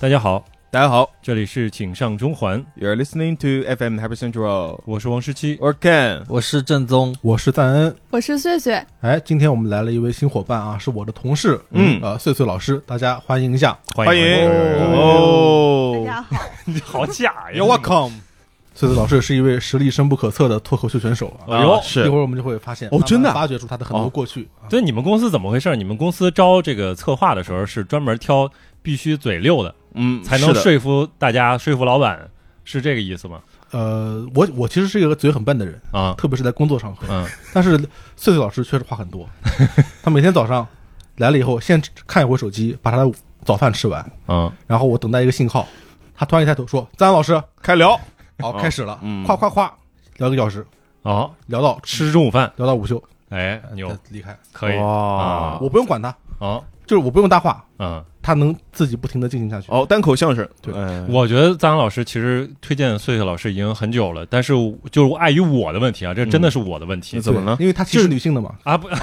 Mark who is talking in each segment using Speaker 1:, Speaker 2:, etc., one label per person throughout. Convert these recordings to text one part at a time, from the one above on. Speaker 1: 大家好，
Speaker 2: 大家好
Speaker 1: 这里是请上中环，
Speaker 2: ，You're listening to FM Happy Central。
Speaker 1: 我是王十七。
Speaker 2: 我 Ken，
Speaker 3: 我是正宗，
Speaker 4: 我是赞恩。
Speaker 5: 我是穗穗，
Speaker 4: 哎，今天我们来了一位新伙伴啊，是我的同事，
Speaker 2: 嗯
Speaker 4: 呃，穗穗老师，大家欢迎一下。
Speaker 2: 欢迎
Speaker 5: 大家
Speaker 2: 哦
Speaker 5: 好，
Speaker 1: 好假呀！
Speaker 2: ，You're welcome。
Speaker 4: 穗穗老师是一位实力深不可测的脱口秀选手啊，
Speaker 1: 哎呦
Speaker 2: 啊
Speaker 4: 一
Speaker 2: 是
Speaker 4: 会儿我们就会发现
Speaker 2: 哦真的啊
Speaker 4: 慢慢发掘出他的很
Speaker 2: 哦
Speaker 4: 多过去。啊
Speaker 1: 对，你们公司怎么回事？你们公司招这个策划的时候是专门挑必须嘴溜的，
Speaker 2: 嗯，
Speaker 1: 才
Speaker 2: 是
Speaker 1: 能
Speaker 2: 的
Speaker 1: 说服大家，说服老板，是这个意思吗？
Speaker 4: 呃，我我其实是一个嘴很笨的人，
Speaker 1: 啊，
Speaker 4: 特别是在工作场合，
Speaker 1: 嗯，
Speaker 4: 但是穗穗老师确实话很 多。他每天早上来了以后，先看一会儿手机，把他的早饭吃完，
Speaker 1: 嗯，
Speaker 4: 然后我等待一个信号，他突然一抬头说：“赞恩老师，
Speaker 2: 开聊。
Speaker 4: 好，哦开始了
Speaker 2: 嗯，
Speaker 4: 夸夸夸，聊一个小时，
Speaker 1: 哦，
Speaker 4: 聊到
Speaker 1: 吃中午饭，
Speaker 4: 聊到午休，
Speaker 1: 哎，
Speaker 4: 呃
Speaker 1: 牛
Speaker 4: 再，离开。”
Speaker 1: 可以，
Speaker 2: 哦哇
Speaker 1: 啊
Speaker 4: 我不用管他，
Speaker 1: 哦，
Speaker 4: 就是我不用搭话，
Speaker 1: 嗯，
Speaker 4: 他能自己不停的进行下
Speaker 1: 啊
Speaker 4: 去。
Speaker 2: 哦，单口相声，
Speaker 4: 对
Speaker 2: 哎
Speaker 1: 我觉得张老师其实推荐穗穗老师已经很久了，但是我就是碍于我的问题啊，这真的是我的问题
Speaker 2: 嗯
Speaker 4: 对，
Speaker 2: 怎么了
Speaker 4: 因为他歧视女性的嘛。
Speaker 1: 啊！不，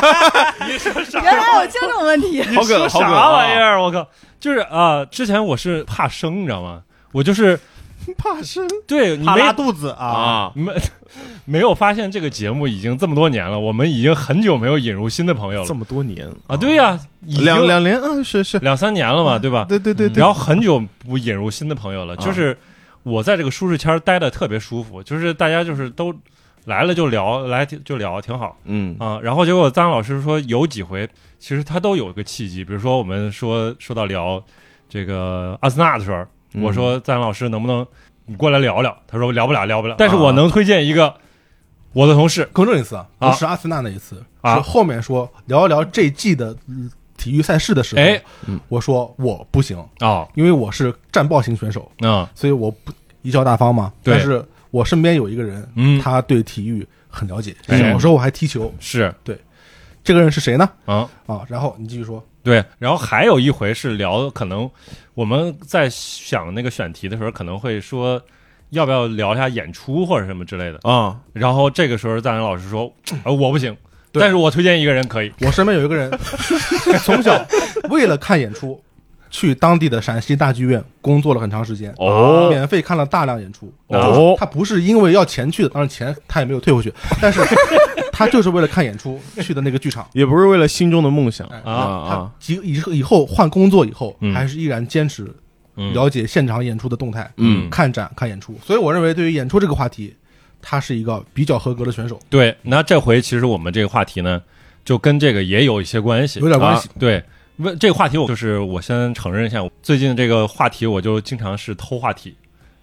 Speaker 5: 原来有这种问题，
Speaker 2: 好梗，
Speaker 1: 说
Speaker 2: 好梗
Speaker 1: 啥
Speaker 2: 啊
Speaker 1: 玩意？儿？我靠！就是啊、之前我是怕生，你知道吗？我就是
Speaker 4: 怕生，
Speaker 1: 对你
Speaker 3: 怕
Speaker 1: 没
Speaker 3: 拉肚子啊！
Speaker 2: 啊，
Speaker 1: 没没有发现这个节目已经这么多年了，我们已经很久没有引入新的朋友
Speaker 2: 这
Speaker 1: 了
Speaker 2: 么多年
Speaker 1: 啊！对呀、已经
Speaker 2: 两两年啊，是是，
Speaker 1: 两三年了嘛，对吧？
Speaker 2: 对对对对
Speaker 1: 然后很久不引入新的朋友了，就是我在这个舒适圈待的特别舒服，就是大家就是都来了就聊，来就聊，挺好。
Speaker 2: 嗯
Speaker 1: 啊，然后结果张老师说有几回，其实他都有一个契机，比如说我们说说到聊这个阿森纳的时候，
Speaker 2: 嗯
Speaker 1: 我说张老师能不能你过来聊聊？他说聊不了，聊不了。但是
Speaker 2: 啊
Speaker 1: 我能推荐一个我的同事
Speaker 4: 更正一次啊，
Speaker 1: 啊
Speaker 4: 不是阿森纳那一次，
Speaker 1: 啊
Speaker 4: 是后面说聊一聊这季的嗯体育赛事的时候，
Speaker 1: 哎
Speaker 2: 嗯
Speaker 4: 我说我不行，
Speaker 1: 啊，
Speaker 4: 因为我是战报型选手，
Speaker 1: 嗯
Speaker 4: 所以我不贻笑大方嘛。
Speaker 1: 对
Speaker 4: 但是我身边有一个人，
Speaker 1: 嗯
Speaker 4: 他对体育很了解，
Speaker 1: 哎
Speaker 4: 小时候还踢球。
Speaker 1: 是
Speaker 4: 这个人是谁呢？
Speaker 1: 啊。
Speaker 4: 啊，然后你继续说，
Speaker 1: 对，然后还有一回是聊，可能我们在想那个选题的时候，可能会说要不要聊一下演出或者什么之类的。
Speaker 2: 啊，
Speaker 1: 然后这个时候，赞恩老师说：“呃，我不行，
Speaker 4: 对
Speaker 1: 但是我推荐一个人可以。
Speaker 4: 我身边有一个人，从小为了看演出，去当地的陕西大剧院工作了很长时间，
Speaker 2: 哦
Speaker 4: 免费看了大量演出。
Speaker 2: 哦
Speaker 4: 他不是因为要钱去的，当然钱他也没有退回去，但是他就是为了看演出去的那个剧场。
Speaker 2: 也不是为了心中的梦想
Speaker 4: 哎
Speaker 2: 啊
Speaker 4: 他
Speaker 2: 啊，
Speaker 4: 及以后以后换工作以后，
Speaker 1: 嗯
Speaker 4: 还是依然坚持”
Speaker 1: 嗯，
Speaker 4: 了解现场演出的动态，
Speaker 2: 嗯
Speaker 4: 看展看演出。所以我认为，对于演出这个话题，他是一个比较合格的选手，
Speaker 1: 对，那这回其实我们这个话题呢，就跟这个也有一些关系啊
Speaker 4: 有。点关系。
Speaker 1: 对，问这个话题，我就是我先承认一下，最近这个话题我就经常是偷话题，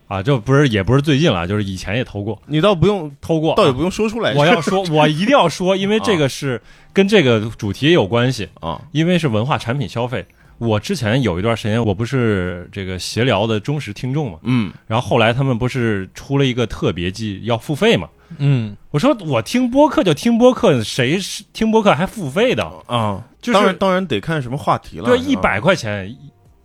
Speaker 1: 啊，就不是也不是最近了，就是以前也偷过，
Speaker 2: 你倒不用，
Speaker 1: 偷过。
Speaker 2: 倒也不用说出来，
Speaker 1: 啊我要 说，我一定要说，因为这
Speaker 4: 啊
Speaker 1: 个是跟这个主题也有关系，
Speaker 2: 啊，
Speaker 1: 因为是文化产品消费。我之前有一段时间，我不是这个闲聊的忠实听众嘛，
Speaker 2: 嗯
Speaker 1: 然后后来他们不是出了一个特别季要付费嘛，
Speaker 4: 嗯，
Speaker 1: 我说我听播客就听播客，谁是听播客还付费的？
Speaker 2: 啊，
Speaker 1: 就是
Speaker 2: 当然当然得看什么话题了，
Speaker 1: 对，
Speaker 2: 啊
Speaker 1: 一百块钱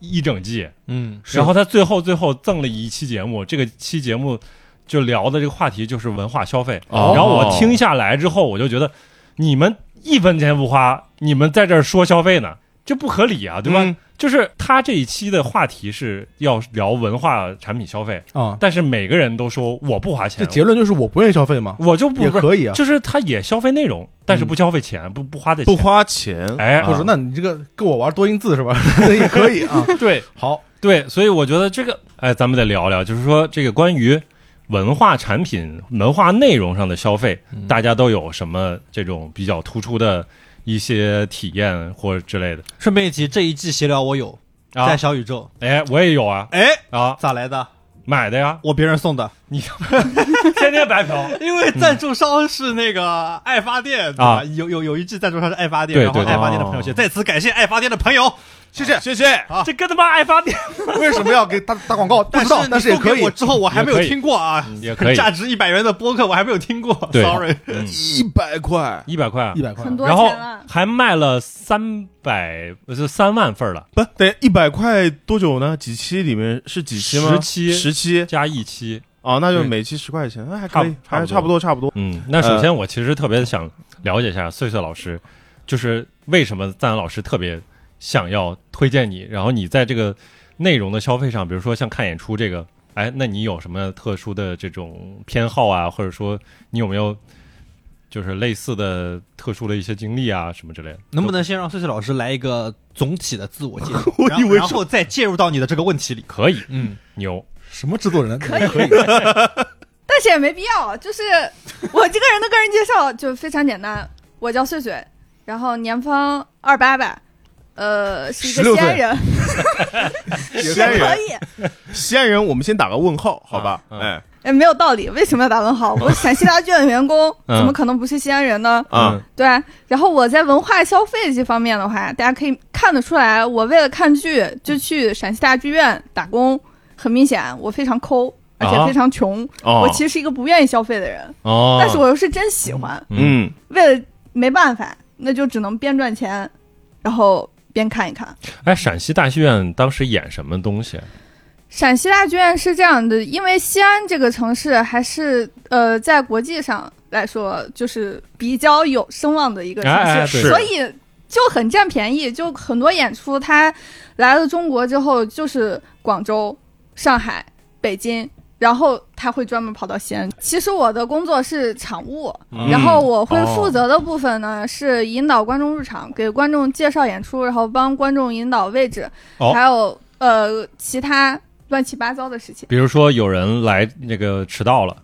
Speaker 1: 一一整季，
Speaker 3: 嗯，
Speaker 1: 然后他最后最后赠了一期节目，这个期节目就聊的这个话题就是文化消费。
Speaker 2: 哦
Speaker 1: 然后我听下来之后，我就觉得你们一分钱不花，你们在这儿说消费呢，这不合理啊，对吧？
Speaker 2: 嗯
Speaker 1: 就是他这一期的话题是要聊文化产品消费，
Speaker 4: 啊，
Speaker 1: 但是每个人都说我不花
Speaker 4: 这
Speaker 1: 钱，
Speaker 4: 结论就是我不愿意消费嘛，
Speaker 1: 我就不
Speaker 4: 也可以啊。
Speaker 1: 就是他也消费内容，但是不消费钱，不不花这钱，
Speaker 2: 不花钱，
Speaker 1: 哎
Speaker 2: 啊
Speaker 4: 我说，那你这个跟我玩多音字是吧？那也可以啊。
Speaker 1: 对
Speaker 4: 好，
Speaker 1: 对，所以我觉得这个，哎，咱们得聊聊，就是说这个关于文化产品、文化内容上的消费，大家都有什么这种比较突出的一些体验或者之类的
Speaker 3: 顺便一提，这一季闲聊我有
Speaker 1: 啊
Speaker 3: 在？小宇宙
Speaker 1: 哎，我也有啊，
Speaker 2: 哎，
Speaker 1: 啊，
Speaker 3: 咋来的？
Speaker 1: 买的呀，
Speaker 3: 我别人送的，
Speaker 1: 天天白 嫖。
Speaker 3: 因为赞助商是那个爱发电对
Speaker 1: 啊
Speaker 3: 吧有有有一季赞助商是爱发电，
Speaker 1: 对
Speaker 3: 然后
Speaker 1: 对对
Speaker 3: 爱发电的朋友圈，在此感谢爱发电的朋友。
Speaker 2: 谢谢谢谢，
Speaker 1: 这跟他妈爱发电
Speaker 4: 为什么要给打打广告？不
Speaker 3: 但
Speaker 4: 知
Speaker 3: 是
Speaker 4: 道，但是
Speaker 3: 你
Speaker 4: 也
Speaker 3: 送给
Speaker 4: 可以
Speaker 3: 我。之后我还没有听过啊，
Speaker 1: 嗯也可以，
Speaker 3: 价值一百元的播客我还没有听过
Speaker 1: 对
Speaker 3: ，sorry。
Speaker 2: 一百块，
Speaker 1: 一百块啊
Speaker 4: 一，百块，
Speaker 5: 很多
Speaker 1: 然后
Speaker 5: 钱啊了，
Speaker 1: 还卖了三百，是三万份儿了，
Speaker 2: 不得一百块多久呢？几期里面是几期吗？
Speaker 1: 十期
Speaker 2: 十期
Speaker 1: 加一期，
Speaker 2: 哦，那就每期十块钱，那还可以，
Speaker 1: 差不
Speaker 2: 还差不多差不 多。
Speaker 1: 嗯，那首先我其实特别想了解一下穗穗老师，就是为什么赞恩老师特别想要推荐你，然后你在这个内容的消费上，比如说像看演出这个，哎，那你有什么特殊的这种偏好啊，或者说你有没有就是类似的特殊的一些经历啊什么之类的？
Speaker 6: 能不能先让碎碎老师来一个总体的自 我介绍，
Speaker 2: 我
Speaker 6: 然
Speaker 2: 以
Speaker 6: 后
Speaker 2: 为
Speaker 6: 然后再介入到你的这个问题里？
Speaker 1: 可以
Speaker 6: 嗯，
Speaker 1: 牛，
Speaker 4: 什么制作人
Speaker 5: 可以，但是也没必要。就是我这个人的个人介绍就非常简单，我叫碎碎，然后年方二八吧，呃，是一个
Speaker 4: 16
Speaker 5: 西安人，
Speaker 2: 西安
Speaker 5: 也可
Speaker 2: 人，
Speaker 5: 以，
Speaker 2: 西安人，我们先打个问号，好吧？
Speaker 1: 嗯
Speaker 2: 哎，
Speaker 5: 也没有道理。为什么要打问号？我陕西大剧院的员工，
Speaker 1: 嗯
Speaker 5: 怎么可能不是西安人呢？
Speaker 2: 啊，
Speaker 5: 对，然后我在文化消费这方面的话，大家可以看得出来，我为了看剧就去陕西大剧院打工，很明显我非常抠，而且
Speaker 1: 啊
Speaker 5: 非常穷。
Speaker 2: 哦
Speaker 5: 我，其实是一个不愿意消费的人，
Speaker 1: 哦，
Speaker 5: 但是我又是真喜欢，
Speaker 1: 嗯
Speaker 2: 嗯，
Speaker 5: 为了没办法，那就只能边赚钱，然后边看一看。
Speaker 1: 哎，陕西大戏院当时演什么东西？啊
Speaker 5: 陕西大剧院是这样的，因为西安这个城市还是呃在国际上来说就是比较有声望的一个城市，
Speaker 1: 哎哎对
Speaker 5: 所以就很占便宜。就很多演出，它来了中国之后，就是广州、上海、北京，然后他会专门跑到西安。其实我的工作是场务，
Speaker 1: 嗯
Speaker 5: 然后我会负责的部分
Speaker 2: 哦
Speaker 5: 呢、是引导观众入场，给观众介绍演出，然后帮观众引导位置，
Speaker 1: 哦
Speaker 5: 还有呃其他乱七八糟的事情。
Speaker 1: 比如说有人来那个迟到了，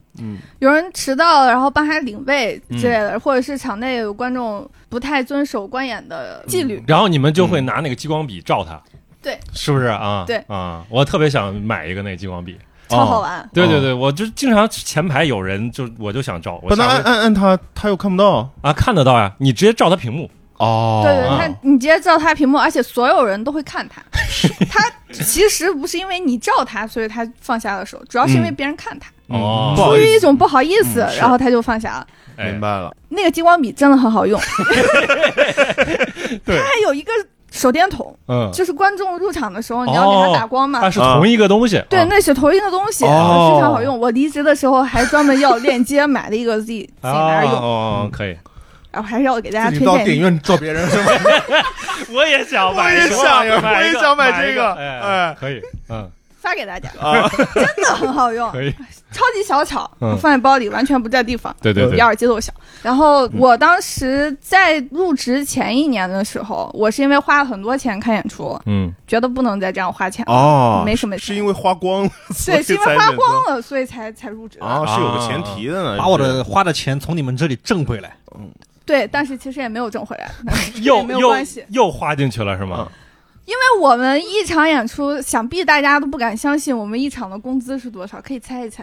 Speaker 5: 有人迟到了，然后帮他领位
Speaker 2: 嗯
Speaker 5: 之类的，或者是场内有观众不太遵守观演的纪律。
Speaker 2: 嗯
Speaker 1: 然后你们就会拿那个激光笔照他，
Speaker 5: 嗯对，
Speaker 1: 是不是啊？
Speaker 5: 对
Speaker 1: 啊，我特别想买一个那激光笔。
Speaker 5: 超好玩。
Speaker 1: 对对对，我就经常前排有人就我就想照，我
Speaker 2: 不能
Speaker 1: 下
Speaker 2: 按
Speaker 1: 回
Speaker 2: 按按哦他，他又看不到
Speaker 1: 啊看得到呀、你直接照他屏幕，
Speaker 2: 哦
Speaker 5: 对对，
Speaker 1: 啊
Speaker 5: 他你直接照他屏幕，而且所有人都会看 他。他其实不是因为你照他，所以他放下了手，主要是因为别人看他，
Speaker 4: 嗯
Speaker 1: 哦
Speaker 2: 不好
Speaker 5: 出
Speaker 2: 意
Speaker 5: 于
Speaker 2: 思
Speaker 5: 一种不好意思，
Speaker 2: 嗯是
Speaker 5: 然后他就放下了。
Speaker 1: 哎
Speaker 2: 嗯明白了，
Speaker 5: 那个激光笔真的很好用，
Speaker 1: 对
Speaker 5: 它还有一个手电筒，
Speaker 1: 嗯，
Speaker 5: 就是观众入场的时候你要给他打光嘛。
Speaker 1: 哦它是同一个东西，
Speaker 5: 对，
Speaker 1: 啊
Speaker 5: 那是同一个东西，
Speaker 2: 哦
Speaker 5: 非常好用。我离职的时候还专门要链接买了一个自己自己
Speaker 3: 哎
Speaker 5: 拿着
Speaker 1: 啊
Speaker 5: 用，
Speaker 1: 哦，可以，
Speaker 5: 然后还是要给大家
Speaker 4: 自
Speaker 5: 推
Speaker 4: 己到电
Speaker 5: 荐
Speaker 4: 影
Speaker 5: 一
Speaker 4: 院照别人是吧？
Speaker 1: 我也想
Speaker 2: 买一个 买一个买一个
Speaker 1: 哎
Speaker 2: 哎，
Speaker 1: 可以，嗯，
Speaker 5: 发给大家，
Speaker 2: 啊，
Speaker 5: 真的很好用，
Speaker 1: 可以，
Speaker 5: 超级小巧，
Speaker 1: 嗯
Speaker 5: 放在包里完全不占地方。
Speaker 1: 对对
Speaker 5: 比
Speaker 1: 对，
Speaker 5: 耳机都小。然后我当时在入职前一年的时候，我是因为花了很多钱看演出，
Speaker 1: 嗯，
Speaker 5: 觉得不能再这样花钱了，
Speaker 2: 哦，
Speaker 5: 没什么
Speaker 2: 是
Speaker 5: 钱。
Speaker 2: 因为花光了，
Speaker 5: 对，是因
Speaker 2: 所
Speaker 5: 为
Speaker 2: 以才
Speaker 5: 花
Speaker 2: 忍
Speaker 5: 光了，所以才才入职的。
Speaker 2: 啊，是有个前提的呢，
Speaker 6: 啊把我的花的钱从你们这里挣回来。
Speaker 5: 对，但是其实也没有挣回来， 也
Speaker 1: 又
Speaker 5: 没有
Speaker 1: 又
Speaker 5: 关系。
Speaker 1: 又花进去了是吗？
Speaker 5: 因为我们一场演出，想必大家都不敢相信我们一场的工资是多少，可以猜一猜，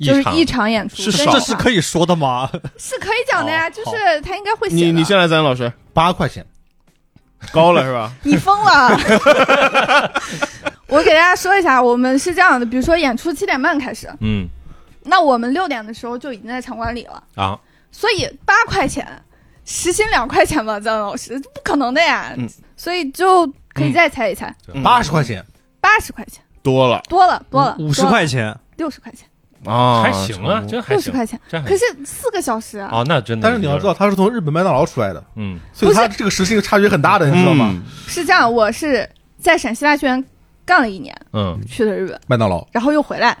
Speaker 5: 就是
Speaker 1: 场
Speaker 5: 一场演出
Speaker 2: 是
Speaker 5: 真
Speaker 2: 少
Speaker 5: 的
Speaker 6: 这是可以说的 吗？
Speaker 5: 是可以讲的呀，
Speaker 6: 哦
Speaker 5: 就是他应该会
Speaker 2: 是
Speaker 5: 写
Speaker 2: 你
Speaker 5: 的
Speaker 2: 你先来，咱老师
Speaker 4: 八块钱，
Speaker 2: 高了是吧？
Speaker 5: 你疯了！我给大家说一下，我们是这样的，比如说演出七点半开始，
Speaker 1: 嗯
Speaker 5: 那我们六点的时候就已经在场馆里了，
Speaker 1: 啊，
Speaker 5: 所以八块钱，时薪两块钱吧，张老师，不可能的呀，
Speaker 2: 嗯
Speaker 5: 所以就可以再猜一猜，
Speaker 2: 嗯
Speaker 4: 八十块钱，
Speaker 5: 八十块钱，
Speaker 2: 多了
Speaker 5: 多了多了，
Speaker 6: 五十块钱，
Speaker 5: 六十块钱，
Speaker 2: 啊
Speaker 1: 还行啊，真还
Speaker 5: 六十
Speaker 1: 行，
Speaker 5: 块钱，
Speaker 1: 真还
Speaker 5: 可
Speaker 1: 行。
Speaker 5: 是四个小时啊，
Speaker 1: 哦，那真的，
Speaker 4: 但是你要知道，，他是从日本麦当劳出来的，
Speaker 1: 嗯，
Speaker 4: 所以
Speaker 5: 不是
Speaker 4: 他这个时薪差距很大的，你知道
Speaker 2: 嗯
Speaker 4: 吗？？
Speaker 5: 是这样，我是在陕西大学院干了一年，
Speaker 1: 嗯
Speaker 5: 去的日本，
Speaker 4: 麦当劳
Speaker 5: 然后又回来，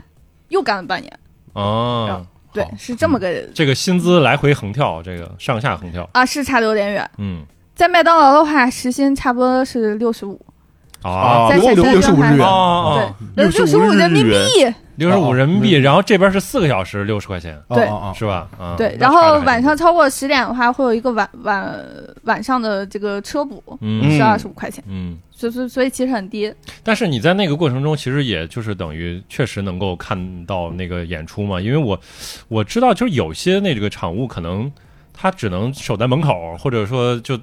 Speaker 5: 又干了半年，
Speaker 1: 哦，
Speaker 5: 对，是这么个。
Speaker 1: 这个薪资来回横跳，这个上下横跳，
Speaker 5: 啊，是差的有点远。
Speaker 1: 嗯
Speaker 5: 在麦当劳的话，时薪差不多是六十五，
Speaker 1: 啊
Speaker 2: 哦
Speaker 5: 在陕西
Speaker 4: 六
Speaker 5: 大
Speaker 4: 六十
Speaker 5: 学
Speaker 4: 五日
Speaker 5: 还
Speaker 4: 元
Speaker 1: 哦，
Speaker 5: 对，呃六十五人民币，
Speaker 1: 六十五人民币，然后这边是四个小时六十块钱，
Speaker 4: 哦
Speaker 5: 对
Speaker 4: 嗯哦哦
Speaker 1: 是吧？啊，
Speaker 5: 对。
Speaker 1: 那
Speaker 5: 然
Speaker 1: 差
Speaker 5: 后
Speaker 1: 得还
Speaker 5: 晚
Speaker 1: 挺
Speaker 5: 上超过十点的话，会有一个晚晚晚上的这个车补，
Speaker 1: 多，嗯
Speaker 5: 是二十五块钱，
Speaker 1: 嗯。
Speaker 5: 所以所以所以其实很低。
Speaker 1: 但是你在那个过程中，其实也就是等于确实能够看到那个演出嘛，因为我我知道，就是有些那个场务可能他只能守在门口，或者说就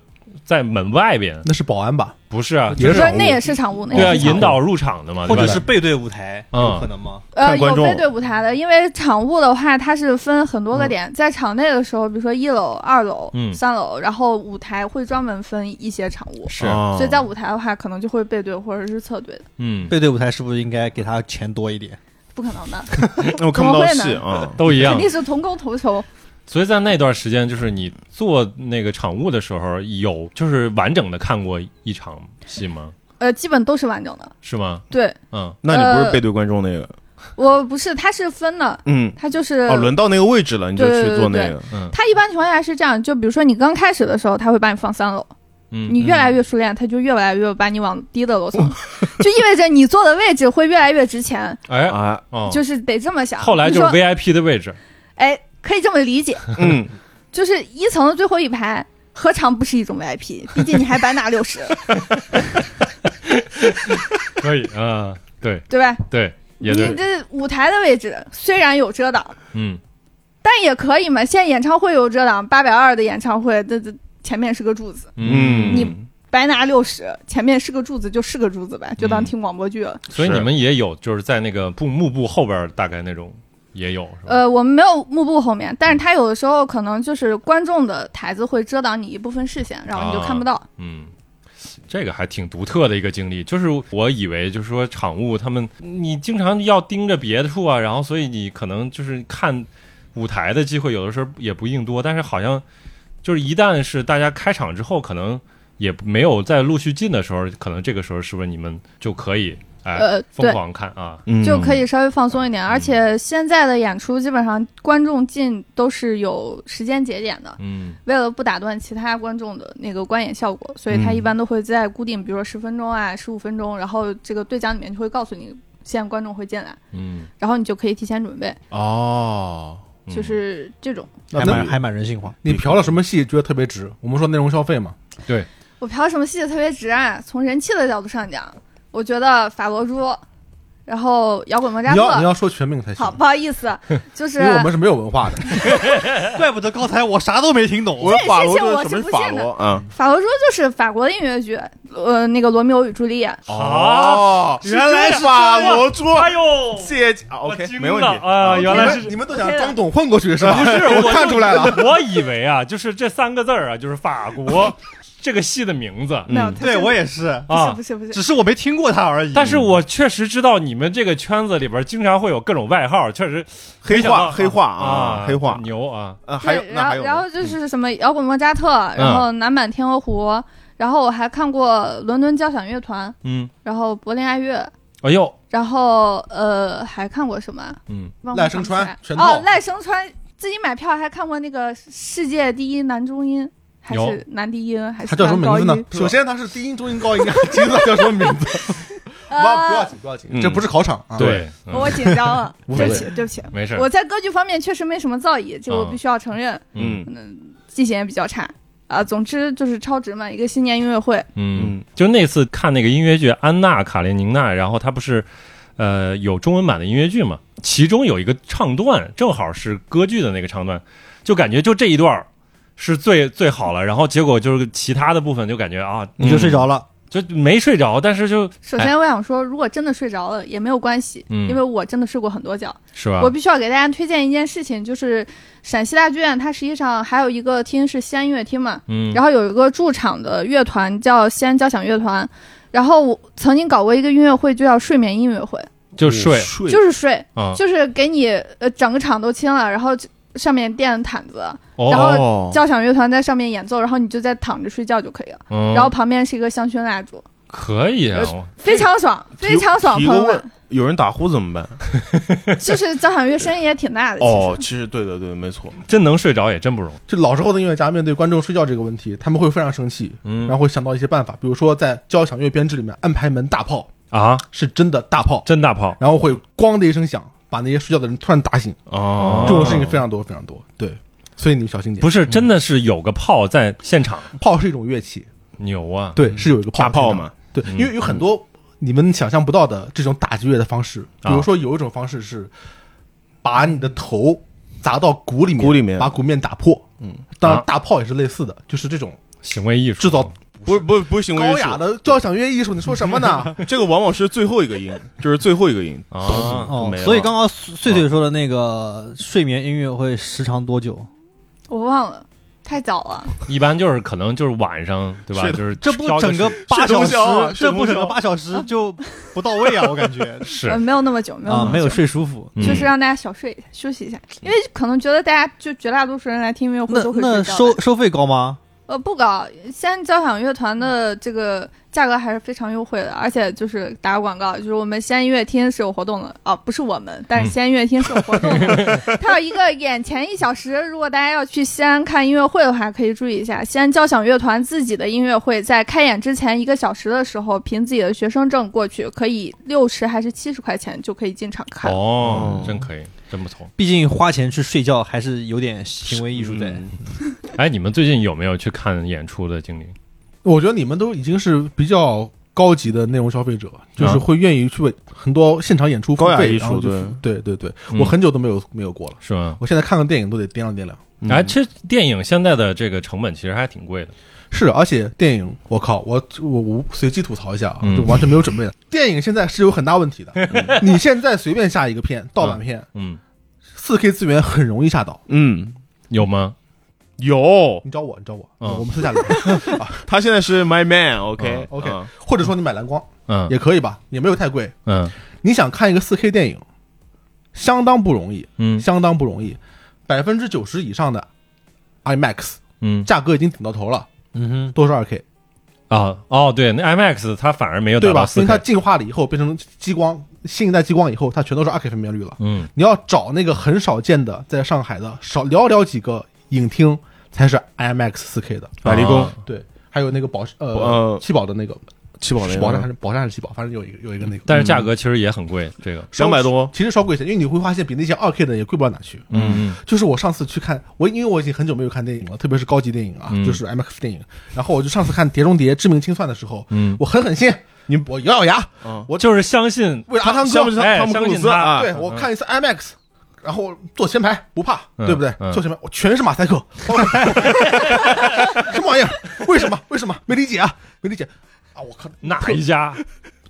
Speaker 1: 在门外边，
Speaker 4: 那是保安吧？
Speaker 1: 不是啊？
Speaker 4: 也是
Speaker 5: 所以
Speaker 4: 场务
Speaker 5: 那也是场务，那
Speaker 1: 对啊，
Speaker 5: 也是场务
Speaker 1: 引导入场的嘛，
Speaker 6: 或
Speaker 1: 对
Speaker 6: 者
Speaker 1: 吧
Speaker 6: 是背对舞台，
Speaker 1: 嗯
Speaker 6: 有可能吗？
Speaker 5: 呃
Speaker 2: 看观
Speaker 5: 有
Speaker 2: 众
Speaker 5: 背对舞台的，因为场务的话，它是分很多个点，在场内的时候，比如说一楼、二楼、
Speaker 1: 嗯
Speaker 5: 三楼，然后舞台会专门分一些场务，
Speaker 1: 是
Speaker 2: 嗯
Speaker 1: 啊
Speaker 5: 所以在舞台的话，可能就会背对或者是侧对的，
Speaker 1: 嗯，
Speaker 6: 背对舞台是不是应该给他钱多一点？
Speaker 5: 不可能的，
Speaker 2: 那嗯我看不到
Speaker 5: 怎
Speaker 2: 戏
Speaker 5: 么
Speaker 2: 啊，
Speaker 1: 都一样
Speaker 5: 肯。定是同工同酬。
Speaker 1: 所以在那段时间，就是你做那个场务的时候，有就是完整的看过一场戏吗？
Speaker 5: 呃，基本都是完整的。
Speaker 1: 是吗？
Speaker 5: 对
Speaker 1: 嗯，
Speaker 2: 那你不是
Speaker 5: 呃
Speaker 2: 背对观众那个？
Speaker 5: 我不是，它是分的，
Speaker 2: 嗯，
Speaker 5: 它就是
Speaker 2: 哦，轮到那个位置了，你就
Speaker 5: 对
Speaker 2: 去
Speaker 5: 对
Speaker 2: 做
Speaker 5: 对
Speaker 2: 那
Speaker 5: 对
Speaker 2: 个。
Speaker 5: 它一般情况下是这样，就比如说你刚开始的时候，它会把你放三楼，
Speaker 1: 嗯，
Speaker 5: 你越来越熟练，它就越来越把你往低的楼 层，就意味着你坐的位置会越来越值钱，
Speaker 1: 哎
Speaker 2: 啊，
Speaker 1: 哦，
Speaker 5: 就是得这么想。
Speaker 1: 后来
Speaker 5: 你
Speaker 1: 就是
Speaker 5: 说
Speaker 1: VIP 的位置，
Speaker 5: 哎，可以这么理解，
Speaker 2: 嗯，
Speaker 5: 就是一层的最后一排，何尝不是一种 VIP？毕竟你还白拿六十，
Speaker 1: 可以 啊，对
Speaker 5: 对吧？
Speaker 1: 对也
Speaker 5: 你
Speaker 1: 对，
Speaker 5: 这舞台的位置虽然有遮挡，
Speaker 1: 嗯
Speaker 5: 但也可以嘛。现在演唱会有遮挡，八百二的演唱会，这这前面是个柱子，
Speaker 1: 嗯，
Speaker 5: 你白拿六十，前面是个柱子就是个柱子呗，就
Speaker 1: 嗯
Speaker 5: 当听广播剧了。
Speaker 1: 所以
Speaker 2: 是
Speaker 1: 你们也有就是在那个布幕布后边儿大概那种也有是吧？
Speaker 5: 呃，我们没有幕布后面，但是它有的时候可能就是观众的台子会遮挡你一部分视线，然后你就看不到。
Speaker 1: 嗯，这个还挺独特的一个经历。就是我以为，就是说场务他们，你经常要盯着别的处啊，然后所以你可能就是看舞台的机会，有的时候也不一定多。但是好像就是一旦是大家开场之后，可能也没有在陆续进的时候，可能这个时候是不是你们就可以哎、
Speaker 5: 呃
Speaker 1: 疯
Speaker 5: 对
Speaker 1: 狂嗯看啊？
Speaker 2: 嗯
Speaker 5: 就可以稍微放松一点，而且现在的演出基本上观众进都是有时间节点的，
Speaker 1: 嗯
Speaker 5: 为了不打断其他观众的那个观演效果，所以他
Speaker 2: 嗯
Speaker 5: 一般都会在固定，比如说十分钟啊、十五分钟，然后这个对讲里面就会告诉你，现在观众会进来，
Speaker 1: 嗯，
Speaker 5: 然后你就可以提前准备，
Speaker 2: 哦，
Speaker 1: 嗯
Speaker 5: 就是这种。
Speaker 6: 还
Speaker 4: 那
Speaker 6: 蛮还蛮人性化。
Speaker 4: 啊你嫖了什么戏觉得特别值？我们说内容消费嘛，
Speaker 5: 我嫖什么戏特别值啊？从人气的角度上讲，我觉得法罗珠，然后摇滚莫扎
Speaker 4: 你要你
Speaker 5: 特。
Speaker 4: 要说全名才行
Speaker 5: 好，，不好 意思，就是
Speaker 4: 因为我们是没有文化的。
Speaker 6: 怪不得刚才我啥都没听懂。
Speaker 2: 我说法罗
Speaker 5: 这个事情
Speaker 2: 就是什么
Speaker 5: 我不
Speaker 2: 是法
Speaker 5: 信的
Speaker 2: 罗啊？
Speaker 5: 法罗珠就是法国的音乐剧，呃，那个《罗密欧与朱丽叶》。
Speaker 1: 啊，
Speaker 2: 哦，原来是啊法罗珠，
Speaker 1: 哎呦，
Speaker 2: 谢谢啊，OK，
Speaker 1: 惊
Speaker 2: 没问题
Speaker 1: 了啊原来是
Speaker 4: 你们你们都想装懂混过去是吧？不是，
Speaker 1: 我
Speaker 4: 我看出来了。
Speaker 1: 我以为啊，就是这三个字儿啊，就是法国这个戏的名字
Speaker 5: 没有，
Speaker 2: 嗯
Speaker 5: 它
Speaker 3: 对
Speaker 5: 是
Speaker 3: 我也是，
Speaker 5: 不是
Speaker 1: 啊
Speaker 5: 不。是不是，
Speaker 3: 只是我没听过他而 已。
Speaker 1: 但是我确实知道你们这个圈子里边经常会有各种外号，确实
Speaker 2: 黑
Speaker 1: 没想到
Speaker 2: 化黑化
Speaker 1: 啊
Speaker 2: 啊，，黑化
Speaker 1: 牛啊，
Speaker 2: 啊，还有
Speaker 5: 对，
Speaker 2: 那
Speaker 5: 然
Speaker 2: 还
Speaker 5: 后
Speaker 2: 有
Speaker 5: 然后
Speaker 4: 嗯
Speaker 5: 就是什么摇滚莫扎特，然后南满天鹅湖，然后我还看过伦敦交响乐团，
Speaker 1: 嗯，
Speaker 5: 然后柏林爱乐，
Speaker 1: 哎呦，
Speaker 5: 然后呃还看过什么啊？
Speaker 1: 嗯，
Speaker 5: 忘了
Speaker 4: 赖声川
Speaker 5: 想不起
Speaker 4: 全
Speaker 5: 来
Speaker 4: 套
Speaker 5: 哦，赖声川自己买票还看过那个世界第一男中音还
Speaker 1: 有
Speaker 5: 是男低音还是
Speaker 4: 他叫什么名字
Speaker 5: 男高
Speaker 4: 呢
Speaker 5: 音？
Speaker 4: 首先他是低音、中音、高音，其次他叫什么名 字？不要不要
Speaker 5: 呃，
Speaker 4: 紧，不要紧，
Speaker 2: 嗯
Speaker 4: 这不是考场啊。，
Speaker 1: 对，嗯
Speaker 5: 我紧张了，
Speaker 4: 无所
Speaker 5: 对
Speaker 4: 谓
Speaker 5: 不起对不起，
Speaker 1: 没事，
Speaker 5: 我在歌剧方面确实没什么造诣，这个我
Speaker 1: 嗯
Speaker 5: 必须要承认，
Speaker 1: 嗯
Speaker 5: 记性也比较差啊。总之就是超值嘛，一个新年音乐会。
Speaker 1: 嗯，就那次看那个音乐剧《安娜·卡列宁娜》，然后它不是呃有中文版的音乐剧嘛，其中有一个唱段正好是歌剧的那个唱段，就感觉就这一段儿是最最好了，然后结果就是其他的部分就感觉啊，
Speaker 6: 你就睡着了，
Speaker 1: 就没睡着，但是就
Speaker 5: 首
Speaker 4: 哎
Speaker 5: 先，我想说，如果真的睡着了也没有关系，
Speaker 1: 嗯
Speaker 5: 因为我真的睡过很多觉。
Speaker 1: 是吧
Speaker 2: 啊
Speaker 5: 我？必须要给大家推荐一件事情，就是陕西大剧院，它实际上还有一个厅是西安音乐厅嘛，
Speaker 1: 嗯，
Speaker 5: 然后有一个驻场的乐团叫西安交响乐团。然后我曾经搞过一个音乐会，就叫睡眠音乐会，
Speaker 1: 就睡
Speaker 2: 睡
Speaker 5: 就是睡，
Speaker 1: 啊，
Speaker 5: 就是给你呃整个场都清了，然后上面垫毯子，然
Speaker 1: 哦，
Speaker 5: 后
Speaker 2: 哦，
Speaker 5: 交响乐团在上面演奏，然后你就在躺着睡觉就可以了。
Speaker 1: 嗯
Speaker 2: 哦
Speaker 5: 然后嗯旁边是一个香薰蜡烛，
Speaker 1: 可以啊，
Speaker 5: 非常爽，非常爽，
Speaker 2: 提
Speaker 5: 朋友
Speaker 2: 个
Speaker 5: 们。
Speaker 2: 有人打呼怎么办？
Speaker 5: 就是交响乐声音也挺大的，呃其实
Speaker 2: 哦，其实对的对的，没错，
Speaker 1: 真能睡着也真不容易。
Speaker 4: 就老时候的音乐家面对观众睡觉这个问题，他们会非常生气，
Speaker 1: 嗯
Speaker 4: 然后会想到一些办法，比如说在交响乐编制里面安排门大炮，
Speaker 1: 啊，
Speaker 4: 是真的大炮，
Speaker 1: 真大炮
Speaker 4: 然后会咣的一声响，把那些睡觉的人突然打醒。
Speaker 1: 哦
Speaker 4: 这种事情非常多非常多，对，所以你们小心点。
Speaker 1: 不是啊真的是有个炮在现场，
Speaker 4: 炮是一种乐器，
Speaker 1: 牛啊！
Speaker 4: 对，是有一个炮
Speaker 2: 大炮
Speaker 4: 声的
Speaker 2: 嘛，
Speaker 4: 对，
Speaker 1: 嗯
Speaker 4: 因为有很多你们想象不到的这种打击乐的方式，比如说有一种方式是把你的头砸到鼓里面，
Speaker 2: 鼓里面
Speaker 4: 把鼓面打破。
Speaker 2: 嗯，
Speaker 4: 当然
Speaker 1: 啊
Speaker 4: 大炮也是类似的，就是这种
Speaker 1: 行为艺术
Speaker 4: 制造
Speaker 2: 不是不是不是行为
Speaker 4: 高
Speaker 2: 艺
Speaker 4: 雅
Speaker 2: 术，
Speaker 4: 的交响乐艺术，你说什么呢？
Speaker 2: 这个往往是最后一个音，就是最后一个音，
Speaker 1: 啊，
Speaker 2: 就
Speaker 6: 哦
Speaker 2: 没，了
Speaker 6: 所以刚刚碎碎说的那个睡眠音乐会时长多久？
Speaker 5: 我忘了，太早了。
Speaker 1: 一般就是可能就是晚上对吧？
Speaker 2: 是的
Speaker 1: 就是
Speaker 6: 这不
Speaker 1: 挑
Speaker 6: 整
Speaker 1: 个
Speaker 6: 个八小
Speaker 2: 睡通宵啊
Speaker 6: 时，这不
Speaker 2: 睡
Speaker 6: 整
Speaker 2: 通宵
Speaker 6: 个八小时就不到位啊！我感觉
Speaker 1: 是
Speaker 5: 呃，没有那么久，没有 那
Speaker 6: 啊
Speaker 5: 么，久
Speaker 6: 没有睡舒服。
Speaker 1: 嗯
Speaker 5: 就是让大家小睡一下，休息一下，因为可能觉得大家就绝大多数人来听音乐会
Speaker 6: 那
Speaker 5: 都会
Speaker 6: 那
Speaker 5: 睡觉
Speaker 6: 收
Speaker 5: 的。
Speaker 6: 收费高吗？
Speaker 5: 呃，不高，现在交响乐团的这个价格还是非常优惠的，而且就是打个广告，就是我们西安音乐厅是有活动的啊，不是我们，但是
Speaker 1: 嗯
Speaker 5: 西安音乐厅是有活动 的，它有一个眼前一小时，如果大家要去西安看音乐会的话，可以注意一下，西安交响乐团自己的音乐会在开演之前一个小时的时候，凭自己的学生证过去，可以六十还是七十块钱就可以进场看。
Speaker 1: 哦
Speaker 6: 嗯，
Speaker 1: 真可以，真不错。
Speaker 6: 毕竟花钱去睡觉还是有点行为艺术
Speaker 2: 嗯
Speaker 6: 在。
Speaker 1: 哎，你们最近有没有去看演出的经历？
Speaker 4: 我觉得你们都已经是比较高级的内容消费者，就是
Speaker 1: 啊
Speaker 4: 会愿意去为很多现场演出付
Speaker 2: 高雅
Speaker 4: 费
Speaker 2: 艺
Speaker 4: 然后
Speaker 2: 术
Speaker 4: 就
Speaker 2: 对
Speaker 4: 付对对对，
Speaker 1: 嗯
Speaker 4: 我很久都没有没有过了。
Speaker 1: 是吗？
Speaker 4: 我现在看个电影都得掂量掂量。
Speaker 1: 哎，其实电影现在的这个成本其实还挺贵的。
Speaker 4: 是，而且电影，我靠，我我我随机吐槽一下啊，
Speaker 1: 嗯
Speaker 4: 就完全没有准备的。电影现在是有很大问题的，你现在随便下一个片，盗版片，
Speaker 1: 嗯，
Speaker 4: 四 K 资源很容易下倒。
Speaker 2: 嗯，
Speaker 1: 有吗？
Speaker 2: 有，
Speaker 4: 你找我，你找我，
Speaker 1: 嗯
Speaker 4: 我们私下聊。
Speaker 2: 他现在是 My Man，OK 啊
Speaker 1: 嗯
Speaker 4: OK 或者说你买蓝光
Speaker 1: 嗯
Speaker 4: 也可以吧，也没有太贵。
Speaker 1: 嗯
Speaker 4: 你想看一个四 K 电影，相当不容易，
Speaker 1: 嗯
Speaker 4: 相当不容易。百分之九十以上的 IMAX
Speaker 1: 嗯
Speaker 4: 价格已经顶到头了，
Speaker 6: 嗯哼，
Speaker 4: 都是二 K，
Speaker 1: 啊哦，对，那 IMAX 它反而没有
Speaker 4: 对
Speaker 1: 达
Speaker 4: 吧
Speaker 1: 到？
Speaker 4: 因
Speaker 1: 四
Speaker 4: 为它
Speaker 1: K。
Speaker 4: 进化了以后变成激光，新一代激光以后，它全都是二 K 分辨率了。
Speaker 1: 嗯
Speaker 4: 你要找那个很少见的，在上海的少寥寥几个影厅才是 IMAX 四 K 的，
Speaker 2: 百丽宫
Speaker 1: 啊
Speaker 4: 对，还有那个宝呃
Speaker 2: 呃
Speaker 4: 七宝的那个
Speaker 2: 七宝
Speaker 4: 是
Speaker 2: 那
Speaker 4: 宝山还
Speaker 2: 个
Speaker 4: 是宝山还是七宝，反正有一个有一个那个，
Speaker 1: 但是价格其实也很贵，这个。
Speaker 2: 两百多，
Speaker 4: 其实稍贵一些，因为你会发现比那些二 K 的也贵不到哪去。
Speaker 1: 嗯
Speaker 4: 就是我上次去看，我因为我已经很久没有看电影了，特别是高级电影啊，
Speaker 1: 嗯
Speaker 4: 就是 IMAX 电影。然后我就上次看《碟中谍：致命清算》的时候，
Speaker 1: 嗯，
Speaker 4: 我狠狠心，你我咬咬牙，
Speaker 1: 我就是相信
Speaker 4: 为了阿汤哥
Speaker 2: 像不，像
Speaker 1: 哎
Speaker 2: 汤姆克鲁
Speaker 1: 相信
Speaker 2: 斯
Speaker 1: 他
Speaker 2: 啊？
Speaker 4: 对我看一次 IMAX，然后坐前排不怕，
Speaker 1: 嗯
Speaker 4: 对不对？
Speaker 1: 嗯
Speaker 4: 坐前排我全是马 赛克，什么玩意儿？为什么？为什么？没理解啊，没理解啊！我靠，
Speaker 1: 哪一家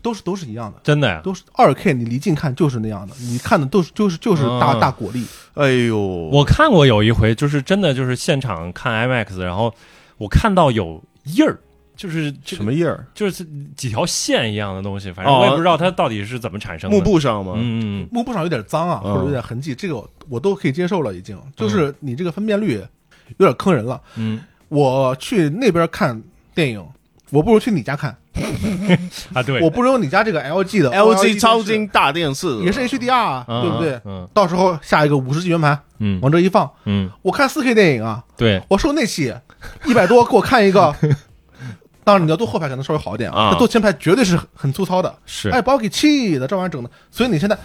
Speaker 4: 都是都是一样的，
Speaker 1: 真的呀？
Speaker 4: 都是二 K，你离近看就是那样的，你看的都是就是就是大
Speaker 1: 嗯
Speaker 4: 大果粒，
Speaker 2: 哎呦，
Speaker 1: 我看过有一回，就是真的就是现场看 IMAX，然后我看到有印儿，就是这
Speaker 2: 什
Speaker 1: 个
Speaker 2: 么印儿？
Speaker 1: 就是几条线一样的东西，反正我也
Speaker 2: 哦
Speaker 1: 不知道它到底是怎么产生的。
Speaker 2: 幕，布上吗？
Speaker 1: 嗯嗯
Speaker 4: 幕布上有点脏啊，
Speaker 2: 嗯
Speaker 4: 或者有点痕迹，这个我我都可以接受了，已经就是你这个分辨率有点坑人了。
Speaker 1: 嗯
Speaker 4: 我去那边看电影，我不如去你家看，
Speaker 1: 啊，对，
Speaker 4: 我不如你家这个 LG 的
Speaker 2: LG
Speaker 4: 电视
Speaker 2: 超精大电视
Speaker 4: 也是 HDR，啊
Speaker 1: 嗯
Speaker 4: 对不对？
Speaker 1: 嗯
Speaker 4: 到时候下一个五十级圆盘
Speaker 1: 嗯
Speaker 4: 往这一放，
Speaker 1: 嗯，
Speaker 4: 我看四 K 电影啊，
Speaker 1: 对，
Speaker 4: 我受那气，一百多给我看一个。当然，你要坐后排可能稍微好一点
Speaker 2: 啊
Speaker 4: 但坐前排绝对是很很粗糙的，
Speaker 1: 是，
Speaker 4: 哎，把我给气的，这玩意儿整的。所以你现在，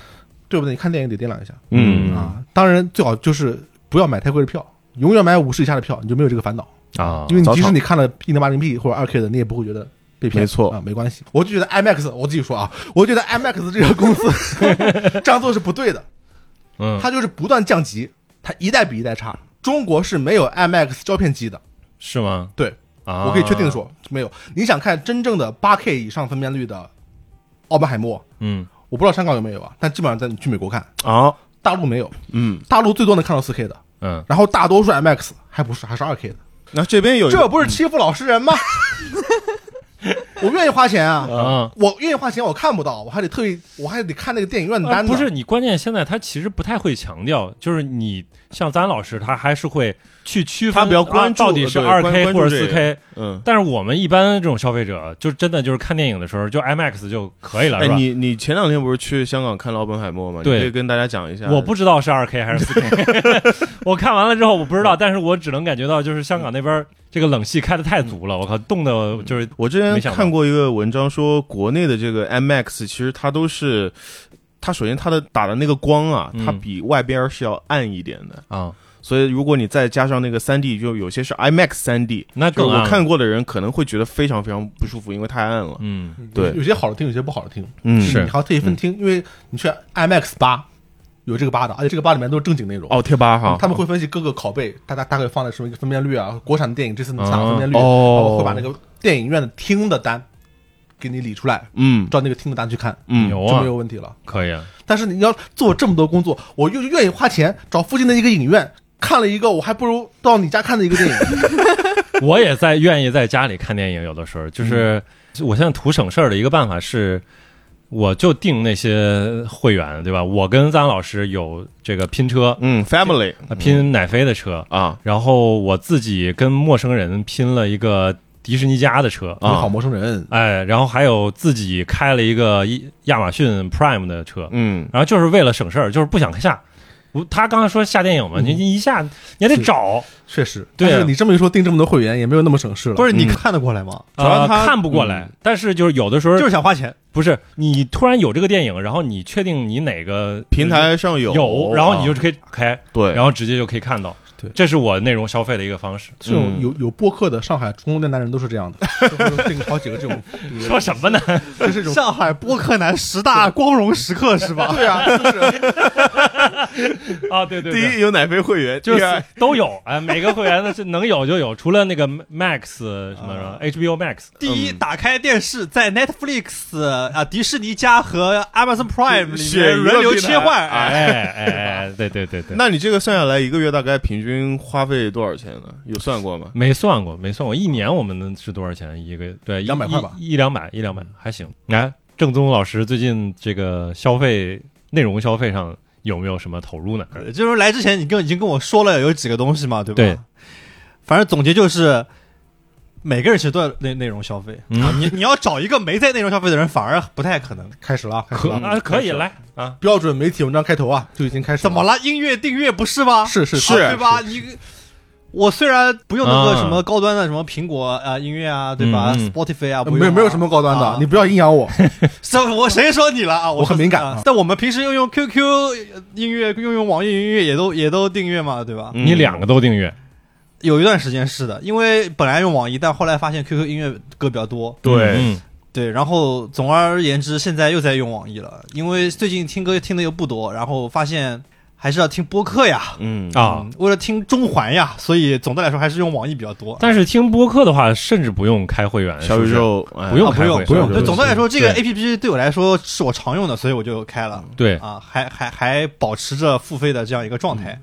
Speaker 4: 对不对？你看电影得掂量一下
Speaker 2: 嗯
Speaker 4: 啊。当然，最好就是不要买太贵的票，永远买五十以下的票，你就没有这个烦恼。
Speaker 1: 啊，
Speaker 4: 因为你
Speaker 2: 早
Speaker 4: 即使
Speaker 2: 场
Speaker 4: 你看了一零八零 P 或者二 K 的，你也不会觉得被骗。
Speaker 2: 没错
Speaker 4: 啊，没关系。我就觉得 IMAX，我自己说啊，我觉得 IMAX 这个公司这样做是不对的，
Speaker 1: 嗯，
Speaker 4: 它就是不断降级，它一代比一代差。中国是没有 IMAX 胶片机的，
Speaker 1: 是吗？
Speaker 4: 对
Speaker 1: 啊，
Speaker 4: 我可以确定的，说没有。你想看真正的八 K 以上分辨率的《奥本海默》，
Speaker 1: 嗯
Speaker 4: 我不知道香港有没有啊，但基本上在你去美国看，
Speaker 2: 啊，
Speaker 4: 大陆没有，
Speaker 2: 嗯，
Speaker 4: 大陆最多能看到四 K 的，
Speaker 1: 嗯，
Speaker 4: 然后大多数 IMAX 还不是还是二 K 的，
Speaker 2: 那这边有一
Speaker 4: 这
Speaker 2: 个
Speaker 4: 不是欺负老实人吗？ 我愿意花钱啊，
Speaker 2: 呃
Speaker 1: 啊。
Speaker 4: 我愿意花钱，我看不到，我还得特意，我还得看那个电影院单
Speaker 1: 啊、
Speaker 4: 呢。
Speaker 1: 不是你，关键现在他其实不太会强调，就是你像咱老师，他还是会去区分，
Speaker 2: 他比较关注
Speaker 1: 啊到底是
Speaker 2: 对
Speaker 1: 二
Speaker 2: 关
Speaker 1: K
Speaker 2: 关注
Speaker 1: 或者
Speaker 2: 这
Speaker 1: 四
Speaker 2: 个
Speaker 1: K，
Speaker 2: 嗯，
Speaker 1: 但是我们一般这种消费者，就真的就是看电影的时候，就 IMAX 就可以了，
Speaker 2: 哎
Speaker 1: 是，吧？
Speaker 2: 你你前两天不是去香港看了《奥本海默》吗？
Speaker 1: 对
Speaker 2: 你可以跟大家讲一下。
Speaker 1: 我不知道是二 K 还是四 K，我 看完了之后我不知道，但是我只能感觉到就是香港那边这个冷气开的太足
Speaker 2: 嗯
Speaker 1: 了，我靠，冻的就是
Speaker 2: 我之
Speaker 1: 没
Speaker 2: 前
Speaker 1: 想到
Speaker 2: 看过一个文章，说国内的这个 IMAX 其实它都是，它首先它的打的那个光啊，
Speaker 1: 嗯
Speaker 2: 它比外边儿是要暗一点的，
Speaker 1: 啊，
Speaker 2: 所以如果你再加上那个3 D，就有些是 IMAX 3 D，
Speaker 1: 那
Speaker 2: 就
Speaker 1: 更
Speaker 2: 是
Speaker 1: 暗
Speaker 2: 我
Speaker 1: 了
Speaker 2: 看过的人可能会觉得非常非常不舒服，因为太暗了。
Speaker 1: 嗯
Speaker 2: 对
Speaker 4: 有些好的听，有些不好的听，
Speaker 2: 嗯，
Speaker 1: 是
Speaker 4: 你还要特意分听，因为你去 IMAX 八有这个八的，而且这个八里面都是正经内容。
Speaker 2: 哦，贴吧
Speaker 1: 嗯
Speaker 2: 哈，
Speaker 4: 他们会分析各个拷贝，大大大概放在什么一个分辨率啊，国产电影这次能啥
Speaker 1: 嗯
Speaker 4: 分辨率，然后
Speaker 2: 哦
Speaker 4: 会把那个电影院的听的单给你理出来，
Speaker 2: 嗯
Speaker 4: 照那个听的单去看，
Speaker 2: 嗯
Speaker 1: 牛
Speaker 4: 就
Speaker 1: 啊
Speaker 4: 没，有问题了。
Speaker 1: 可以啊，
Speaker 4: 但是你要做这么多工作，我又愿意花钱找附近的一个影院看了一个，我还不如到你家看的一个电影。
Speaker 1: 我也
Speaker 2: 嗯
Speaker 1: 在愿意在家里看电影，有的时候就是我现在图省事儿的一个办法是，我就订那些会员，对吧？我跟张老师有这个拼车，
Speaker 2: 嗯，family
Speaker 1: 拼奶飞的车，
Speaker 2: 啊
Speaker 1: 然后我自己跟陌生人拼了一个迪士尼家的车，
Speaker 4: 你好
Speaker 2: 啊，
Speaker 4: 陌生人，
Speaker 1: 哎，然后还有自己开了一个一亚马逊 Prime 的车，
Speaker 2: 嗯，
Speaker 1: 然后就是为了省事儿，就是不想下。我他刚才说下电影
Speaker 2: 嗯
Speaker 1: 嘛，你你一下你还得
Speaker 4: 是
Speaker 1: 找，
Speaker 4: 确实。
Speaker 1: 对啊
Speaker 4: 但是你这么一说，订这么多会员也没有那么省事了。
Speaker 6: 不是你
Speaker 2: 嗯
Speaker 6: 看得过来吗？
Speaker 2: 主要
Speaker 1: 呃
Speaker 2: 他嗯
Speaker 1: 看不过来。但是就是有的时候
Speaker 6: 就是想花钱，
Speaker 1: 不是你突然有这个电影，然后你确定你哪个嗯
Speaker 2: 平台上有啊
Speaker 1: 有，然后你就可以打开，
Speaker 2: 对，
Speaker 1: 然后直接就可以看到。
Speaker 4: 对
Speaker 1: 这是我内容消费的一个方式。
Speaker 4: 这种
Speaker 2: 嗯
Speaker 4: 有有播客的上海中国的男人都是这样的， 就是订好几个这种，
Speaker 1: 说什么呢？
Speaker 4: 这是一种
Speaker 6: 上海播客男十大光荣时刻是吧？
Speaker 2: 嗯 对啊，
Speaker 1: 啊，对对
Speaker 2: 第
Speaker 1: 对，
Speaker 2: 一有奶飞会 员，
Speaker 1: 就
Speaker 2: 第
Speaker 1: 是
Speaker 2: 二
Speaker 1: 都有，哎，每个会员的是能有就有，除了那个 Max 什么什么 HBO Max，
Speaker 6: 第一，
Speaker 2: 嗯
Speaker 6: 打开电视，在 Netflix 啊、迪士尼家和 Amazon Prime 里
Speaker 2: 选
Speaker 6: 面
Speaker 2: 一个
Speaker 6: 轮流
Speaker 2: 平台啊
Speaker 6: 切换，
Speaker 1: 哎
Speaker 6: 哎，
Speaker 1: 哎哎，对对对对，
Speaker 2: 那你这个算下来一个月大概平均花费多少钱呢？有算过吗？
Speaker 1: 没算过，没算过，一年我们能是多少钱一个？对，一
Speaker 4: 200块吧
Speaker 1: 一一两百，一两百还行。哎，正宗老师最近这个消费内容消费上有没有什么投入呢？
Speaker 6: 就是来之前你跟已经跟我说了有几个东西嘛，对吧？
Speaker 1: 对
Speaker 6: 反正总结就是，每个人其实都要内内容消费。啊
Speaker 1: 嗯，
Speaker 6: 你你要找一个没在内容消费的人，反而不太可能。
Speaker 4: 开始了啊，开始
Speaker 1: 可
Speaker 4: 了
Speaker 6: 嗯
Speaker 4: 啊。
Speaker 1: 啊，可以来啊，
Speaker 4: 标准媒体文章开头啊，就已经开始
Speaker 6: 怎么了？音乐订阅不是吗？
Speaker 4: 是是
Speaker 2: 是
Speaker 6: 啊对吧？你我虽然不用那个
Speaker 1: 啊
Speaker 6: 什么高端的什么苹果啊音乐啊，对吧
Speaker 1: 嗯嗯
Speaker 6: ？Spotify 啊，不
Speaker 4: 没有
Speaker 6: 用啊
Speaker 4: 没有什么高端的
Speaker 6: 啊，
Speaker 4: 你不要阴 阳我。
Speaker 6: 这我谁说你了啊？
Speaker 4: 我很敏感
Speaker 6: 啊
Speaker 4: 啊
Speaker 6: 但我们平时用用 QQ 音乐、用用网易云音乐也都也都订阅嘛，对吧？
Speaker 2: 嗯
Speaker 1: 你两个都订阅，
Speaker 6: 有一段时间是的，因为本来用网易，但后来发现 QQ 音乐歌比较多，
Speaker 2: 对，
Speaker 1: 嗯
Speaker 6: 对。然后总而言之，现在又在用网易了，因为最近听歌听的又不多，然后发现还是要听播客呀，
Speaker 2: 嗯
Speaker 1: 啊
Speaker 6: 嗯，为了听中环呀，所以总的来说还是用网易比较多。
Speaker 1: 但是听播客的话，甚至不用开会员，
Speaker 2: 小宇
Speaker 1: 是
Speaker 2: 宙哎不
Speaker 1: 不用
Speaker 6: 啊不
Speaker 1: 开
Speaker 6: 用
Speaker 1: 会
Speaker 4: 不用
Speaker 1: 是
Speaker 6: 对，
Speaker 1: 是
Speaker 6: 总的来说，这个
Speaker 1: 对
Speaker 6: A P P 对我来说是我常用的，所以我就开了。
Speaker 1: 对，
Speaker 6: 啊，还还还保持着付费的这样一个状态。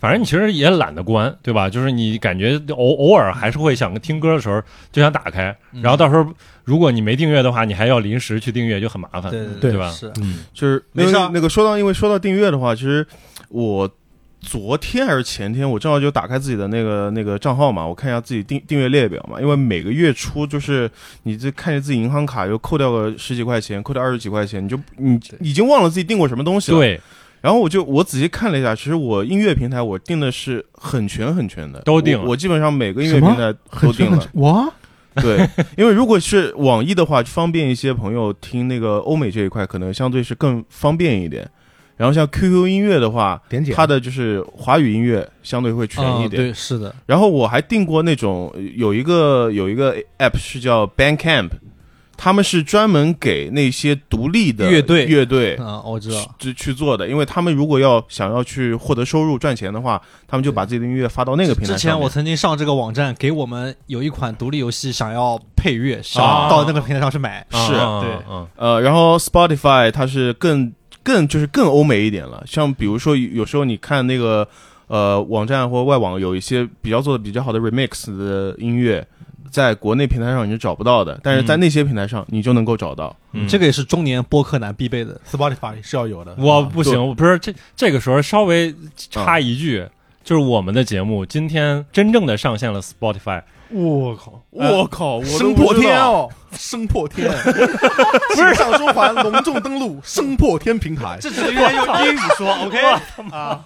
Speaker 1: 反正你其实也懒得关，对吧？就是你感觉偶偶尔还是会想听歌的时候就想打开，
Speaker 6: 嗯
Speaker 1: 嗯然后到时候如果你没订阅的话，你还要临时去订阅，就很麻烦，
Speaker 6: 对
Speaker 1: 对
Speaker 6: 对
Speaker 1: 吧
Speaker 6: 是
Speaker 4: 嗯，
Speaker 2: 就是
Speaker 6: 没
Speaker 2: 那
Speaker 6: 事啊
Speaker 2: 个那个说到，因为说到订阅的话，其实我昨天还是前天，我正好就打开自己的那个那个账号嘛，我看一下自己订订阅列表嘛，因为每个月初就是你这看着自己银行卡又扣掉个十几块钱，扣掉二十几块钱，你就你已经忘了自己订过什么东西了。。
Speaker 1: 对，
Speaker 2: 然后我就我仔细看了一下，其实我音乐平台我订的是很全很全的，
Speaker 1: 都订了
Speaker 2: 我。我基本上每个音乐平台都订了。
Speaker 1: 嗯
Speaker 4: 我
Speaker 2: 对，因为如果是网易的话，方便一些朋友听那个欧美这一块，可能相对是更方便一点。然后像 QQ 音乐的话，
Speaker 4: 点解
Speaker 2: 它的就是华语音乐相对会全一点。
Speaker 6: 啊对，是的，
Speaker 2: 然后我还订过那种有一个有一个 app 是叫 Bandcamp，他们是专门给那些独立的
Speaker 6: 乐队
Speaker 2: 乐队
Speaker 6: 嗯，我知道。
Speaker 2: 去去做的，因为他们如果要想要去获得收入赚钱的话，他们就把自己的音乐发到那个平台
Speaker 6: 之前
Speaker 2: 上面
Speaker 6: 我曾经上这个网站，给我们有一款独立游戏想要配乐，想
Speaker 1: 啊
Speaker 6: 到那个平台上去买。
Speaker 2: 是
Speaker 1: 啊
Speaker 6: 对
Speaker 1: 嗯
Speaker 2: 呃，然后 Spotify 它是更更就是更欧美一点了，像比如说有有时候你看那个呃网站或外网有一些比较做的比较好的 remix 的音乐，在国内平台上你是找不到的，但是在
Speaker 1: 嗯
Speaker 2: 那些平台上你就能够找到。
Speaker 1: 嗯
Speaker 6: 这个也是中年播客男必备的。
Speaker 4: Spotify 是要有的。
Speaker 1: 我不
Speaker 2: 对
Speaker 1: 行，我不是这这个时候稍微插一句，就是我们的节目今天真正的上线了 Spotify，
Speaker 4: 我靠，
Speaker 6: 哎
Speaker 1: 我
Speaker 2: 靠，我
Speaker 4: 声破天！
Speaker 2: 啊
Speaker 4: 哦，声破天， 不是上中环隆重登陆声破天平台。
Speaker 6: 这只是愿用英语说 ，OK 啊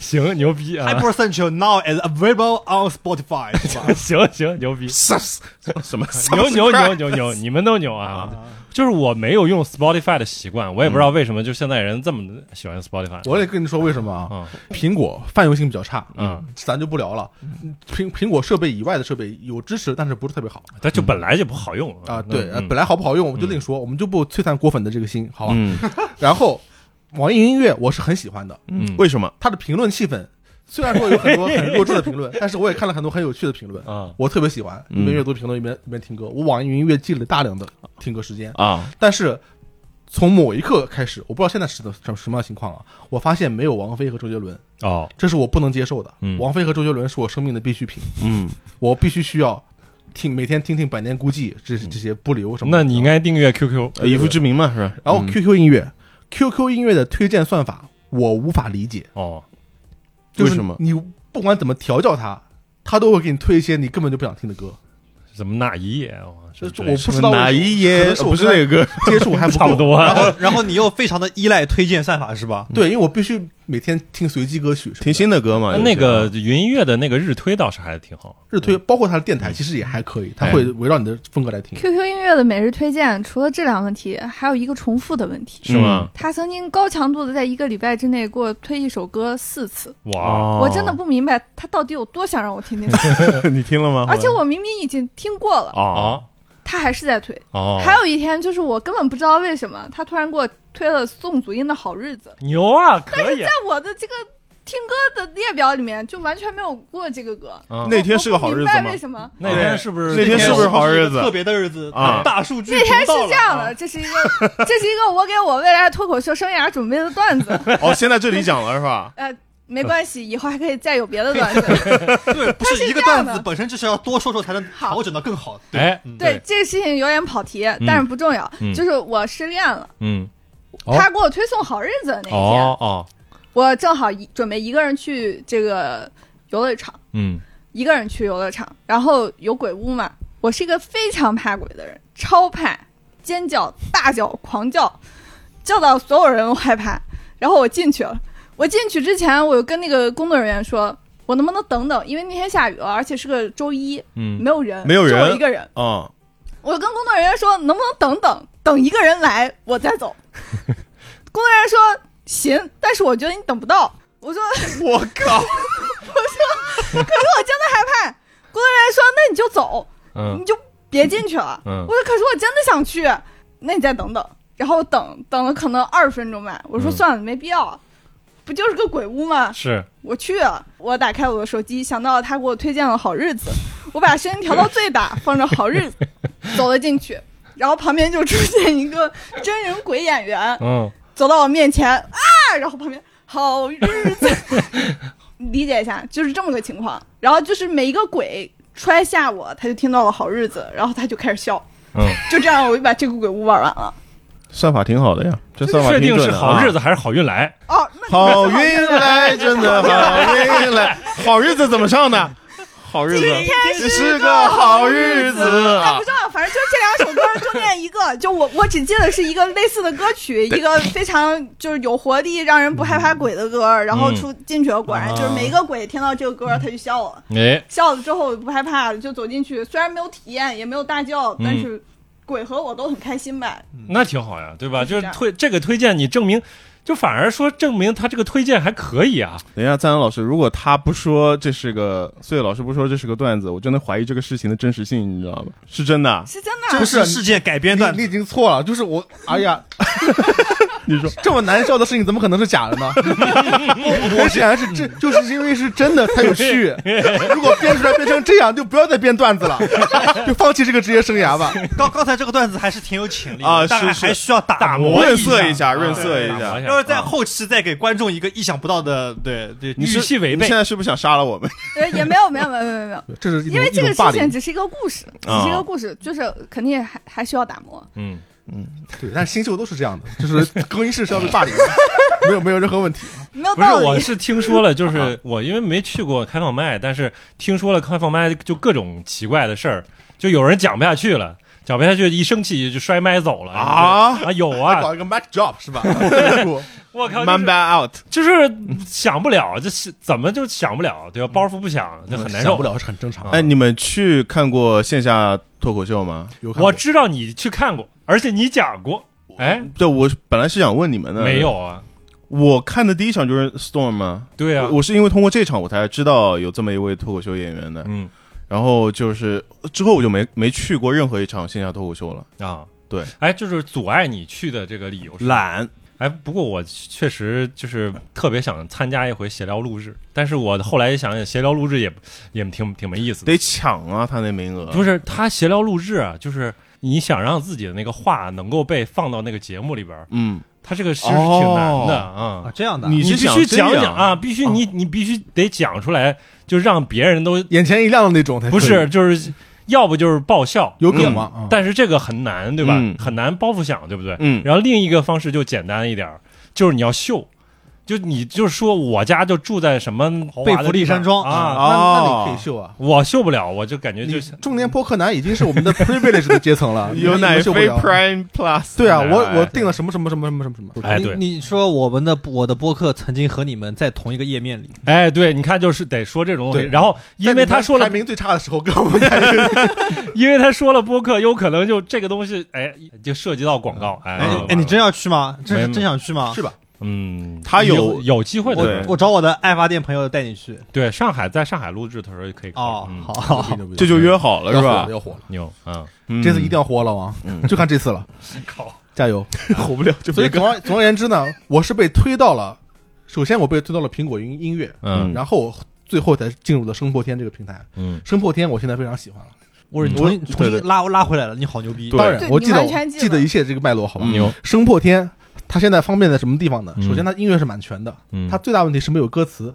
Speaker 1: 行牛逼啊！？
Speaker 6: ，Hyper Central now is available on Spotify，是 吧
Speaker 1: 行行牛逼，
Speaker 2: 什么
Speaker 1: 牛牛牛牛牛，你们都牛啊！就是我没有用 Spotify 的习惯，我也不知道为什么，就现在人这么喜欢 Spotify。
Speaker 4: 我得跟你说为什么啊？苹果泛用性比较差，
Speaker 1: 嗯，
Speaker 4: 咱就不聊了。苹苹果设备以外的设备有支持，但是不是特别好
Speaker 1: 它就本来就不好用
Speaker 4: 啊。对，呃
Speaker 1: 嗯
Speaker 4: 本来好不好用我们就另说，我们就不摧残果粉的这个心，好吧？
Speaker 2: 嗯
Speaker 4: 然后网易云音乐我是很喜欢的，
Speaker 1: 嗯
Speaker 2: 为什么？
Speaker 4: 它的评论气氛虽然说有很多很弱智的评论，但是我也看了很多很有趣的评论，
Speaker 1: 啊
Speaker 4: 我特别喜欢一
Speaker 2: 嗯
Speaker 4: 边阅读评论一边一边听歌。我网易云音乐记了大量的听歌时间，
Speaker 2: 啊，
Speaker 4: 但是从某一刻开始，我不知道现在是什么什么样的情况啊，我发现没有王菲和周杰伦，
Speaker 1: 哦
Speaker 4: 这是我不能接受的。
Speaker 1: 嗯
Speaker 4: 王菲和周杰伦是我生命的必需品，
Speaker 2: 嗯
Speaker 4: 我必须需要听每天听听百年孤寂这这些不留什么的。
Speaker 1: 那你应该订阅 QQ
Speaker 2: 呃以父之名嘛，是吧？
Speaker 4: 然后
Speaker 2: 嗯
Speaker 4: QQ 音乐、q q 音乐的推荐算法我无法理解，
Speaker 1: 哦，
Speaker 4: 就是
Speaker 2: 为什么
Speaker 4: 你不管怎么调教它，它都会给你推一些你根本就不想听的歌。
Speaker 1: 怎么哪一页？哦这
Speaker 4: 这我不知道
Speaker 2: 哪一页
Speaker 4: 可能
Speaker 2: 呃
Speaker 4: 是我
Speaker 2: 不是
Speaker 4: 跟他
Speaker 2: 那个歌，
Speaker 4: 接 触还不
Speaker 1: 差不
Speaker 4: 够。
Speaker 1: 多啊
Speaker 6: 然后然后你又非常的依赖推荐算法是吧？
Speaker 4: 对，因为我必须每天听随机歌曲什么的，
Speaker 2: 听新的歌嘛？
Speaker 1: 啊那个
Speaker 2: 有些
Speaker 1: 云音乐的那个日推倒是还挺好。
Speaker 4: 日推，包括它的
Speaker 2: 嗯
Speaker 4: 电台，其实也还可以，它
Speaker 2: 哎
Speaker 4: 会围绕你的风格来听。
Speaker 5: QQ 音乐的每日推荐，除了质量问题，还有一个重复的问题。
Speaker 2: 是吗？
Speaker 5: 他曾经高强度的在一个礼拜之内给我推一首歌四次，
Speaker 1: 哇，
Speaker 2: 哦
Speaker 5: 我真的不明白他到底有多想让我听听 这首歌，
Speaker 2: 不， 你听了吗？
Speaker 5: 而且我明明已经听过了，
Speaker 2: 啊，
Speaker 1: 哦哦
Speaker 5: 他还是在推。
Speaker 1: 哦，
Speaker 5: 还有一天就是我根本不知道为什么他突然给我推了宋祖英的好日子，
Speaker 1: 牛啊，可以
Speaker 5: 在我的这个听歌的列表里面就完全没有过这个歌。
Speaker 1: 嗯
Speaker 2: 哦那天是个好日子
Speaker 5: 我不明
Speaker 2: 吗
Speaker 5: 白为？什么？
Speaker 1: 那天是不是
Speaker 2: 那天是不是好日
Speaker 6: 一
Speaker 2: 子
Speaker 6: 个特别的日子
Speaker 2: 啊
Speaker 6: 大数据
Speaker 5: 那天
Speaker 6: 频道
Speaker 5: 是这样
Speaker 6: 了啊
Speaker 5: 的，这 是一个，这是一个我给我未来的脱口秀生涯准备的段子。
Speaker 2: 哦，先在这里讲了是吧？
Speaker 5: 没关系，以后还可以再有别 的段子。
Speaker 6: 对，不
Speaker 5: 它是
Speaker 6: 是一个
Speaker 5: 这样
Speaker 6: 段子
Speaker 5: 的
Speaker 6: 本身就是要多说说才能调整到更好。对，
Speaker 1: 哎，
Speaker 6: 嗯
Speaker 5: 对，这个事情有点跑题，但是不重要。
Speaker 1: 嗯
Speaker 5: 就是我失恋了，
Speaker 1: 嗯，
Speaker 4: 哦
Speaker 5: 他给我推送好日子的那一天，
Speaker 1: 哦哦，
Speaker 5: 我正好一准备一个人去这个游乐场，
Speaker 1: 嗯，
Speaker 5: 一个人去游乐场，然后有鬼屋嘛。我是一个非常怕鬼的人，超怕，尖叫、大叫、狂叫，叫到所有人都害怕。然后我进去了，我进去之前，我有跟那个工作人员说，我能不能等等，因为那天下雨了，而且是个周一，
Speaker 1: 嗯
Speaker 5: 没有人，
Speaker 2: 没有
Speaker 5: 就我
Speaker 2: 人
Speaker 5: 一个人。
Speaker 2: 啊，
Speaker 5: 我跟工作人员说，能不能等等，等一个人来我再走。工作人员说行，但是我觉得你等不到。我说
Speaker 2: 我靠，
Speaker 5: 可是我真的害怕。工作人员说那你就走，
Speaker 1: 嗯
Speaker 5: 你就别进去了。
Speaker 1: 嗯
Speaker 5: 我说可是我真的想去，那你再等等。然后我等等了可能二十分钟吧，我说
Speaker 1: 嗯
Speaker 5: 算了，没必要，不就是个鬼屋吗？
Speaker 1: 是
Speaker 5: 我去了，我打开我的手机，想到他给我推荐了《好日子》，我把声音调到最大，放着《好日子》，走了进去，然后旁边就出现一个真人鬼演员
Speaker 1: 嗯
Speaker 5: 走到我面前啊，然后旁边《好日子》， 理解一下就是这么个情况。然后就是每一个鬼揣下我，他就听到了《好日子》，然后他就开始笑，
Speaker 1: 嗯，
Speaker 5: 就这样我就把这个鬼屋玩完了。
Speaker 2: 算法挺好的呀，这算法
Speaker 1: 确定
Speaker 2: 挺准
Speaker 1: 是
Speaker 2: 的啊
Speaker 1: 好日子还是好运来？
Speaker 5: 哦，那
Speaker 2: 好运来，真 的好运来，好日子怎么唱的？好日子，这是个好日子啊
Speaker 5: 那哎不重要，反正就这两首歌就念一个，就我我只记得是一个类似的歌曲，一个非常就是有活力，让人不害怕鬼的歌。然
Speaker 2: 嗯
Speaker 5: 后出进去了，果然就是每一个鬼听到这个歌，他就笑了，
Speaker 1: 哎，
Speaker 5: 笑了之后我不害怕了，就走进去。虽然没有体验，也没有大叫，但是鬼和我都很开心吧。
Speaker 1: 嗯那挺好呀，对吧？就是
Speaker 5: 就这
Speaker 1: 是
Speaker 5: 样
Speaker 1: 推这个推荐，你证明就反而说证明他这个推荐还可以啊。
Speaker 2: 等一下，赞恩老师，如果他不说这是个，所以老师不说这是个段子，我真的怀疑这个事情的真实性，你知道吧？是真的，
Speaker 5: 是真
Speaker 6: 真
Speaker 5: 的，啊
Speaker 6: 实事件改编段
Speaker 4: 你你已经错了，就是我，哎 呀，
Speaker 2: 你说
Speaker 4: 这么难笑的事情怎么可能是假的呢？我显然是这，就是因为是真的才有趣。如果编出来变成这样，就不要再编段子了， 就放弃这个职业生涯吧。
Speaker 6: 刚刚才这个段子还是挺有潜力的
Speaker 2: 啊
Speaker 6: 大概
Speaker 2: 是是
Speaker 6: 还需要打磨
Speaker 2: 润
Speaker 6: 一
Speaker 2: 色一
Speaker 6: 下，
Speaker 2: 下，润色一
Speaker 1: 打磨
Speaker 2: 下
Speaker 1: 一。
Speaker 6: 要是在后期再给观众一个意想不到的，对对，
Speaker 1: 你
Speaker 2: 是
Speaker 1: 语气违
Speaker 2: 你
Speaker 1: 背
Speaker 2: 现，在是不是想杀了我们？
Speaker 5: 对，也没有没有没有没有没有。
Speaker 4: 这是一种
Speaker 5: 因为这个
Speaker 4: 一种霸
Speaker 5: 事情
Speaker 4: 凌，
Speaker 5: 只是一个故事，只是一个故事，就是肯定还还需要打磨。
Speaker 1: 嗯，
Speaker 4: 对，但是新秀都是这样的，就是更衣室是要被霸凌的，没有没有任何问题。
Speaker 5: 没有
Speaker 1: 不是，
Speaker 5: 道
Speaker 1: 我
Speaker 5: 理，
Speaker 1: 是听说了，就是我因为没去过开放麦，但是听说了开放麦就各种奇怪的事儿，就有人讲不下去了，讲不下去一生气就摔麦走了
Speaker 2: 啊
Speaker 1: 啊，有啊，
Speaker 4: 搞一个 match job 是吧？
Speaker 1: 我靠，就
Speaker 2: Man
Speaker 1: 是
Speaker 2: back out，
Speaker 1: 就是想不了，这是怎么就想不了，对吧？包袱不想就很难
Speaker 4: 想
Speaker 1: 受
Speaker 4: 不。了是很正常。
Speaker 2: 哎，你们去看过线下脱口秀吗？
Speaker 4: 有看过
Speaker 1: 我知道你去看过，而且你讲过，哎，
Speaker 2: 对，我本来是想问你们的，
Speaker 1: 没，有啊？
Speaker 2: 我看的第一场就是 Storm 嘛，
Speaker 1: 对啊
Speaker 2: 我，我是因为通过这场我才知道有这么一位脱口秀演员的，
Speaker 1: 嗯
Speaker 2: 然后就是之后我就没没去过任何一场线下脱口秀了，
Speaker 1: 啊，
Speaker 2: 对，
Speaker 1: 哎，就是阻碍你去的这个理由是什么
Speaker 2: 懒
Speaker 1: 哎，不过我确实就是特别想参加一回闲聊录制，但是我后来一想想，闲聊录制也也挺挺没意思的。嗯
Speaker 2: 得抢啊，他那名额
Speaker 1: 不是他闲聊录制啊，就是你想让自己的那个话能够被放到那个节目里边儿，
Speaker 2: 嗯，
Speaker 1: 他这个其实挺难的啊。
Speaker 6: 啊，这样的
Speaker 2: 你
Speaker 1: 必
Speaker 2: 是想
Speaker 1: 须
Speaker 2: 这
Speaker 1: 讲讲
Speaker 2: 样
Speaker 1: 啊，必须你你必须得讲出来，就让别人都
Speaker 4: 眼前一亮的那种才
Speaker 1: 不
Speaker 4: 可以
Speaker 1: 是就是要不就是爆笑，
Speaker 4: 有梗吗？啊
Speaker 1: 但是这个很难，对吧？
Speaker 2: 嗯
Speaker 1: 很难包袱想，对不对？
Speaker 2: 嗯
Speaker 1: 然后另一个方式就简单一点儿，就是你要秀，就你就说我家就住在什么豪华的
Speaker 6: 贝弗利
Speaker 1: 地方
Speaker 6: 山庄
Speaker 1: 啊。
Speaker 4: 那那
Speaker 2: 哦
Speaker 4: 你可以秀啊。
Speaker 1: 我秀不了，我就感觉就
Speaker 4: 你
Speaker 1: 是
Speaker 4: 中年播客男已经是我们的 privilege 的阶层 了，
Speaker 2: 有奶
Speaker 4: 奶
Speaker 2: 飞 Prime Plus，
Speaker 4: 对啊，
Speaker 1: 哎
Speaker 4: 我我定了什么什么什么什么什么什么，
Speaker 1: 哎
Speaker 6: 你
Speaker 1: 对
Speaker 6: 你说我们的我的播客曾经和你们在同一个页面里，
Speaker 1: 哎，对，你看就是得说这种东西。
Speaker 4: 对
Speaker 1: 然后因为他说了
Speaker 4: 排名最差的时候跟我们在一 个
Speaker 1: 因为他说了播客，有可能就这个东西，哎，就涉及到广告，哎，
Speaker 6: 哎
Speaker 1: 完了
Speaker 6: 哎，你真要去吗？真
Speaker 1: 没
Speaker 6: 是真想去吗？
Speaker 4: 是吧？
Speaker 1: 嗯，
Speaker 2: 他有
Speaker 1: 有有机会的
Speaker 2: 对，
Speaker 6: 我找我的爱发电朋友带你去。
Speaker 1: 对，上海在上海录制的时候就可以考
Speaker 6: 哦
Speaker 1: 虑，嗯，
Speaker 6: 好，好，好
Speaker 2: 这就约好了
Speaker 4: 要
Speaker 2: 是
Speaker 4: 火
Speaker 2: 吧
Speaker 4: 了，？要火了，
Speaker 1: 牛，嗯，
Speaker 2: 嗯
Speaker 4: 这次一定要火了，王，就看这次 了，
Speaker 1: 靠，
Speaker 4: 加油！
Speaker 2: 火不了就
Speaker 4: 所以
Speaker 2: 别干。
Speaker 4: 总而总而言之呢，我是被推到了，首先我被推到了苹果云音乐，
Speaker 1: 嗯
Speaker 4: 然后最后才进入了声破天这个平台。
Speaker 1: 嗯，
Speaker 4: 声破天我现在非常喜欢了，
Speaker 6: 我说
Speaker 2: 嗯
Speaker 6: 你重新
Speaker 2: 对
Speaker 6: 重
Speaker 2: 对
Speaker 6: 新拉拉回来了，你好牛逼！
Speaker 2: 对
Speaker 4: 当然
Speaker 5: 对
Speaker 4: 我
Speaker 5: 你
Speaker 4: 记得
Speaker 5: 完全记得
Speaker 4: 记得一切这个脉络，好吧？
Speaker 2: 嗯
Speaker 1: 牛，
Speaker 4: 声破天它现在方便在什么地方呢？
Speaker 1: 嗯
Speaker 4: 首先它音乐是蛮全的，
Speaker 1: 嗯，
Speaker 4: 它最大问题是没有歌词，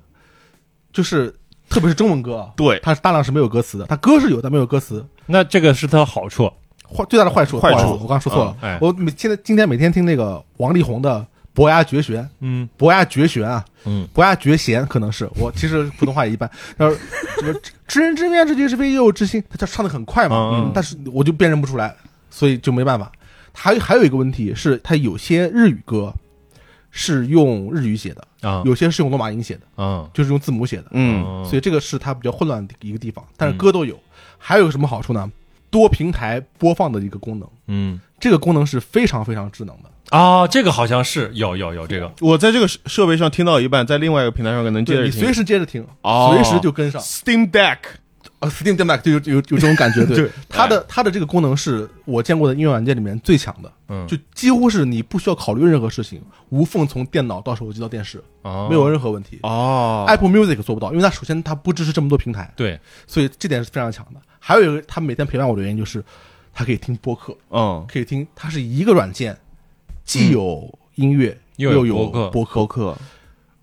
Speaker 4: 就是特别是中文歌啊，
Speaker 2: 对，
Speaker 4: 它是大量是没有歌词的，它歌是有但没有歌词。
Speaker 1: 那这个是他的好处，
Speaker 4: 坏最大的坏处，
Speaker 2: 坏处
Speaker 4: 不好意思我刚说错了。
Speaker 1: 嗯哎
Speaker 4: 我每现在今天每天听那个王力宏的《伯牙绝弦》，
Speaker 6: 嗯，
Speaker 4: 伯牙绝弦啊，
Speaker 1: 嗯，
Speaker 4: 伯牙绝弦可能是我其实普通话也一般。 然后什么知知人知面知己知非又知心，他就唱的很快嘛，
Speaker 2: 嗯嗯
Speaker 4: 但是我就辨认不出来，所以就没办法。还有还有一个问题是，他有些日语歌是用日语写的，
Speaker 1: 啊，
Speaker 4: 有些是用罗马音写的，
Speaker 1: 嗯，
Speaker 4: 就是用字母写的。
Speaker 2: 嗯，
Speaker 4: 所以这个是它比较混乱的一个地方。但是
Speaker 1: 嗯
Speaker 4: 歌都有，还有个什么好处呢？多平台播放的一个功能，
Speaker 1: 嗯，
Speaker 4: 这个功能是非常非常智能的。
Speaker 1: 啊，这个好像是有有有这个，
Speaker 2: 我在这个设设备上听到一半，在另外一个平台上可能接
Speaker 4: 对
Speaker 2: 着
Speaker 4: 你
Speaker 2: 听
Speaker 4: 随时接着听，
Speaker 2: 哦
Speaker 4: 随时就跟上。
Speaker 2: Steam Deck，
Speaker 4: 啊，Steam Deck 就有有有这 种感觉，对
Speaker 2: 对，
Speaker 4: 它
Speaker 1: 哎
Speaker 4: 的它的这个功能是我见过的应用软件里面最强的，
Speaker 1: 嗯，
Speaker 4: 就几乎是你不需要考虑任何事情，无缝从电脑到手机到电视，
Speaker 1: 哦
Speaker 4: 没有任何问题。
Speaker 2: 哦
Speaker 4: Apple Music 做不到，因为它首先它不支持这么多平台，
Speaker 1: 对，
Speaker 4: 所以这点是非常强的。还有一个，它每天陪伴我的原因就是，它可以听播客，
Speaker 2: 嗯，
Speaker 4: 可以听，它是一个软件，既有音乐、
Speaker 1: 嗯又有
Speaker 4: 有
Speaker 1: 播客
Speaker 4: 播
Speaker 2: 播客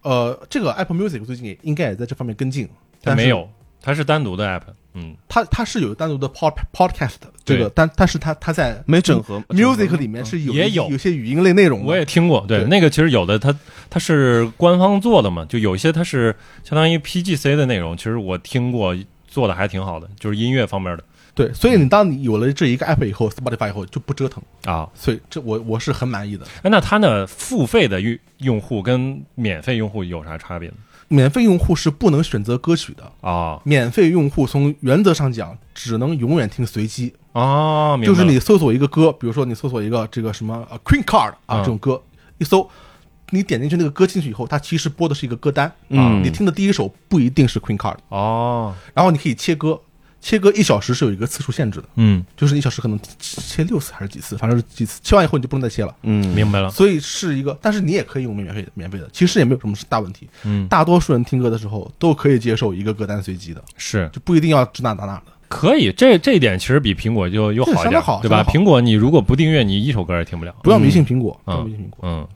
Speaker 4: 呃，这个 Apple Music 最近也应该也在这方面跟进，
Speaker 1: 它
Speaker 4: 但是
Speaker 1: 没有，它是单独的 app，嗯，
Speaker 4: 它它是有单独的 pod podcast 的这
Speaker 1: 对嗯
Speaker 4: 个，但但是它它在
Speaker 2: 没整合
Speaker 4: music 里面是有
Speaker 1: 也
Speaker 4: 一
Speaker 1: 有
Speaker 4: 有些语音类内容的，
Speaker 1: 我也听过，对，
Speaker 4: 对
Speaker 1: 那个其实有的它它是官方做的嘛，就有一些它是相当于 PGC 的内容，其实我听过，做的还挺好的，就是音乐方面的
Speaker 4: 对，所
Speaker 1: 嗯
Speaker 4: 以你当你有了这一个 app 以后，Spotify 以后就不折腾，
Speaker 1: 啊。
Speaker 4: 所以这我我是很满意的。
Speaker 1: 哎，那它的付费的用用户跟免费用户有啥差别呢？
Speaker 4: 免费用户是不能选择歌曲的，
Speaker 1: 啊
Speaker 4: 免费用户从原则上讲只能永远听随机，
Speaker 1: 啊，明
Speaker 4: 就
Speaker 1: 白
Speaker 4: 是
Speaker 1: 了
Speaker 4: 你搜索一个歌，比如说你搜索一个这个什么呃 Queen Card
Speaker 1: 嗯
Speaker 4: 啊、这种歌，一搜，你点进去那个歌进去以后，它其实播的是一个歌单，啊
Speaker 2: 嗯
Speaker 4: 你听的第一首不一定是 Queen Card，
Speaker 1: 哦，
Speaker 4: 然后你可以切歌，切歌一小时是有一个次数限制的，
Speaker 1: 嗯，
Speaker 4: 就是一小时可能切六次还是几次，反正是几次，切完以后你就不能再切了。
Speaker 2: 嗯，
Speaker 1: 明白了，
Speaker 4: 所以是一个，但是你也可以用免费的，免费的，其实也没有什么大问题。
Speaker 1: 嗯，
Speaker 4: 大多数人听歌的时候都可以接受一个歌单随机的，
Speaker 1: 是
Speaker 4: 就不一定要指哪打哪的。
Speaker 1: 可以，这这一点其实比苹果就又
Speaker 4: 对
Speaker 1: 好一
Speaker 4: 相
Speaker 1: 点
Speaker 4: 当，好
Speaker 1: 对吧？
Speaker 4: 相当好
Speaker 1: 苹果你如果不订阅，你一首歌也听不了。
Speaker 4: 不要迷信苹果，不要
Speaker 1: 嗯
Speaker 4: 迷信苹果。
Speaker 1: 嗯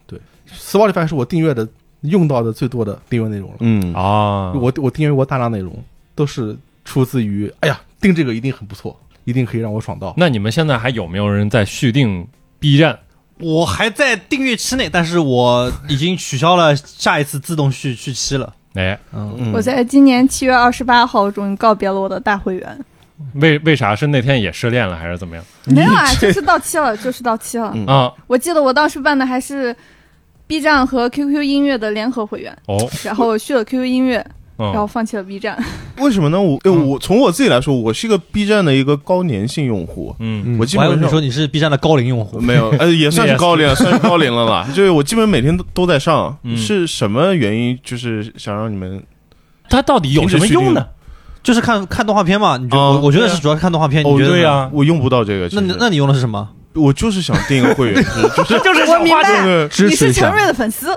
Speaker 4: Spotify 是我订阅的用到的最多的订阅内容了。
Speaker 2: 嗯，
Speaker 1: 啊，
Speaker 4: 我我订阅过大量内容，都是出自于哎呀，订这个一定很不错，一定可以让我爽到。
Speaker 1: 那你们现在还有没有人在续订 B 站？
Speaker 6: 我还在订阅期内，但是我已经取消了下一次自动续续期了。
Speaker 1: 哎，
Speaker 6: 嗯，
Speaker 2: 嗯
Speaker 5: 我在今年七月二十八号终于告别了我的大会员。
Speaker 1: 为为啥是那天也失恋了，还是怎么样
Speaker 5: 没有啊，就是到期了，就是到期了。
Speaker 2: 嗯
Speaker 1: 啊？
Speaker 5: 我记得我当时办的还是 B 站和 QQ 音乐的联合会员，
Speaker 1: 哦，
Speaker 5: 然后续了 QQ 音乐，然后
Speaker 1: 嗯
Speaker 5: 放弃了 B 站。
Speaker 2: 为什么呢？我哎我从我自己来说，我是一个 B 站的一个高粘性用户，
Speaker 1: 嗯，
Speaker 2: 我基
Speaker 6: 我还以为
Speaker 2: 本
Speaker 6: 你说
Speaker 2: 上。
Speaker 6: 你是 B 站的高龄用户，
Speaker 2: 没有，呃，也算
Speaker 1: 那也 是
Speaker 2: 是高龄，算是高龄了 啦。就是我基本每天都都在上，
Speaker 1: 嗯
Speaker 2: 是什么原因？就是想让你们
Speaker 1: 它到底有什么用呢？
Speaker 6: 就是看看动画片嘛？你觉得
Speaker 2: 啊
Speaker 6: 我我觉得
Speaker 2: 对啊
Speaker 6: 是主要是看动画片，你
Speaker 2: 哦
Speaker 6: 觉得呢
Speaker 1: 对呀啊
Speaker 2: 我用不到这个。
Speaker 6: 那
Speaker 2: 其
Speaker 6: 你
Speaker 2: 实
Speaker 6: 那你用的是什么？
Speaker 2: 我就是想订一个会员制， 就是
Speaker 1: 就是
Speaker 5: 我明
Speaker 2: 这
Speaker 5: 白，
Speaker 2: 个
Speaker 4: 支
Speaker 5: 你
Speaker 4: 持
Speaker 5: 是
Speaker 4: 一
Speaker 5: 陈
Speaker 4: 下，
Speaker 5: 瑞的粉丝，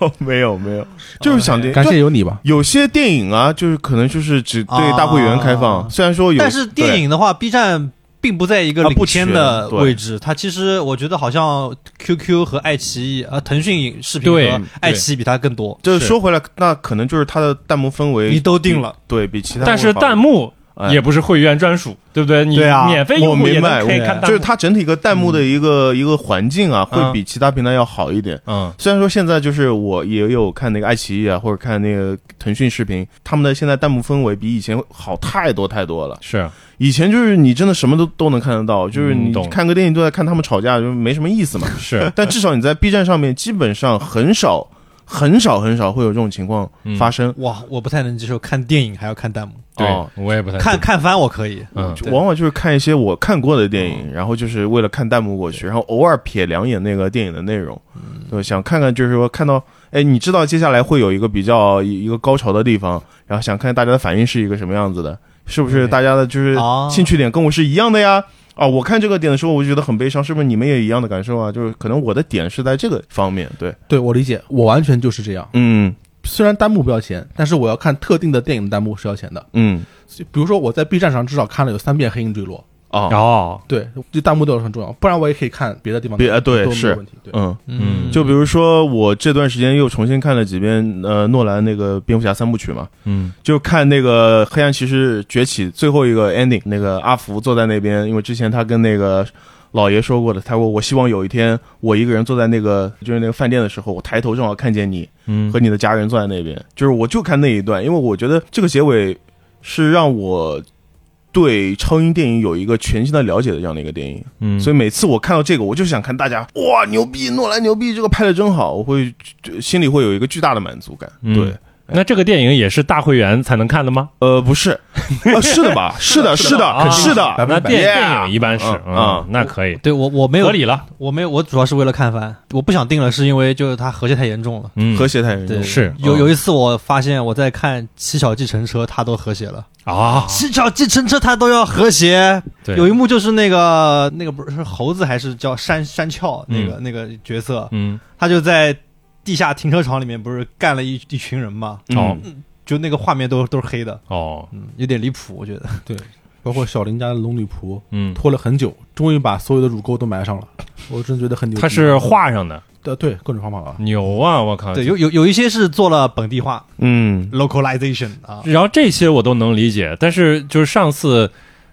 Speaker 2: 哦没有没有，就是想订。
Speaker 4: 感
Speaker 2: 就
Speaker 4: 谢有你吧。
Speaker 2: 有些电影啊，就是可能就是只对大会员开放，
Speaker 6: 啊
Speaker 2: 虽然说有，
Speaker 6: 但是电影的话，B 站并不在一个
Speaker 2: 啊
Speaker 6: 领先的
Speaker 2: 不全对
Speaker 6: 位置，它其实我觉得好像 QQ 和爱奇艺呃腾讯影视频
Speaker 1: 对
Speaker 6: 和爱奇艺比它更多。
Speaker 2: 对。就是是说回来，那可能就是它的弹幕氛围
Speaker 6: 你都定了，
Speaker 2: 对比其他，
Speaker 1: 但是弹幕
Speaker 2: 哎
Speaker 1: 也不是会员专属，对不对？你
Speaker 6: 对啊
Speaker 1: 免费
Speaker 2: 我
Speaker 1: 用户也能
Speaker 2: 明白，
Speaker 1: 可以
Speaker 2: 我
Speaker 1: 看弹幕，
Speaker 2: 就是它整体一个弹幕的一个、一个环境啊，
Speaker 1: 嗯
Speaker 2: 会比其他平台要好一点。
Speaker 1: 嗯
Speaker 2: 虽然说现在就是我也有看那个爱奇艺啊，或者看那个腾讯视频，他们的现在弹幕氛围比以前好太多太多了。
Speaker 1: 是
Speaker 2: 以前就是你真的什么都都能看得到，就是
Speaker 1: 嗯
Speaker 2: 你
Speaker 1: 懂
Speaker 2: 看个电影都在看他们吵架，就没什么意思嘛。
Speaker 1: 是
Speaker 2: 但至少你在 B 站上面，基本上很少、很少、很少会有这种情况
Speaker 6: 嗯
Speaker 2: 发生。
Speaker 6: 哇，我不太能接受看电影还要看弹幕，
Speaker 1: 呃对
Speaker 2: 哦，
Speaker 1: 我也不太
Speaker 6: 看看番我可以，
Speaker 1: 嗯
Speaker 2: 就
Speaker 6: 对嗯
Speaker 2: 往往就是看一些我看过的电影，然后就是为了看弹幕过去，然后偶尔瞥两眼那个电影的内容，
Speaker 6: 嗯
Speaker 2: 对，想看看就是说看到，哎，你知道接下来会有一个比较一个高潮的地方，然后想看大家的反应是一个什么样子的，是不是
Speaker 6: 对
Speaker 2: 大家的就是
Speaker 6: 哦
Speaker 2: 兴趣点跟我是一样的呀？啊，我看这个点的时候，我就觉得很悲伤，是不是你们也一样的感受啊？就是可能我的点是在这个方面，对，
Speaker 4: 对我理解，我完全就是这样。
Speaker 2: 嗯
Speaker 4: 虽然弹幕不要钱，但是我要看特定的电影弹幕是要钱的。
Speaker 2: 嗯，
Speaker 4: 就比如说我在 B 站上至少看了有三遍《黑鹰坠落
Speaker 2: 啊，
Speaker 1: 哦》，，
Speaker 4: 对，这弹幕对我很重要，不然我也可以看别的地方的。
Speaker 2: 别呃对
Speaker 4: 都没有
Speaker 2: 是
Speaker 4: 问题。对，
Speaker 2: 嗯。
Speaker 1: 嗯
Speaker 2: 就比如说，我这段时间又重新看了几遍，呃，诺兰那个蝙蝠侠三部曲嘛，
Speaker 1: 嗯
Speaker 2: 就看那个《黑暗骑士崛起》最后一个 ending，那个阿福坐在那边，因为之前他跟那个老爷说过的，他说我希望有一天我一个人坐在那个就是那个饭店的时候，我抬头正好看见你
Speaker 1: 嗯
Speaker 2: 和你的家人坐在那边，就是我就看那一段，因为我觉得这个结尾是让我对超英电影有一个全新的了解的这样的一个电影。
Speaker 1: 嗯，
Speaker 2: 所
Speaker 1: 以
Speaker 2: 以每次我看到这个，我就想看大家哇牛逼，诺兰牛逼，这个拍的真好，我会就心里会有一个巨大的满足感。
Speaker 1: 嗯
Speaker 2: 对，
Speaker 1: 那这个电影也是大会员才能看的吗？
Speaker 2: 呃，不 是，啊是的吧？是的，是
Speaker 1: 啊
Speaker 2: 的，是
Speaker 4: 百
Speaker 2: 的，
Speaker 4: 分
Speaker 1: 那
Speaker 4: 之百
Speaker 1: 电
Speaker 2: Yeah
Speaker 1: 电影一般是
Speaker 2: 哎
Speaker 1: 嗯
Speaker 2: 嗯嗯
Speaker 1: 那可以
Speaker 6: 对我我没有
Speaker 1: 合理了，
Speaker 6: 我没有，我主要是为了看番，我不想定了，是因为就是它和谐太严重了。
Speaker 1: 嗯
Speaker 2: 和谐太人
Speaker 6: 对，
Speaker 2: 中
Speaker 1: 是
Speaker 6: 有
Speaker 2: 嗯
Speaker 6: 有一次我发现我在看《七巧计程车》，它都和谐了，
Speaker 1: 啊
Speaker 6: 《七巧计程车》它都要和谐。
Speaker 1: 对
Speaker 6: 有一幕就是那个那个不是是猴子还是叫山山雀那个、那个角色，
Speaker 1: 嗯
Speaker 6: 他就在地下停车场里面不是干了一一群人嘛，
Speaker 1: 哦
Speaker 6: 就那个画面都都是黑的，
Speaker 1: 哦
Speaker 6: 嗯，有点离谱，我觉得。
Speaker 4: 包括小林家的龙女仆，
Speaker 1: 嗯，
Speaker 4: 拖了很久，终于把所有的乳沟都埋上了，我真觉得很牛逼。
Speaker 1: 它是画上的，
Speaker 4: 对对各种方法啊，
Speaker 1: 牛啊！我靠，
Speaker 6: 对，有有有一些是做了本地化
Speaker 2: 嗯
Speaker 6: localization 啊，
Speaker 1: 然后这些我都能理解，但是就是上次，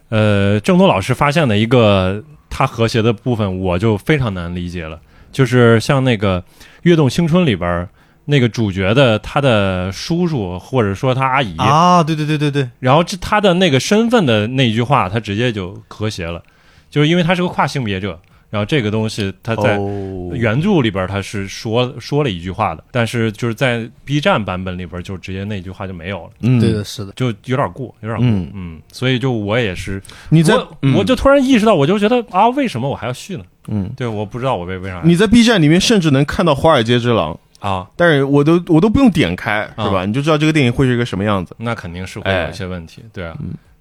Speaker 1: 呃，郑东老师发现的一个他和谐的部分，我就非常难理解了。就是像那个《跃动青春》里边儿那个主角的他的叔叔或者说他阿姨，
Speaker 6: 啊，对对对对对，
Speaker 1: 然后这他的那个身份的那一句话，他直接就和谐了，就是因为他是个跨性别者。然后这个东西他呃在
Speaker 2: 哦
Speaker 1: 原著里边他是说说了一句话的，但是就是在 B 站版本里边就直接那句话就没有了。
Speaker 2: 嗯
Speaker 6: 对的，是的，
Speaker 1: 就有点过，有点过，
Speaker 2: 嗯
Speaker 1: 嗯所以就我也是，
Speaker 2: 你在
Speaker 1: 我、
Speaker 2: 嗯
Speaker 1: 我就突然意识到，我就觉得啊，为什么我还要续呢？
Speaker 2: 嗯，
Speaker 1: 对，我不知道我为为啥
Speaker 2: 你在 B 站里面甚至能看到《华尔街之狼》，
Speaker 1: 啊，
Speaker 2: 但是我都我都不用点开，是吧？你就知道这个电影会是一个什么样子。
Speaker 1: 那肯定是会有一些问题，对啊。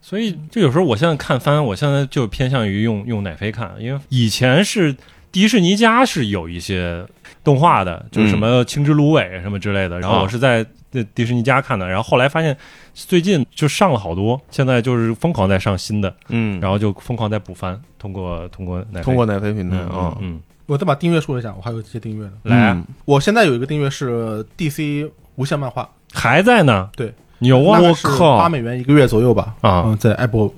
Speaker 1: 所以就有时候我现在看番，我现在就偏向于用用奶飞看，因为以前是迪士尼家是有一些动画的，就是什么《青之芦苇》什么之类的，然后我是在呃迪士尼家看的，然后后来发现最近就上了好多，现在就是疯狂在上新的，
Speaker 2: 嗯，
Speaker 1: 然后就疯狂在补番，通过通过奶飞
Speaker 2: 通过奶飞平台
Speaker 1: 嗯
Speaker 2: 啊，
Speaker 1: 嗯，
Speaker 4: 我再把订阅说一下，我还有一些订阅呢。
Speaker 1: 嗯来啊
Speaker 2: 嗯
Speaker 4: 我现在有一个订阅是 DC 无限漫画，
Speaker 1: 还在呢，
Speaker 4: 对，
Speaker 1: 牛啊，
Speaker 4: 我靠，八美元一个月左右吧，
Speaker 1: 啊
Speaker 4: 嗯，在 Apple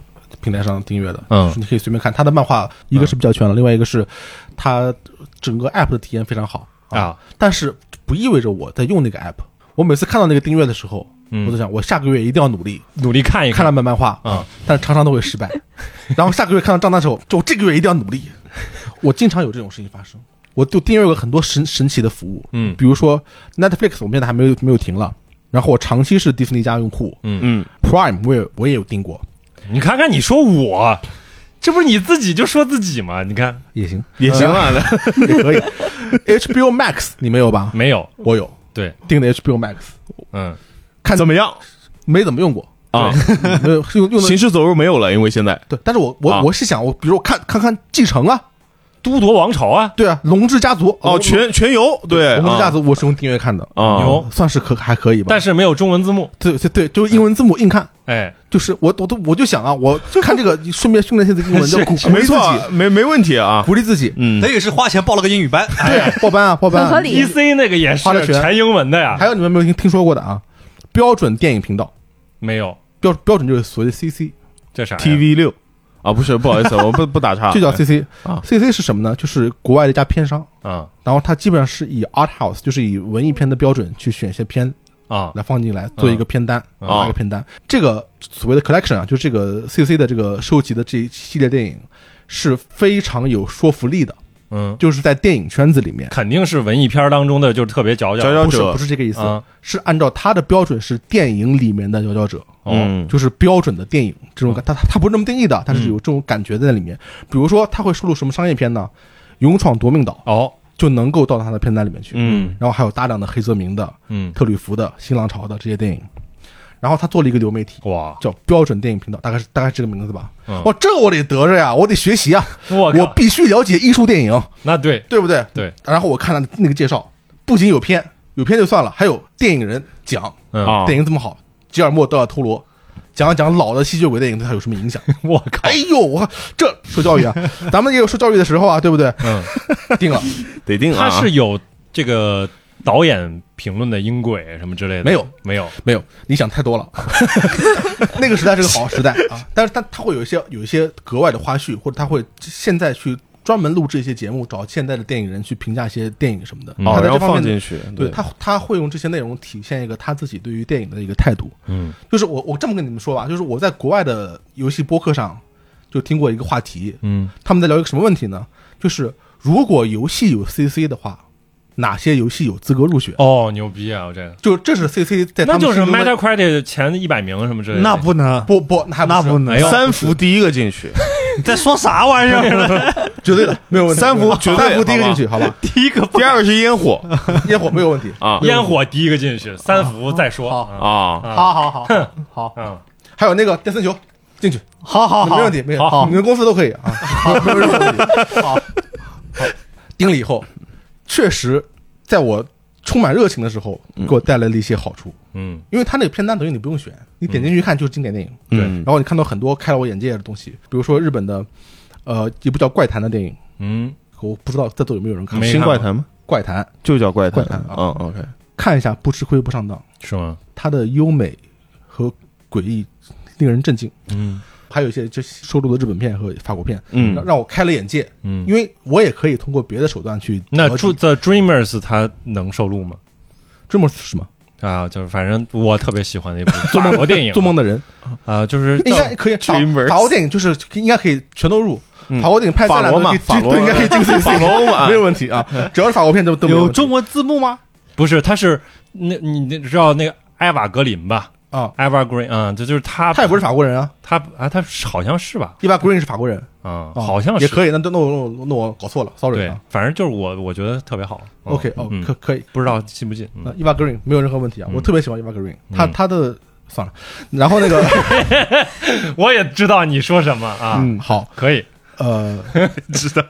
Speaker 4: 平台上订阅的，
Speaker 1: 嗯
Speaker 4: 就是你可以随便看他的漫画，一个是比较全了，另外一个是它整个 App 的体验非常好，
Speaker 1: 啊，
Speaker 4: 但是不意味着我在用那个 App。我每次看到那个订阅的时候，我就
Speaker 1: 嗯，
Speaker 4: 想，我下个月一定要努力
Speaker 1: 努力看一
Speaker 4: 看那本漫画，
Speaker 1: 啊，
Speaker 4: 但常常都会失败。然后下个月看到账单的时候，就我这个月一定要努力。我经常有这种事情发生，我就订阅了很多神神奇的服务，
Speaker 1: 嗯
Speaker 4: 比如说 Netflix，我们现在还没有没有停了。然后我长期是迪士尼家用户
Speaker 2: 嗯，
Speaker 4: ，Prime 我也我也有订过，
Speaker 1: 你看看你说我，这不是你自己就说自己吗？你看
Speaker 4: 也行，
Speaker 2: 也行 啊，
Speaker 4: 也可以。HBO Max 你没有吧？
Speaker 1: 没有？
Speaker 4: 我有
Speaker 1: 对，
Speaker 4: 订的 HBO Max，
Speaker 1: 嗯，
Speaker 4: 看
Speaker 2: 怎么样
Speaker 4: 没怎么 用过，
Speaker 2: 啊？
Speaker 4: 没有用用的
Speaker 2: 行尸走肉没有了，因为现在
Speaker 4: 对，但是我我、
Speaker 2: 啊
Speaker 4: 我是想我，比如我看看看继承啊，
Speaker 1: 都铎王朝啊，
Speaker 4: 对啊，龙之家族
Speaker 2: 哦，全全游对，
Speaker 4: 龙之家
Speaker 2: 啊
Speaker 4: 族我是用订阅看的，嗯
Speaker 2: 啊
Speaker 1: 牛
Speaker 4: 算是可还可以吧，
Speaker 1: 但是没有中文字幕，
Speaker 4: 对对对，就是英文字母硬看，
Speaker 1: 哎，
Speaker 4: 就是我我都我就想啊， 我看这个顺便训练一下自己英文，就鼓鼓励
Speaker 2: 没
Speaker 4: 自
Speaker 2: 错
Speaker 4: 己，，
Speaker 2: 没没问题啊。哎
Speaker 4: 鼓励自己，
Speaker 2: 嗯
Speaker 6: 等，于是花钱报了个英语班，
Speaker 4: 对啊，报班啊，报班啊，
Speaker 5: 很合理
Speaker 1: E C 那个也是
Speaker 4: 花了钱
Speaker 1: 全英文的呀
Speaker 4: 还，有你们有没有听听说过的啊？标准电影频道，
Speaker 1: 没有
Speaker 4: 标标准就是所谓的 CC，
Speaker 1: 这啥呀
Speaker 2: TV 六啊，不是，不好意思，我不不打岔，
Speaker 4: 就叫 CC
Speaker 2: 啊
Speaker 4: CC 是什么呢？就是国外的一家片商，
Speaker 1: 啊
Speaker 4: 然后它基本上是以 art house，就是以文艺片的标准去选一些片
Speaker 1: 啊
Speaker 4: 来放进来，做一个片单，
Speaker 1: 嗯
Speaker 2: 啊
Speaker 4: 拿一个片单。这个所谓的 collection 啊，就是这个 CC 的这个收集的这一系列电影是非常有说服力的，
Speaker 1: 嗯，
Speaker 4: 就是在电影圈子里面，
Speaker 1: 肯定是文艺片当中的就是特别佼佼
Speaker 2: 佼佼
Speaker 4: 不是
Speaker 2: 者
Speaker 4: 不是这个意思，
Speaker 1: 啊，
Speaker 4: 是按照他的标准是电影里面的佼佼者。
Speaker 1: 哦
Speaker 2: 嗯，
Speaker 4: 就是标准的电影这
Speaker 1: 嗯
Speaker 4: 种感，他他他不是这么定义的，但是有这种感觉在里面。比如说，他会收录什么商业片呢？《勇闯夺命岛》
Speaker 1: 哦，
Speaker 4: 就能够到他的片单里面去。
Speaker 2: 嗯，
Speaker 4: 然后还有大量的黑泽明的、
Speaker 1: 嗯，
Speaker 4: 特吕弗的、新浪潮的这些电影。然后他做了一个流媒体，
Speaker 1: 哇，
Speaker 4: 叫标准电影频道，大概是大概是这个名字吧。
Speaker 1: 啊嗯
Speaker 4: 哇，这我得得着呀，我得学习啊，
Speaker 1: 我
Speaker 4: 我
Speaker 1: 靠，
Speaker 4: 必须了解艺术电影，
Speaker 1: 那对
Speaker 4: 对不对？
Speaker 1: 对，
Speaker 4: 然后我看了那个介绍，不仅有片，有片就算了，还有电影人讲
Speaker 1: 嗯，
Speaker 2: 啊
Speaker 4: 电影这么好，吉尔莫·德尔·托罗讲一讲老的吸血鬼电影对他有什么影 响？
Speaker 1: 我靠
Speaker 4: 哎，呦，我这受教育啊，咱们也有受教育的时候啊，对不对？
Speaker 1: 嗯，
Speaker 4: 定了
Speaker 2: 得定
Speaker 1: 他
Speaker 2: 啊，
Speaker 1: 是有这个导演评论的音轨什么之类的，
Speaker 4: 没有，
Speaker 1: 没有，
Speaker 4: 没有？你想太多了， 那个时代是个好时代啊，但是他他会有一些有一些格外的花絮，或者他会现在去专门录制一些节目，找现在的电影人去评价一些电影什么的，
Speaker 1: 嗯
Speaker 4: 他
Speaker 2: 哦，
Speaker 4: 在
Speaker 2: 然
Speaker 4: 这
Speaker 2: 后
Speaker 4: 方
Speaker 2: 放
Speaker 4: 面
Speaker 2: 进去，
Speaker 4: 对他他会用这些内容体现一个他自己对于电影的一个态度。
Speaker 1: 嗯
Speaker 4: 就是我我这么跟你们说吧，就是我在国外的游戏播客上就听过一个话题，
Speaker 1: 嗯
Speaker 4: 他们在聊一个什么问题呢？就是如果游戏有 CC 的话，哪些游戏有资格入选？
Speaker 1: 哦，牛逼啊！我这个，
Speaker 4: 就这是 CC 在
Speaker 1: 那
Speaker 4: 他们
Speaker 1: 就是
Speaker 4: 心中的
Speaker 1: Metacritic 前一百名什么之类的。
Speaker 6: 那不能，
Speaker 4: 不不，那还
Speaker 6: 那不
Speaker 4: 是
Speaker 6: 能
Speaker 1: 哎，呦
Speaker 2: 三伏第一个进 去，
Speaker 6: 你在说啥玩意 儿？
Speaker 4: 绝对的，没有问题。
Speaker 2: 三伏绝对
Speaker 4: 三伏第一个进去，好吧？
Speaker 6: 第一个
Speaker 2: 第二个是烟火
Speaker 4: 烟火没有问题。
Speaker 2: 啊
Speaker 1: 烟火第一个进
Speaker 4: 啊
Speaker 1: 去，三伏再说。
Speaker 6: 好
Speaker 1: 啊
Speaker 2: 啊，
Speaker 6: 好好好好
Speaker 1: 嗯，
Speaker 4: 还有那个电森球进去，
Speaker 6: 好好好，
Speaker 4: 没问题，没有，
Speaker 6: 哦好
Speaker 4: 你们公司都可以啊，没有任何问题。
Speaker 6: 好，
Speaker 4: 盯了以后，确实在我充满热情的时候，给我带来了一些好处。
Speaker 1: 嗯
Speaker 4: 因为它那个片单等于你不用选，你点进去看就是经典电影，
Speaker 2: 嗯
Speaker 4: 然后你看到很多开了我眼界的东西，比如说日本的，呃，一部叫《怪谈》的电影，
Speaker 1: 嗯，
Speaker 4: 我不知道在座有没有人看过
Speaker 1: 没
Speaker 4: 《
Speaker 2: 新怪谈吗？
Speaker 4: 怪谈》，
Speaker 2: 就叫怪谈
Speaker 4: 怪谈，啊
Speaker 2: 嗯，OK，
Speaker 4: 看一下不吃亏不上当，
Speaker 1: 是吗？
Speaker 4: 它的优美和诡异令人震惊，
Speaker 1: 嗯
Speaker 4: 还有一些就收录的日本片和法国片，
Speaker 2: 嗯
Speaker 4: 让让我开了眼界，
Speaker 1: 嗯。
Speaker 4: 因为我也可以通过别的手段去
Speaker 1: 那
Speaker 4: 了解
Speaker 1: The Dreamers 它能收录吗？
Speaker 4: 这么是什么
Speaker 1: 啊，就是反正我特别喜欢的一部法国电影，
Speaker 4: 做梦的人
Speaker 1: 啊，就是
Speaker 4: 应该可以，法
Speaker 2: Dreamers
Speaker 4: 法国电影就是应该可以全都入，
Speaker 2: 嗯
Speaker 4: 法国电影拍
Speaker 2: 法
Speaker 4: 再烂
Speaker 2: 罗嘛
Speaker 4: 的
Speaker 2: 法罗
Speaker 4: 应该可以进
Speaker 2: 法罗嘛
Speaker 4: 没有问题啊，只要是法国片都都没
Speaker 6: 有
Speaker 4: 问题
Speaker 6: 中文字幕吗？
Speaker 1: 不是，它是那你你知道那个艾瓦格林吧？
Speaker 4: 啊，
Speaker 1: 艾瓦格林啊，这就是他，
Speaker 4: 他也不是法国人啊，
Speaker 1: 他啊，他是好像是吧？
Speaker 4: 伊巴 Green 是法国人，
Speaker 1: 啊，
Speaker 4: 啊
Speaker 1: 好像
Speaker 4: 也
Speaker 1: 是。
Speaker 4: 可以，那那那我那我那我搞错了，sorry
Speaker 1: 对
Speaker 4: 啊，
Speaker 1: 反正就是我，我觉得特别好。嗯
Speaker 4: OK 哦
Speaker 1: 嗯，
Speaker 4: 可可以，
Speaker 1: 不知道进不进？
Speaker 4: 那
Speaker 1: 嗯
Speaker 4: 伊巴 Green 没有任何问题啊，
Speaker 1: 嗯
Speaker 4: 我特别喜欢伊巴 Green，
Speaker 1: 嗯
Speaker 4: 他他的算了，然后那个
Speaker 1: 我也知道你说什么啊，
Speaker 4: 嗯好
Speaker 1: 可以。
Speaker 4: 呃，
Speaker 2: 知道，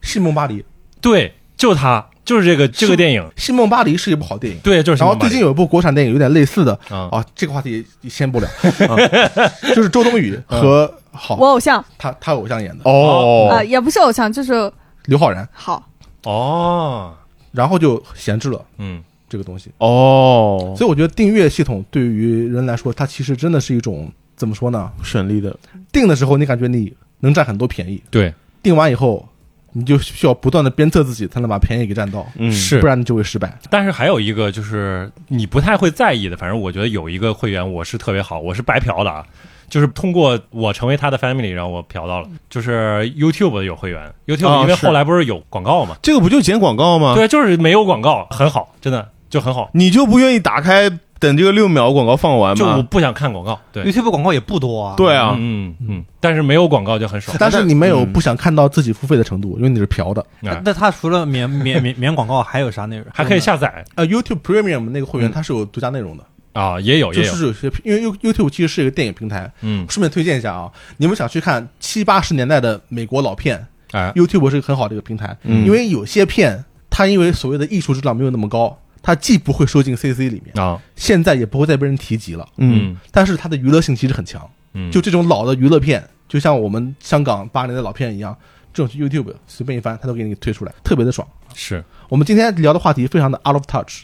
Speaker 4: 西蒙巴黎，
Speaker 1: 对，就他，就是这个这个电影，
Speaker 4: 西蒙巴黎是一部好电影。
Speaker 1: 对，就是
Speaker 4: 然
Speaker 1: 新
Speaker 4: 后
Speaker 1: 蒙巴
Speaker 4: 最
Speaker 1: 黎。
Speaker 4: 近有一部国产电影有点类似的
Speaker 1: 啊
Speaker 4: 啊，这个话题先不聊，啊 就是周冬雨和好
Speaker 5: 我偶像
Speaker 4: 他他偶像演的
Speaker 5: 啊，
Speaker 2: 哦，
Speaker 5: 也不是偶像，就是
Speaker 4: 刘昊然，
Speaker 5: 好。
Speaker 1: 哦，
Speaker 4: 然后就闲置了
Speaker 1: 嗯
Speaker 4: 这个东西。
Speaker 2: 哦，
Speaker 4: 所以我觉得订阅系统对于人来说，它其实真的是一种怎么说呢？
Speaker 2: 顺利的，
Speaker 4: 订的时候你感觉你能占很多便宜，
Speaker 1: 对，
Speaker 4: 订完以后你就需要不断的鞭策自己，才能把便宜给占到，
Speaker 2: 嗯，
Speaker 1: 是
Speaker 4: 不。然你就会失败。
Speaker 1: 但是还有一个就是你不太会在意的，反正我觉得有一个会员我是特别好，我是白嫖的啊，就是通过我成为他的 family，然后我嫖到了，就是 YouTube 的有会员，YouTube
Speaker 4: 哦
Speaker 2: 啊
Speaker 1: 因为
Speaker 2: 是
Speaker 1: 后来不是有广告嘛，
Speaker 2: 这个不就剪广
Speaker 4: 啊
Speaker 2: 告吗？
Speaker 1: 对，就是没有广告，很好，真的就很好，
Speaker 2: 你就不愿意打开等这个六秒广告放完
Speaker 1: 就我
Speaker 2: 吗？
Speaker 1: 不想看广告，对，
Speaker 6: YouTube 广告也不多啊。
Speaker 2: 对啊，
Speaker 1: 嗯嗯嗯，但是没有广告就很爽，
Speaker 4: 但是你没有
Speaker 2: 嗯
Speaker 4: 不想看到自己付费的程度，因为你是嫖的。
Speaker 6: 那，
Speaker 1: 哎
Speaker 6: 那他除了免免免免广告，还有啥内容？
Speaker 1: 还可以下载
Speaker 4: 呃，YouTube Premium 那个会员
Speaker 2: 嗯
Speaker 4: 它是有独家内容的，
Speaker 1: 啊，也有
Speaker 4: 就
Speaker 1: 也有，
Speaker 4: 是有些因为 You YouTube 其实是一个电影平台。
Speaker 1: 嗯，
Speaker 4: 顺便推荐一下啊，你们想去看七八十年代的美国老片，
Speaker 1: 哎，
Speaker 4: YouTube 是一个很好的一个平台，
Speaker 2: 嗯
Speaker 4: 因为有些片它因为所谓的艺术质量没有那么高，它既不会收进 CC 里面，
Speaker 1: 啊，
Speaker 4: 现在也不会再被人提及了。
Speaker 2: 嗯，
Speaker 4: 但是它的娱乐性其实很强，
Speaker 1: 嗯，
Speaker 4: 就这种老的娱乐片，就像我们香港八零的老片一样，这种去 YouTube 随便一翻，它都给你推出来，特别的爽。
Speaker 1: 是
Speaker 4: 我们今天聊的话题非常的 out of touch，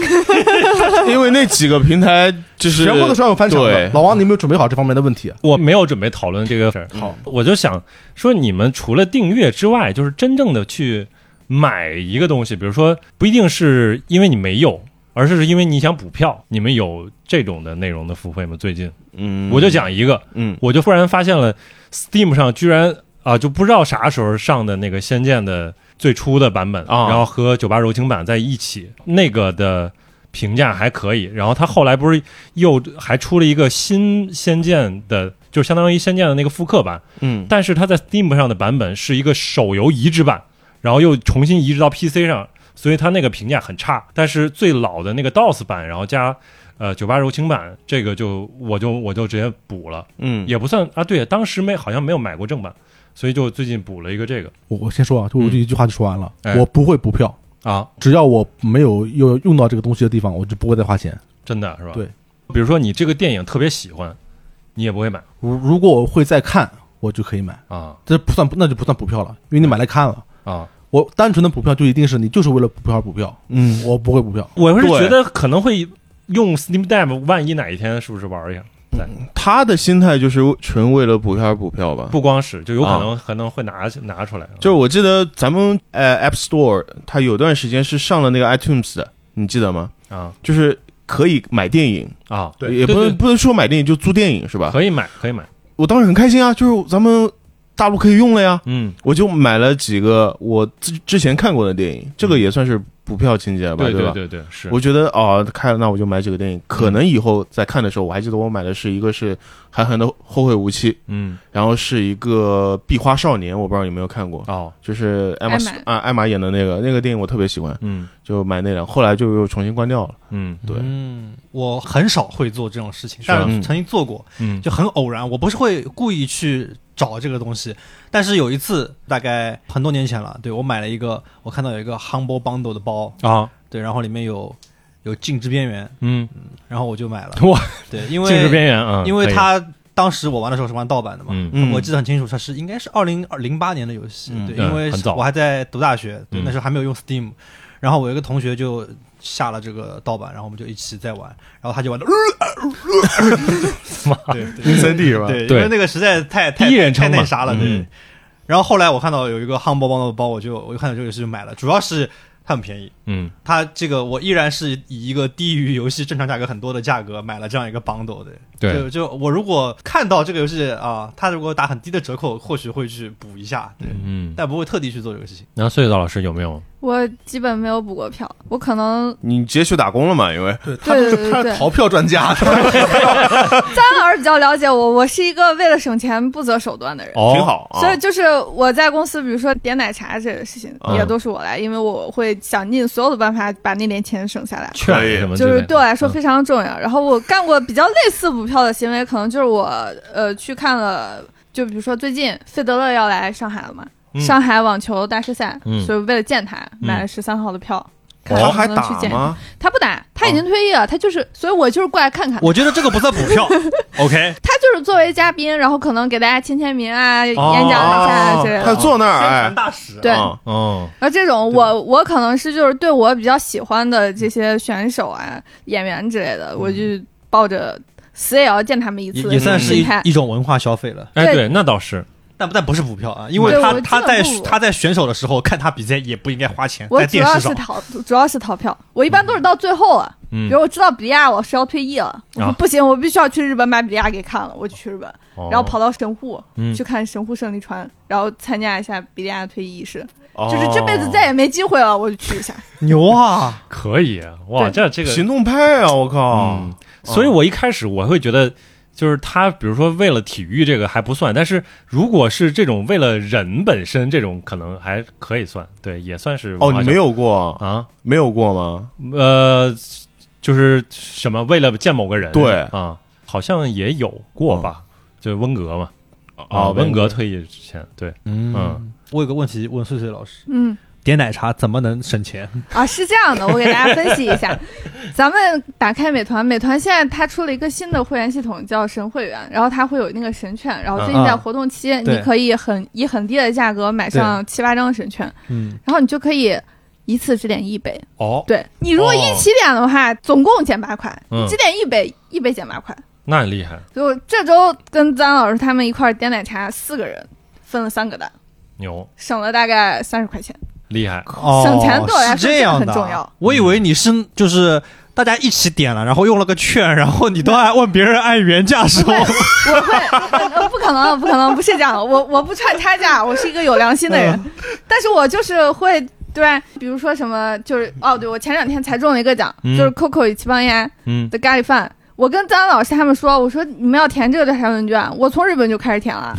Speaker 1: 嗯
Speaker 2: 因为那几个平台就是
Speaker 4: 全部都是要有翻墙的
Speaker 2: 对。
Speaker 4: 老王，你有没有准备好这方面的问题啊？
Speaker 1: 我没有准备讨论这个事儿，
Speaker 4: 好，
Speaker 1: 我就想说，你们除了订阅之外，就是真正的去买一个东西，比如说不一定是因为你没有，而是因为你想补票。你们有这种的内容的付费吗？最近
Speaker 2: 嗯，
Speaker 1: 我就讲一个，
Speaker 2: 嗯
Speaker 1: 我就忽然发现了 Steam 上居然啊、就不知道啥时候上的那个《仙剑》的最初的版本，
Speaker 2: 啊
Speaker 1: 然后和《酒吧柔情版》在一起，那个的评价还可以。然后他后来不是又还出了一个新《仙剑》的，就相当于《仙剑》的那个复刻版，
Speaker 2: 嗯
Speaker 1: 但是它在 Steam 上的版本是一个手游移植版，然后又重新移植到 PC 上，所以它那个评价很差。但是最老的那个 DOS 版，然后加呃酒吧柔情版，这个就我就我就直接补了，
Speaker 2: 嗯
Speaker 1: 也不算啊。对，当时没好像没有买过正版，所以就最近补了一个这个
Speaker 4: 我我先说啊，就我就一句话就说完了，
Speaker 1: 哎
Speaker 4: 我不会补票，
Speaker 1: 啊，
Speaker 4: 只要我没有有用到这个东西的地方，我就不会再花钱。
Speaker 1: 真的是吧？
Speaker 4: 对，
Speaker 1: 比如说你这个电影特别喜欢，你也不会买
Speaker 4: 如如果我会再看，我就可以买，
Speaker 1: 啊
Speaker 4: 这不算那就不算补票了，因为你买来看了。
Speaker 1: 啊。
Speaker 4: 我单纯的补票就一定是你就是为了补票而补票，
Speaker 2: 嗯，
Speaker 4: 我不会补票。
Speaker 1: 我是
Speaker 2: 对
Speaker 1: 觉得可能会用 Steam Deck，万一哪一天是不是玩一下？
Speaker 2: 他的心态就是纯为了补票而补票吧。
Speaker 1: 不光是，就有可
Speaker 2: 啊
Speaker 1: 能、可能会拿拿出来。
Speaker 2: 就是我记得咱们呃 App Store 它有段时间是上了那个 iTunes 的，你记得吗？
Speaker 1: 啊
Speaker 2: 就是可以买电影，
Speaker 1: 啊，
Speaker 4: 对
Speaker 2: 也不
Speaker 1: 对对
Speaker 2: 能不能说买电影就租电影是吧？
Speaker 1: 可以买，可以买。
Speaker 2: 我当时很开心啊，就是咱们大陆可以用了呀，
Speaker 1: 嗯，
Speaker 2: 我就买了几个我之之前看过的电影，这个也算是补票情节吧，
Speaker 1: 嗯对
Speaker 2: 吧？
Speaker 1: 对对，是
Speaker 2: 我觉得哦，看了那我就买这个电影，可能以后在看的时候，我还记得我买的是一个是《韩寒的后会无期》，
Speaker 1: 嗯
Speaker 2: 然后是一个《壁花少年》，我不知道有没有看过，
Speaker 1: 哦
Speaker 2: 就是艾玛
Speaker 5: 艾玛
Speaker 2: 啊艾玛演的那个那个电影，我特别喜欢，
Speaker 1: 嗯
Speaker 2: 就买那辆，后来就又重新关掉了。
Speaker 1: 嗯
Speaker 2: 对，
Speaker 6: 嗯，我很少会做这种事情，
Speaker 1: 是吧
Speaker 6: 但是曾经做过，
Speaker 1: 嗯
Speaker 6: 就很偶然。我不是会故意去找这个东西，但是有一次，大概很多年前了，对我买了一个，我看到有一个 Humble Bundle 的包，
Speaker 1: 啊
Speaker 6: 对，然后里面有有《静之边缘》，
Speaker 1: 嗯，
Speaker 6: 然后我就买了。
Speaker 1: 哇，
Speaker 6: 对，因为
Speaker 1: 静止边缘啊，
Speaker 6: 因为
Speaker 1: 可以
Speaker 6: 它当时我玩的时候是玩盗版的嘛，
Speaker 1: 嗯
Speaker 2: 嗯
Speaker 6: 我记得很清楚，它是应该是二零零八年的游戏，
Speaker 2: 嗯
Speaker 6: 对，
Speaker 1: 嗯
Speaker 6: 因为
Speaker 1: 很早
Speaker 6: 我还在读大学，对，
Speaker 1: 嗯
Speaker 6: 那时候还没有用 Steam，然后我有一个同学就下了这个盗版，然后我们就一起在玩，然后他 就玩的，对对
Speaker 2: 阴森地是吧
Speaker 6: 对，
Speaker 1: 对
Speaker 6: 因为那个实在太太
Speaker 1: 第一人称嘛
Speaker 6: 太那啥了，对
Speaker 1: 嗯。
Speaker 6: 然后后来我看到有一个汉堡包的包，我就我就看到这个游戏就买了，主要是它很便宜。
Speaker 1: 嗯
Speaker 6: 它这个我依然是以一个低于游戏正常价格很多的价格买了这样一个 bundle 的，
Speaker 1: 对
Speaker 6: 就就我如果看到这个游戏啊，它如果打很低的折扣，或许会去补一下，对，
Speaker 1: 嗯，
Speaker 6: 但不会特地去做这个事情。
Speaker 1: 那隧道老师有没有？
Speaker 5: 我基本没有补过票，我可能
Speaker 2: 你直接去打工了嘛？因为
Speaker 4: 对他都
Speaker 5: 对
Speaker 4: 是
Speaker 5: 对
Speaker 4: 他是
Speaker 5: 对
Speaker 4: 逃票专家，
Speaker 5: 张老师比较了解我，我是一个为了省钱不择手段的人。
Speaker 1: 哦，
Speaker 2: 挺，好啊
Speaker 5: 所以就是我在公司，比如说点奶茶这个事情，
Speaker 1: 嗯
Speaker 5: 也都是我来，因为我会想尽所有的办法把那点钱省下来。
Speaker 1: 劝
Speaker 2: 可以
Speaker 1: 什么之
Speaker 5: 就
Speaker 1: 类的？
Speaker 5: 是对我来说
Speaker 1: 嗯
Speaker 5: 非常重要。然后我干过比较类似补票的行为，可能就是我呃去看了，就比如说最近费德勒要来上海了嘛，
Speaker 1: 嗯
Speaker 5: 上海网球大师赛，
Speaker 1: 嗯
Speaker 5: 所以为了见他
Speaker 1: 嗯
Speaker 5: 买了十三号的票，看
Speaker 2: 他
Speaker 5: 能
Speaker 2: 还
Speaker 5: 不能去
Speaker 2: 打
Speaker 5: 见他。
Speaker 2: 吗？
Speaker 5: 他不打，他已
Speaker 1: 哦
Speaker 5: 经退役了，他就是，所以我就是过来看看。
Speaker 6: 我觉得这个不算补 票，OK，
Speaker 5: 他就是作为嘉宾，然后可能给大家签签名啊、
Speaker 1: 哦
Speaker 5: 演讲一下啊之类
Speaker 2: 他
Speaker 5: 的。
Speaker 2: 坐那儿
Speaker 6: 宣传
Speaker 2: 哎，
Speaker 6: 大使。
Speaker 5: 对
Speaker 2: 嗯
Speaker 1: 哦，
Speaker 5: 然后这种我我可能是就是对我比较喜欢的这些选手啊、演员之类的，我就抱着死也要见他们一
Speaker 6: 也
Speaker 5: 次
Speaker 6: 嗯也算是
Speaker 5: 心
Speaker 6: 一
Speaker 5: 态。
Speaker 6: 一种文化消费了，
Speaker 1: 哎，
Speaker 5: 对
Speaker 1: 对，那倒是，
Speaker 6: 但但不是补票啊，因为
Speaker 5: 对
Speaker 6: 他
Speaker 5: 我
Speaker 6: 他
Speaker 5: 基
Speaker 6: 在
Speaker 5: 本不
Speaker 6: 他在选手的时候看他比赛也不应该花钱，
Speaker 5: 我
Speaker 6: 在
Speaker 5: 主
Speaker 6: 电
Speaker 5: 要
Speaker 6: 视
Speaker 5: 是
Speaker 6: 上
Speaker 5: 逃，主要是逃票。我一般都是到最后啊，比
Speaker 1: 嗯
Speaker 5: 如，我知道比利亚老师要退役了，我说
Speaker 1: 啊
Speaker 5: 不行，我必须要去日本把比利亚给看了，我就去日本，
Speaker 1: 哦
Speaker 5: 然后跑到神户
Speaker 1: 嗯
Speaker 5: 去看神户胜利船，然后参加一下比利亚的退役仪式，
Speaker 2: 哦
Speaker 5: 就是这辈子再也没机会了，我就去一下。
Speaker 6: 牛啊！
Speaker 1: 可以哇，
Speaker 5: 对
Speaker 1: 这这个哦
Speaker 2: 行动派啊！我靠哦
Speaker 1: 嗯，，所以我一开始我会觉得，就是他，比如说为了体育这个还不算，但是如果是这种为了人本身这种，可能还可以算，对，也算是
Speaker 2: 哦，你没
Speaker 1: 有
Speaker 2: 有过，
Speaker 1: 啊？
Speaker 2: 没有过吗？
Speaker 1: 呃，就是什么为了见某个人，
Speaker 2: 对
Speaker 1: 啊，好像也有过吧，就温格嘛，啊，
Speaker 2: 哦
Speaker 1: 温格退役之前，对，
Speaker 6: 嗯
Speaker 1: 嗯，
Speaker 6: 我有个问题问碎碎老师，
Speaker 5: 嗯，
Speaker 6: 点奶茶怎么能省钱？
Speaker 5: 啊，是这样的，我给大家分析一下。咱们打开美团，美团现在它出了一个新的会员系统，叫神会员，然后它会有那个神券，然后最近在
Speaker 1: 啊
Speaker 6: 嗯
Speaker 5: 活动期，你
Speaker 6: 对
Speaker 5: 可以很以很低的价格买上七八张神券，
Speaker 6: 嗯，
Speaker 5: 然后你就可以一次只点一杯。
Speaker 1: 哦，
Speaker 5: 对你如果一起点的话，总共减八块，
Speaker 1: 嗯
Speaker 5: 你只点一杯，一杯减八块。
Speaker 1: 那很厉害，
Speaker 5: 所以我这周跟张老师他们一块儿点奶茶，四个人分了三个单，
Speaker 1: 牛，
Speaker 5: 省了大概三十块钱。
Speaker 1: 厉害，
Speaker 6: 哦，
Speaker 5: 省钱对我来说
Speaker 6: 是这样的啊
Speaker 5: 这个很重要。
Speaker 6: 我以为你是就是大家一起点了，然后用了个券，然后你都按问别人按原价收。
Speaker 5: 我会，呃不可能，不可能，不是这样的。我我 不串差价，我是一个有良心的人，
Speaker 1: 嗯
Speaker 5: 但是我就是会对吧，比如说什么，就是哦，对我前两天才中了一个奖，
Speaker 1: 嗯
Speaker 5: 就是 Coco 与齐邦彦
Speaker 1: 嗯，
Speaker 5: 的咖喱饭。我跟张老师他们说，我说你们要填这个调查问卷，我从日本就开始填 了，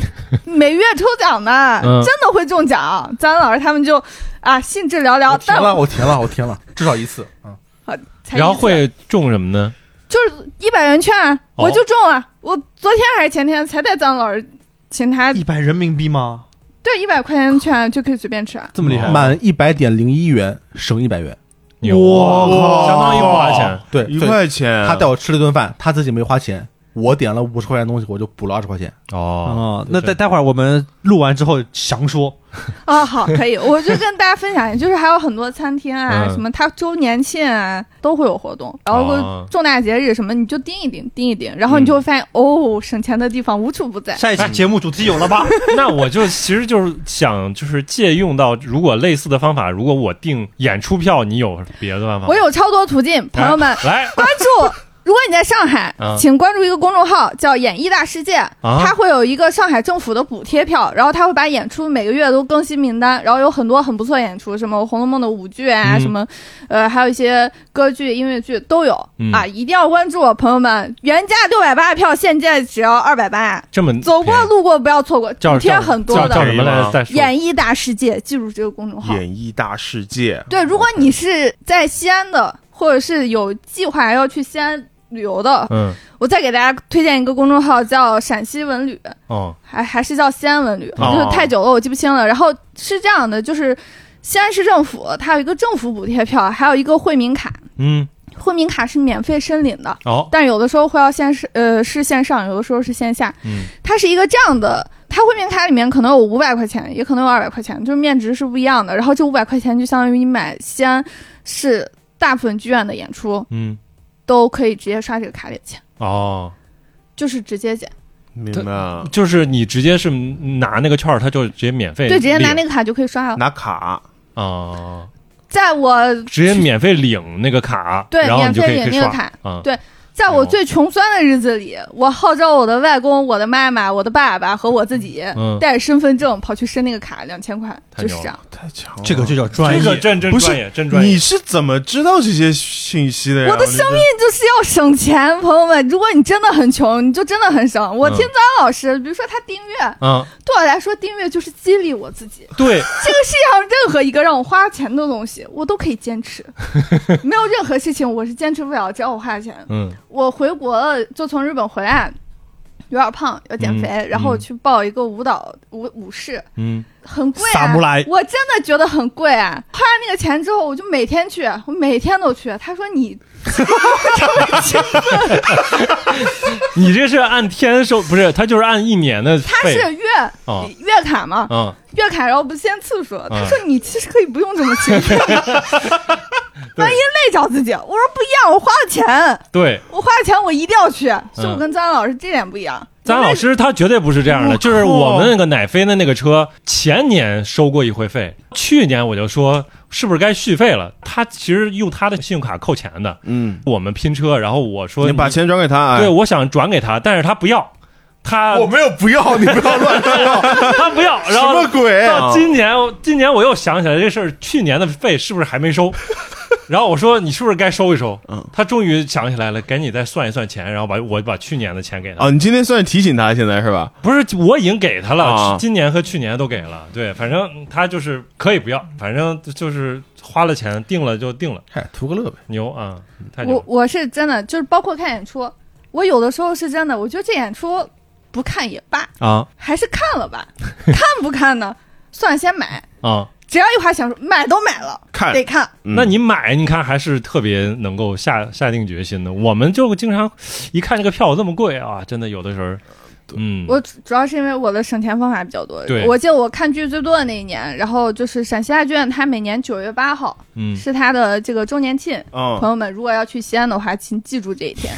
Speaker 5: 每月抽奖的，
Speaker 1: 嗯
Speaker 5: 真的会中奖。张老师他们就啊兴致寥
Speaker 4: 我
Speaker 5: 寥，
Speaker 4: 填
Speaker 5: 但
Speaker 4: 了，我填了，我填了，至少一次啊！
Speaker 5: 才
Speaker 1: 然后
Speaker 5: 一次
Speaker 1: 会哦中什么呢？
Speaker 5: 就是一百元券，我就中了。我昨天还是前天才带张老师请他
Speaker 6: 一百人民币吗？
Speaker 5: 对，一百块钱券就可以随便吃啊。
Speaker 6: 这么厉害？
Speaker 4: 满一百点零一元省一百元，
Speaker 1: 牛，
Speaker 6: 哇
Speaker 1: 相当于花钱，
Speaker 4: 对，
Speaker 2: 一
Speaker 4: 所以
Speaker 2: 块钱，
Speaker 4: 他带我吃了顿饭，他自己没花钱，我点了五十块钱的东西，我就补了二十块钱。
Speaker 1: 哦，
Speaker 6: 哦，那待待会儿我们录完之后详说。
Speaker 5: 哦，好，可以，我就跟大家分享一下，就是还有很多餐厅啊，
Speaker 1: 嗯
Speaker 5: 什么它周年庆啊都会有活动，然后
Speaker 1: 哦嗯
Speaker 5: 重大节日什么你就盯一盯，盯一盯，然后你就会发现、哦，省钱的地方无处不在。
Speaker 6: 下一期节目主题有了吧？
Speaker 1: 那我就其实就是想就是借用到，如果类似的方法，如果我订演出票，你有别的办法吗？哎
Speaker 5: 我有超多途径，朋友们、
Speaker 1: 来，
Speaker 5: 关注。如果你在上 海，
Speaker 1: 嗯
Speaker 5: 请关注一个公众号叫“演艺大世界”，
Speaker 1: 啊
Speaker 5: 它会有一个上海政府的补贴票，然后它会把演出每个月都更新名单，然后有很多很不错的演出，什么《红楼梦》的舞剧啊，
Speaker 1: 嗯
Speaker 5: 什么呃，还有一些歌剧、音乐剧都有、
Speaker 1: 嗯
Speaker 5: 啊，一定要关注我，朋友们，原价六百八的票，现在只要二百八，
Speaker 1: 这么
Speaker 5: 走过
Speaker 1: 便宜
Speaker 5: 路过不要错过，
Speaker 1: 叫
Speaker 5: 补贴很多
Speaker 1: 叫叫
Speaker 5: 的。
Speaker 1: 什么来着？再说
Speaker 5: 演艺大世界，记住这个公众号。
Speaker 2: 演艺大世界，
Speaker 5: 对，如果你是在西安的，或者是有计划要去西安旅游的，
Speaker 1: 嗯
Speaker 5: 我再给大家推荐一个公众号，叫陕西文旅，
Speaker 1: 哦
Speaker 5: 还还是叫西安文旅，
Speaker 1: 哦
Speaker 5: 就是太久了我记不清了。然后是这样的，就是西安市政府它有一个政府补贴票，还有一个惠民卡，
Speaker 1: 嗯
Speaker 5: 惠民卡是免费申领的，
Speaker 1: 哦
Speaker 5: 但有的时候会要线是呃是线上，有的时候是线下。
Speaker 1: 嗯
Speaker 5: 它是一个这样的，它惠民卡里面可能有五百块钱，也可能有二百块钱，就是面值是不一样的。然后这五百块钱就相当于你买西安市大部分剧院的演出
Speaker 1: 嗯
Speaker 5: 都可以直接刷这个卡里的钱，
Speaker 1: 哦，
Speaker 5: 就是直接减，
Speaker 2: 明白了，
Speaker 1: 就是你直接是拿那个券儿，它就直接免费
Speaker 5: 对，直接拿
Speaker 1: 领
Speaker 5: 那个卡就可以刷了。
Speaker 2: 拿卡，
Speaker 1: 哦，
Speaker 5: 在我
Speaker 1: 直接免费领那个卡，
Speaker 5: 对
Speaker 1: 然后你就可以
Speaker 5: 免费领
Speaker 1: 可以刷
Speaker 5: 那个卡
Speaker 1: 嗯
Speaker 5: 在我最穷酸的日子里，我号召我的外公、我的妈妈、我的爸爸和我自己，
Speaker 1: 嗯
Speaker 5: 带着身份证跑去申那个卡，两千块，
Speaker 1: 太
Speaker 5: 就
Speaker 1: 牛
Speaker 5: 是这样。
Speaker 2: 太强了，
Speaker 6: 哦这个就叫专业。
Speaker 1: 这个真真
Speaker 2: 不是
Speaker 1: 专业，真专
Speaker 2: 你
Speaker 1: 业。
Speaker 2: 是怎么知道这些信息的呀？
Speaker 5: 我的生
Speaker 2: 命
Speaker 5: 这就是要省钱，朋友们，如果你真的很穷，你就真的很省。我
Speaker 1: 嗯
Speaker 5: 听张老师，比如说他订阅，
Speaker 1: 嗯，
Speaker 2: 啊
Speaker 5: 对我来说，订阅就是激励我自己。
Speaker 1: 对，
Speaker 5: 这个世界上任何一个让我花钱的东西，我都可以坚 持，没有任何事情我是坚持不了，只要我花钱。
Speaker 1: 嗯，
Speaker 5: 我回国了，就从日本回来，有点胖，要减肥，
Speaker 1: 嗯
Speaker 5: 然后
Speaker 1: 嗯
Speaker 5: 去报一个舞蹈舞舞室，
Speaker 1: 嗯，
Speaker 5: 很贵、
Speaker 6: 萨
Speaker 5: 啊
Speaker 6: 姆莱，
Speaker 5: 我真的觉得很贵啊！花了那个钱之后，我就每天去，我每天都去。他说你
Speaker 1: 你这是按天收，不是？他就是按一年的费。
Speaker 5: 他是月、
Speaker 1: 哦
Speaker 5: 月卡嘛，
Speaker 1: 嗯，
Speaker 5: 月卡然后不限次数。他说你其实可以不用这么勤 奋，万一累着自己。我说不一样，我花了钱，
Speaker 1: 对，
Speaker 5: 我花了钱我一定要去。所以我跟张老师这点不一样。
Speaker 1: 咱嗯老师他绝对不是这样的，就是我们那个奶飞的那个车，前年收过一回费，去年我就说是不是该续费了？他其实用他的信用卡扣钱的，
Speaker 2: 嗯，
Speaker 1: 我们拼车，然后我说
Speaker 2: 你把钱转给他，哎
Speaker 1: 对，我想转给他，但是他不要，他
Speaker 4: 没有不要，你不要乱说。
Speaker 1: 他不要，然
Speaker 2: 什
Speaker 1: 后
Speaker 2: 么鬼？啊
Speaker 1: 到今年，今年我又想起来这事儿，去年的费是不是还没 收？然后我说你是不是该收一收？
Speaker 2: 嗯
Speaker 1: 他终于想起来了，赶紧再算一算钱，然后把我把去年的钱给他。
Speaker 2: 哦，你今天算是提醒他，现在是吧？
Speaker 1: 不是，我已经给他了，
Speaker 2: 啊
Speaker 1: 今年和去年都给了。对，反正他就是可以不要，反正就是花了钱定了就定了，
Speaker 4: 嗨，哎图个乐呗。
Speaker 1: 牛啊，太牛
Speaker 5: 我
Speaker 1: 了！
Speaker 5: 我是真的，就是包括看演出，我有的时候是真的，我觉得这演出不看也罢，
Speaker 1: 啊
Speaker 5: 还是看了吧，看不看呢？算了，先买。
Speaker 1: 啊，
Speaker 5: 只要一花钱，说买都买了，
Speaker 2: 看
Speaker 5: 得看。
Speaker 2: 嗯
Speaker 1: 那你买，你看还是特别能够下下定决心的。我们就经常一看这个票这么贵啊，真的有的时候，嗯，
Speaker 5: 我主主要是因为我的省钱方法比较多
Speaker 1: 对。
Speaker 5: 我记得我看剧最多的那一年，然后就是陕西大剧院，它每年九月八号
Speaker 1: 嗯
Speaker 5: 是它的这个周年庆。
Speaker 2: 嗯
Speaker 5: 朋友们，如果要去西安的话，请记住这一天。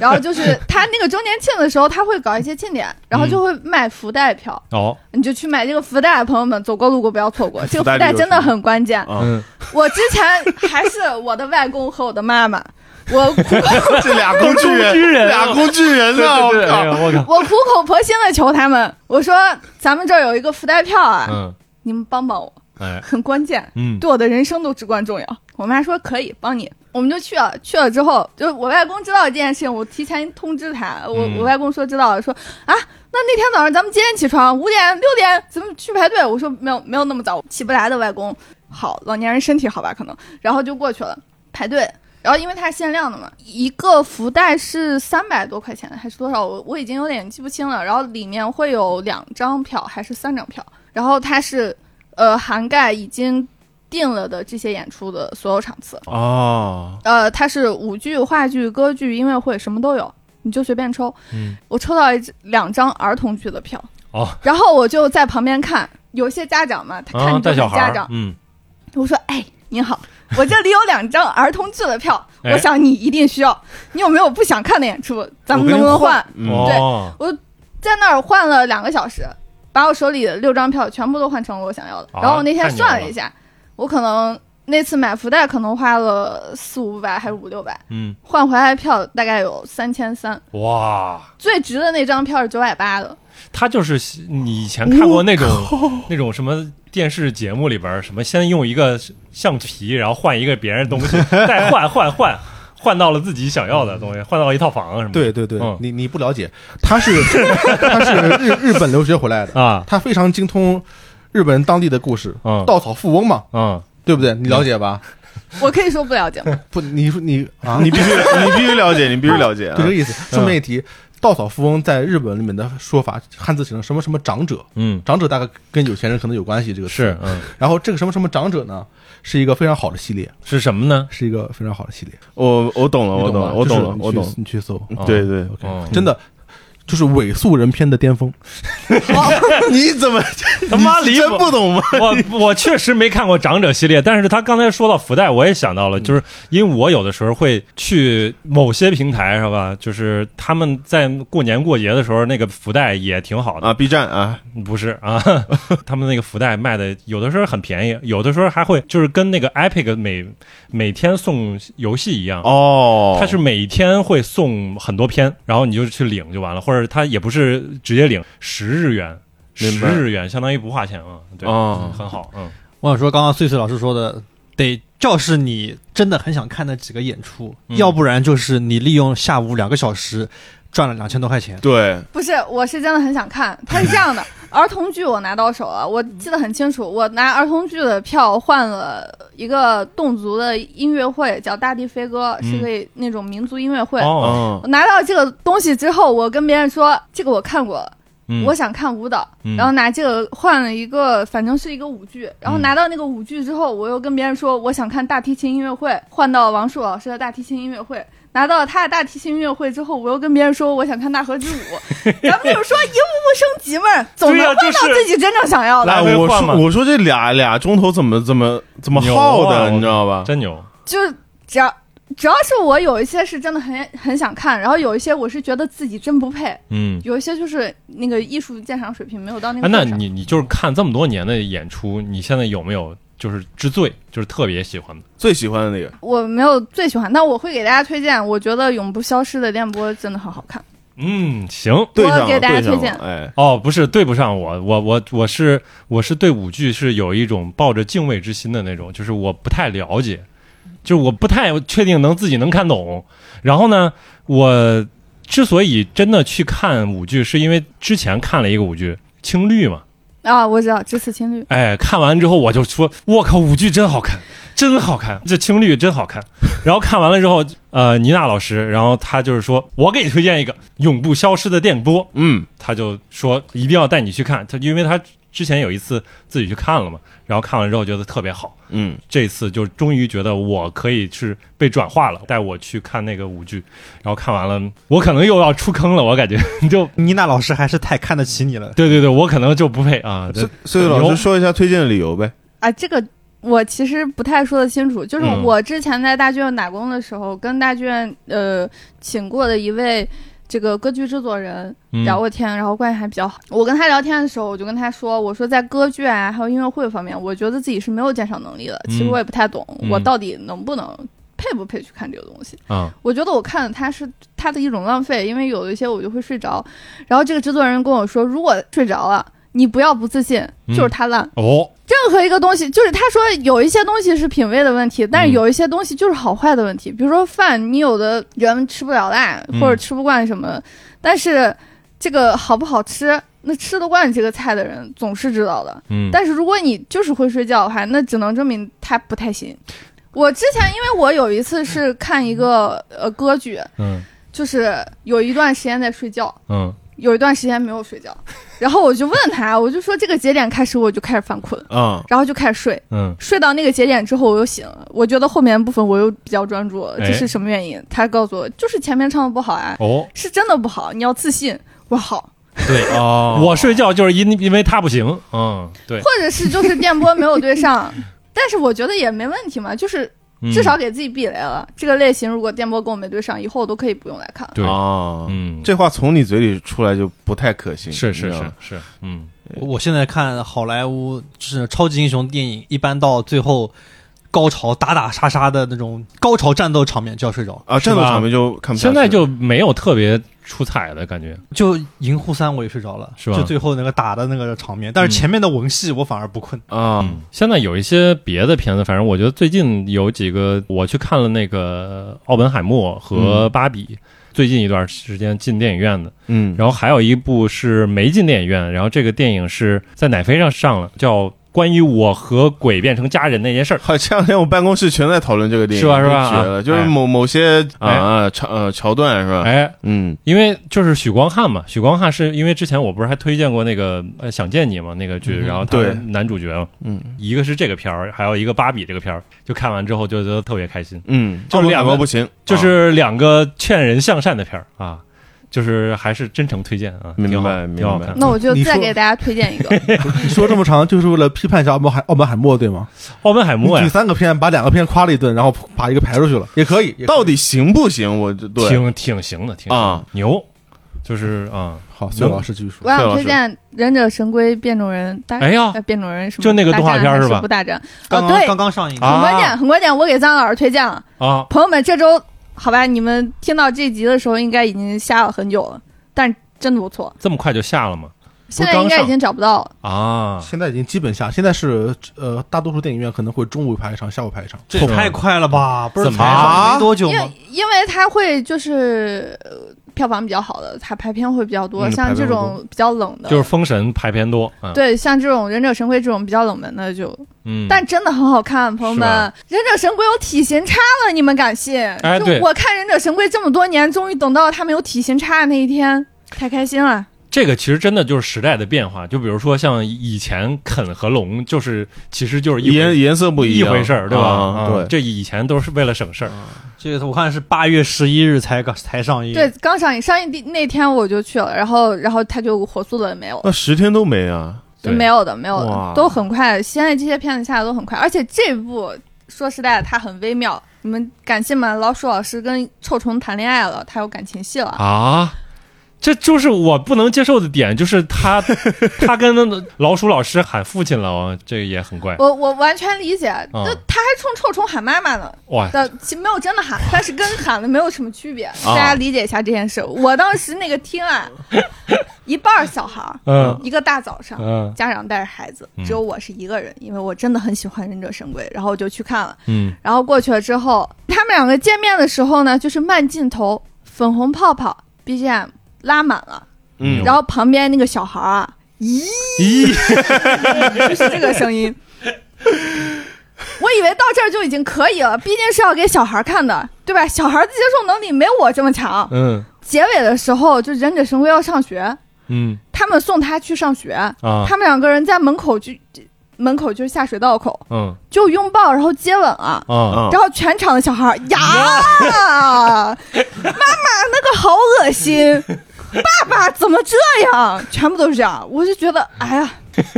Speaker 5: 然后就是它那个周年庆的时候，它会搞一些庆典，然后
Speaker 1: 嗯
Speaker 5: 就会卖福袋票，
Speaker 1: 哦，
Speaker 5: 你就去买这个福袋。朋友们，走过路过不要错过，这
Speaker 2: 福
Speaker 5: 个
Speaker 2: 袋
Speaker 5: 福
Speaker 2: 这
Speaker 5: 袋
Speaker 2: 个
Speaker 5: 真的
Speaker 2: 是
Speaker 5: 很关键。
Speaker 6: 嗯
Speaker 2: 啊，
Speaker 5: 我之前还是我的外公和我的妈妈，我苦
Speaker 2: 这俩工
Speaker 1: 工
Speaker 2: 具
Speaker 1: 具人
Speaker 2: 人，俩工具人呢，我
Speaker 1: 对对，哎
Speaker 2: 靠！
Speaker 1: 呀我靠，
Speaker 5: 我苦口婆心的求他们，我说咱们这儿有一个福袋票啊，
Speaker 1: 嗯，
Speaker 5: 你们帮帮我，
Speaker 1: 哎，
Speaker 5: 很关键，
Speaker 1: 嗯，
Speaker 5: 对我的人生都至关重要。我妈说可以帮你，我们就去了。去了之后，就是我外公知道这件事情，我提前通知他。我、
Speaker 1: 嗯
Speaker 5: 我外公说知道了，说啊，那那天早上咱们几点起床？五点、六点，咱们去排队。我说没有没有那么早，起不来的。外公好，老年人身体好吧？可能，然后就过去了排队。然后因为它是限量的嘛，一个福袋是三百多块钱还是多少？我我已经有点记不清了。然后里面会有两张票还是三张票？然后它是呃涵盖已经定了的这些演出的所有场次。
Speaker 2: 哦，
Speaker 5: 呃，它是舞剧、话剧、歌剧、音乐会，什么都有，你就随便抽。
Speaker 1: 嗯，
Speaker 5: 我抽到一只两张儿童剧的票。
Speaker 1: 哦，
Speaker 5: 然后我就在旁边看，有一些家长嘛，他
Speaker 1: 啊，
Speaker 5: 看你就
Speaker 1: 带
Speaker 5: 是
Speaker 1: 小孩
Speaker 5: 家
Speaker 1: 儿
Speaker 5: 长，，
Speaker 1: 嗯，
Speaker 5: 我说：“哎，您好，我这里有两张儿童剧的票，
Speaker 1: 哎
Speaker 5: 我想你一定需要。你有没有不想看的演出？咱们
Speaker 2: 我跟
Speaker 5: 能
Speaker 2: 你
Speaker 5: 不能换？
Speaker 2: 嗯
Speaker 1: 哦，
Speaker 5: 在那儿换了两个小时，把我手里的六张票全部都换成了我想要的。
Speaker 1: 啊
Speaker 5: 然后我那天
Speaker 1: 太牛
Speaker 5: 算了一下，我可能那次买福袋可能花了四五百还是五六百，
Speaker 1: 嗯，
Speaker 5: 换回来的票大概有三千三，
Speaker 1: 哇，
Speaker 5: 最值的那张票是九百八的。
Speaker 1: 他就是你以前看过那种
Speaker 5: 哦
Speaker 1: 那种什么电视节目里边儿，什么先用一个橡皮，然后换一个别人的东西，再换换换，换到了自己想要的东西，换到一套房什么的，
Speaker 4: 对对对
Speaker 1: 嗯，
Speaker 4: 你你不了解，他是 他是日日本留学回来的，
Speaker 1: 啊，
Speaker 4: 他非常精通日本当地的故事，
Speaker 1: 嗯
Speaker 4: 稻草富翁嘛，
Speaker 1: 嗯，
Speaker 4: 对不对？你了解吧？
Speaker 5: 我可以说不了解吗？
Speaker 4: 不，你说你啊，
Speaker 2: 你必须，你必须了解，你 必须了解啊
Speaker 4: 就这！个意思。顺便一提，稻草富翁在日本里面的说法，汉字写成什么什么长者，
Speaker 1: 嗯，
Speaker 4: 长者大概跟有钱人可能有关系，这个词
Speaker 1: 是，。嗯，
Speaker 4: 然后这个什么什么长者呢，是一个非常好的系列，
Speaker 1: 是什么呢？
Speaker 4: 是一个非常好的系列。
Speaker 2: 我我懂了，哦我懂
Speaker 4: 你懂吧
Speaker 2: 了，我懂了，
Speaker 4: 就是
Speaker 2: 我懂
Speaker 4: 你去
Speaker 2: 了。
Speaker 4: 你去搜，
Speaker 1: 哦
Speaker 2: 对对，
Speaker 1: 哦
Speaker 4: 真的。就是伪素人片的巅峰，
Speaker 2: 你怎么
Speaker 1: 他妈
Speaker 2: 你
Speaker 1: 离
Speaker 2: 真
Speaker 1: 谱
Speaker 2: 不懂吗？
Speaker 1: 我我确实没看过长者系列，但是他刚才说到福袋，我也想到了，就是因为我有的时候会去某些平台，是吧？就是他们在过年过节的时候，那个福袋也挺好的，
Speaker 2: 啊，B 站啊，
Speaker 1: 不是啊？ 他们那个福袋卖的有的时候很便宜，有的时候还会就是跟那个 Epic 每每天送游戏一样。
Speaker 2: 哦，
Speaker 1: 它是每天会送很多篇，然后你就去领就完了，或者它也不是直接领十日元，十
Speaker 2: 明白
Speaker 1: 日元相当于不花钱啊，对，
Speaker 2: 哦
Speaker 1: 很好，嗯，
Speaker 6: 我想说，刚刚碎碎老师说的，得教是你真的很想看那几个演出，
Speaker 1: 嗯
Speaker 6: 要不然就是你利用下午两个小时赚了两千多块钱。
Speaker 2: 对，
Speaker 5: 不是，我是真的很想看。它是这样的，儿童剧我拿到手了，我记得很清楚，我拿儿童剧的票换了一个侗族的音乐会，叫《大地飞歌》，
Speaker 1: 嗯
Speaker 5: 是个那种民族音乐会。
Speaker 1: 哦，
Speaker 2: 嗯
Speaker 5: 我拿到这个东西之后，我跟别人说这个我看过了，
Speaker 1: 嗯
Speaker 5: 我想看舞蹈，
Speaker 1: 嗯
Speaker 5: 然后拿这个换了一个，反正是一个舞剧。然后拿到那个舞剧之后，我又跟别人说我想看大提琴音乐会，换到王朔老师的大提琴音乐会。拿到他的大提琴音乐会之后，我又跟别人说我想看大河之舞。 咱们就是说一步步升级嘛，总
Speaker 1: 对
Speaker 5: 能
Speaker 1: 呀
Speaker 5: 换到
Speaker 1: 就是
Speaker 5: 自己真正想要的。
Speaker 1: 来
Speaker 2: 哎，
Speaker 1: 回
Speaker 2: 我
Speaker 1: 换嘛
Speaker 2: 说我说这俩俩钟头怎么怎么怎么
Speaker 1: 牛
Speaker 2: 耗
Speaker 1: 啊
Speaker 2: 的，你知道吧？
Speaker 1: 真牛，
Speaker 5: 就是只要只要是我有一些是真的很很想看，然后有一些我是觉得自己真不配，
Speaker 1: 嗯，
Speaker 5: 有一些就是那个艺术鉴赏水平没有到那个
Speaker 1: 哎，
Speaker 5: 份上。
Speaker 1: 那你你就是看这么多年的演出，你现在有没有就是之最，就是特别喜欢的？
Speaker 2: 最喜欢的那个
Speaker 5: 我没有最喜欢，但我会给大家推荐。我觉得《永不消失的电波》真的很好看。
Speaker 1: 嗯，行。
Speaker 2: 对上了，
Speaker 5: 给大家
Speaker 2: 对上
Speaker 5: 推荐
Speaker 2: 了哎，
Speaker 1: 哦，不是对不上我，我我我是我是对舞剧是有一种抱着敬畏之心的那种，就是我不太了解，就是我不太确定能自己能看懂。然后呢，我之所以真的去看舞剧，是因为之前看了一个舞剧《青绿》嘛，
Speaker 5: 啊，我知道《只此青绿》，
Speaker 1: 哎，看完之后我就说，我靠，舞剧真好看，真好看，这青绿真好看。 然后看完了之后，呃，倪娜老师，然后她就是说，我给你推荐一个《永不消失的电波》，
Speaker 2: 嗯，
Speaker 1: 她就说一定要带你去看，她因为她之前有一次自己去看了嘛，然后看完之后觉得特别好，
Speaker 2: 嗯，
Speaker 1: 这次就终于觉得我可以是被转化了，带我去看那个舞剧，然后看完了，我可能又要出坑了，我感觉 就
Speaker 6: 妮娜老师还是太看得起你了。
Speaker 1: 对对对，我可能就不配啊。
Speaker 2: 所所以老师说一下推荐的理由呗。
Speaker 5: 啊，这个我其实不太说得清楚。就是
Speaker 1: 嗯
Speaker 5: 我之前在大剧院打工的时候，跟大剧院呃请过的一位这个歌剧制作人
Speaker 1: 嗯
Speaker 5: 聊过天，然后关系还比较好。我跟他聊天的时候，我就跟他说，我说在歌剧啊还有音乐会方面，我觉得自己是没有鉴赏能力的。其实
Speaker 1: 嗯
Speaker 5: 我也不太懂，我
Speaker 1: 嗯
Speaker 5: 到底能不能配不配去看这个东西。
Speaker 1: 啊，
Speaker 5: 我觉得我看了它是它的一种浪费，因为有一些我就会睡着。然后这个制作人跟我说，如果睡着了，你不要不自信，
Speaker 1: 嗯
Speaker 5: 就是它烂。
Speaker 1: 哦，
Speaker 5: 任何一个东西，就是他说有一些东西是品味的问题，
Speaker 1: 嗯
Speaker 5: 但是有一些东西就是好坏的问题。比如说饭，你有的人吃不了辣，
Speaker 1: 嗯
Speaker 5: 或者吃不惯什么，但是这个好不好吃，那吃得惯这个菜的人总是知道的。
Speaker 1: 嗯，
Speaker 5: 但是如果你就是会睡觉的话，那只能证明他不太行。我之前因为我有一次是看一个呃歌剧，
Speaker 1: 嗯
Speaker 5: 就是有一段时间在睡觉，
Speaker 1: 嗯
Speaker 5: 有一段时间没有睡觉，然后我就问他，我就说这个节点开始我就开始犯困，
Speaker 2: 啊，
Speaker 5: 然后就开始睡。
Speaker 1: 嗯
Speaker 5: 睡到那个节点之后，我又醒了。我觉得后面部分我又比较专注，
Speaker 1: 哎
Speaker 5: 这是什么原因？他告诉我，就是前面唱的不好啊，
Speaker 1: 哦，
Speaker 5: 是真的不好，你要自信。我好，
Speaker 1: 对，
Speaker 2: 哦
Speaker 1: 我睡觉就是因因为他不行，嗯，对，
Speaker 5: 或者是就是电波没有 对上，但是我觉得也没问题嘛，就是
Speaker 1: 嗯
Speaker 5: 至少给自己避雷了。这个类型如果电波跟我没对上，以后我都可以不用来看。
Speaker 1: 对，
Speaker 2: 啊，
Speaker 1: 嗯，
Speaker 2: 这话从你嘴里出来就不太可信。
Speaker 1: 是
Speaker 2: 你
Speaker 1: 是
Speaker 2: 知道
Speaker 1: 是
Speaker 2: 吗，
Speaker 1: 是，嗯，
Speaker 6: 我我现在看好莱坞就是超级英雄电影，一般到最后高潮打打杀杀的那种高潮战斗场面就要睡着了。
Speaker 2: 啊，
Speaker 1: 是
Speaker 2: 战
Speaker 1: 吧
Speaker 2: 斗场面就看不下
Speaker 1: 现
Speaker 2: 去了。
Speaker 1: 在就没有特别出彩的感觉，
Speaker 6: 就《银护三》我也睡着了，
Speaker 1: 是吧
Speaker 6: 就最后那个打的那个场面，
Speaker 4: 嗯
Speaker 6: 但是前面的文戏我反而不困。
Speaker 2: 啊，
Speaker 1: 嗯，现在有一些别的片子，反正我觉得最近有几个，我去看了那个《奥本海默》和《芭比》最近一段时间进电影院的，
Speaker 2: 嗯，
Speaker 1: 然后还有一部是没进电影院，然后这个电影是在奶飞上上了，叫《关于我和鬼变成家人那件事儿》。
Speaker 2: 好，前两天我办公室全在讨论这个电影，
Speaker 1: 是吧是吧
Speaker 2: 就绝了，就是
Speaker 1: 哎
Speaker 2: 某某些啊
Speaker 1: 哎
Speaker 2: 啊桥呃桥段是吧？
Speaker 1: 哎，
Speaker 2: 嗯
Speaker 1: 因为就是许光汉嘛，许光汉是因为之前我不是还推荐过那个呃《想见你》嘛那个剧，
Speaker 6: 嗯
Speaker 1: 然后他
Speaker 2: 对
Speaker 1: 是男主角嘛，
Speaker 2: 嗯
Speaker 1: 一个是这个片儿，还有一个《芭比》这个片儿，就看完之后就觉得特别开心。
Speaker 2: 嗯，
Speaker 1: 就两个
Speaker 2: 个不行，啊
Speaker 1: 就是两个劝人向善的片儿啊，就是还是真诚推荐啊，
Speaker 2: 明
Speaker 1: 挺好
Speaker 2: 白
Speaker 1: 挺好
Speaker 2: 明白
Speaker 1: 看。
Speaker 5: 那我就
Speaker 4: 你说
Speaker 5: 再给大家推荐一 个，
Speaker 4: 你说这么长就是为了批判一下奥本海奥本海默对吗？
Speaker 1: 奥本海
Speaker 4: 你
Speaker 1: 默
Speaker 2: 嗯
Speaker 4: 举
Speaker 1: 呀，
Speaker 4: 三个片，把两个片夸了一顿，然后把一个排出去了，也可以。
Speaker 2: 啊
Speaker 4: 也可以
Speaker 5: 哦
Speaker 2: 到底行不行？我就对
Speaker 1: 挺挺行的，挺行的
Speaker 2: 啊，
Speaker 1: 牛，就是啊，
Speaker 4: 好，孙老师继续说
Speaker 5: 我。想推荐《忍者神龟变种人大》
Speaker 1: 哎呀
Speaker 5: 呃，变种人什么
Speaker 1: 就那个动画片
Speaker 5: 大战还
Speaker 1: 是
Speaker 5: 是
Speaker 1: 吧
Speaker 5: 不大战，
Speaker 6: 刚
Speaker 5: 哦
Speaker 6: 刚
Speaker 5: 对
Speaker 6: 刚刚上映，
Speaker 1: 啊
Speaker 5: 很关键，很关键。我给张老师推荐了。
Speaker 1: 啊，
Speaker 5: 朋友们，这周好吧，你们听到这集的时候，应该已经下了很久了，但真的不错，
Speaker 1: 这么快就下了吗？
Speaker 5: 现在应该已经找不到了。
Speaker 1: 啊，
Speaker 4: 现在已经基本下，现在是呃，大多数电影院可能会中午排一场，下午排一 场。
Speaker 6: 这也太快了吧？不是
Speaker 1: 怎么
Speaker 6: 才
Speaker 4: 啊
Speaker 6: 上没多久
Speaker 5: 因
Speaker 6: 吗
Speaker 5: 为？因为它会就是、呃票房比较好的，它排片会比较多，
Speaker 2: 嗯
Speaker 5: 像这
Speaker 2: 排片
Speaker 5: 种比较冷的，
Speaker 1: 就是封神排片多，嗯，
Speaker 5: 对，像这种《忍者神龟》这种比较冷门的就，
Speaker 1: 嗯，
Speaker 5: 但真的很好看，朋友们，
Speaker 1: 是吧
Speaker 5: 忍者神龟》有体型差了，你们敢信？
Speaker 1: 哎
Speaker 5: 就
Speaker 1: 对
Speaker 5: 我看《忍者神龟》这么多年，终于等到他们有体型差的那一天，太开心了。
Speaker 1: 这个其实真的就是时代的变化，就比如说像以前肯和龙，就是其实就是一
Speaker 2: 颜
Speaker 1: 回
Speaker 2: 颜色不
Speaker 1: 一
Speaker 2: 样
Speaker 1: 回事儿，对吧？
Speaker 2: 啊
Speaker 1: 啊
Speaker 2: 对，
Speaker 1: 这以前都是为了省事儿，
Speaker 6: 这个我看是八月十一日才刚才上映，
Speaker 5: 对，，刚上映上映第那天我就去了，然后然后他就火速的没有了，
Speaker 2: 那十天都没啊，
Speaker 1: 对
Speaker 5: 没有的没有
Speaker 2: 哇
Speaker 5: 的，都很快。现在这些片子下的都很快，而且这部说实在的，它很微妙。你们敢信吗？老鼠老师跟臭虫谈恋爱了，他有感情戏了。
Speaker 1: 啊，这就是我不能接受的点，就是他 他跟那老鼠老师喊父亲了，哦这个也很怪
Speaker 5: 我我完全理解，
Speaker 1: 嗯
Speaker 5: 就他还冲臭虫喊妈妈呢，
Speaker 1: 哇。
Speaker 5: 但其实没有真的喊，但是跟喊的没有什么区
Speaker 1: 啊
Speaker 5: 别。大家理解一下这件事。我当时那个听 啊，一半儿小孩儿，
Speaker 1: 嗯
Speaker 5: 一个大早上，
Speaker 1: 嗯
Speaker 5: 家长带着孩子，
Speaker 1: 嗯
Speaker 5: 只有我是一个人，因为我真的很喜欢《忍者神龟》，然后我就去看了。
Speaker 1: 嗯
Speaker 5: 然后过去了之后，他们两个见面的时候呢，就是慢镜头、粉红泡泡、BGM 拉满了，
Speaker 1: 嗯
Speaker 5: 然后旁边那个小孩儿啊，咦，
Speaker 1: 咦，
Speaker 5: 就是这个声 音。我以为到这儿就已经可以了，毕竟是要给小孩看的，对吧？小孩的接受能力没我这么强。
Speaker 1: 嗯
Speaker 5: 结尾的时候，就忍者神龟要上学，
Speaker 1: 嗯
Speaker 5: 他们送他去上学，
Speaker 1: 啊
Speaker 5: 他们两个人在门口就门口就是下水道口
Speaker 1: 嗯
Speaker 5: 就拥抱，然后接吻啊。
Speaker 1: 啊
Speaker 2: 啊，
Speaker 5: 然后全场的小孩儿呀，妈妈那个好恶心，爸爸怎么这样？全部都是这样，我就觉得哎呀，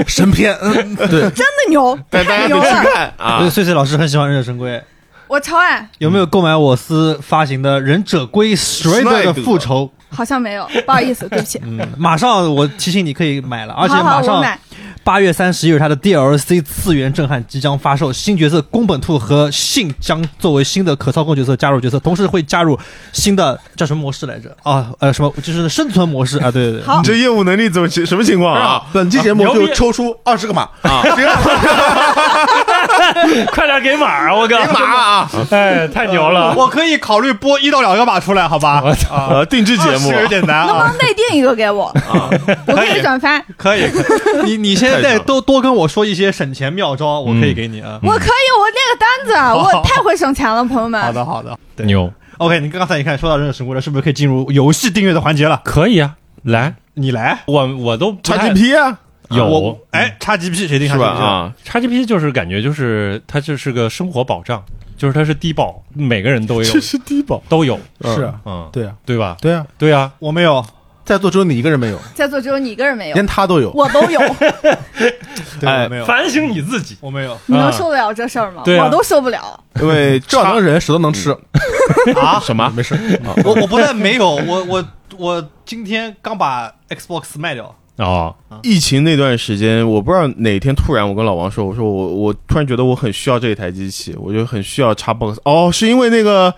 Speaker 4: 神片，嗯对，
Speaker 5: 真的牛，
Speaker 2: 但大
Speaker 5: 太
Speaker 2: 家
Speaker 5: 牛
Speaker 2: 得
Speaker 5: 了
Speaker 2: 去，看
Speaker 6: 所以
Speaker 2: 啊。
Speaker 6: 碎碎老师很喜欢忍者神龟，
Speaker 5: 我超爱。
Speaker 6: 有没有购买我司发行的《忍者龟 Shredder 的复仇
Speaker 5: 好像没有，不好意思，对不起。》？
Speaker 4: 嗯
Speaker 6: 马上我提醒你可以买了，而且
Speaker 5: 好好
Speaker 6: 马
Speaker 5: 我
Speaker 6: 上
Speaker 5: 买。
Speaker 6: 八月三十一日，它的 DLC 次元震撼即将发售，新角色宫本兔和信将作为新的可操控角色加入角色，同时会加入新的叫什么模式来着？啊，呃，什么就是生存模式啊？对对对，
Speaker 5: 好
Speaker 2: 你 这业务能力怎么情什么情况啊？
Speaker 4: 本期节目就抽出二十个码啊，
Speaker 1: 快点给码儿，我靠！
Speaker 2: 马啊，
Speaker 1: 哎，太牛了！
Speaker 3: 我可以考虑播一到两个码出来，好 吧？
Speaker 1: 我操！
Speaker 2: 呃，定制节
Speaker 3: 二十
Speaker 2: 目
Speaker 3: 有点难
Speaker 5: 能不
Speaker 3: 啊，
Speaker 5: 能内定一个给我？我可以转发，
Speaker 3: 可以。
Speaker 6: 你你现
Speaker 2: 太
Speaker 6: 在
Speaker 2: 爽
Speaker 6: 多多跟我说一些省钱妙招，我可以给你啊。
Speaker 5: 我可以，我列个单子，啊我太会省钱了，朋友
Speaker 3: 好
Speaker 5: 们。
Speaker 3: 的，好的。
Speaker 6: 对
Speaker 1: 牛，
Speaker 6: OK，你刚才你看说到忍者神龟了，是不是可以进入游戏订阅的环节了？
Speaker 1: 可以啊，来，
Speaker 6: 你来，
Speaker 1: 我我都不太
Speaker 2: XGP 啊，
Speaker 1: 有
Speaker 6: 我哎，x GP 谁定
Speaker 2: 是吧？？啊，
Speaker 1: XGP 就是感觉就是它就是个生活保障，就是它是低保，每个人都有
Speaker 2: 这是低保，
Speaker 1: 都有，
Speaker 4: 是啊，
Speaker 1: 嗯，
Speaker 4: 对啊，
Speaker 1: 对吧？
Speaker 4: 对啊，
Speaker 1: 对啊，
Speaker 6: 我没有，
Speaker 4: 在座只有你一个人没有，
Speaker 5: 在座只有你一个人没有，
Speaker 4: 连他都有，
Speaker 5: 我都有，
Speaker 6: 对，
Speaker 2: 哎
Speaker 6: 我没有，
Speaker 1: 反省你自己。
Speaker 6: 我没有。
Speaker 5: 你能受得了这事儿吗？
Speaker 1: 啊对啊
Speaker 5: 我都受不了。
Speaker 2: 因为
Speaker 4: 这能忍，舌头能
Speaker 1: 嗯
Speaker 4: 吃
Speaker 2: 啊什么
Speaker 4: 没事。
Speaker 1: 哦
Speaker 6: 我我不但没有，我我我今天刚把 Xbox 卖掉，
Speaker 1: 哦，
Speaker 2: 疫情那段时间，我不知道哪天突然我跟老王说，我说我我突然觉得我很需要这一台机器，我就很需要插 box。哦，是因为那个，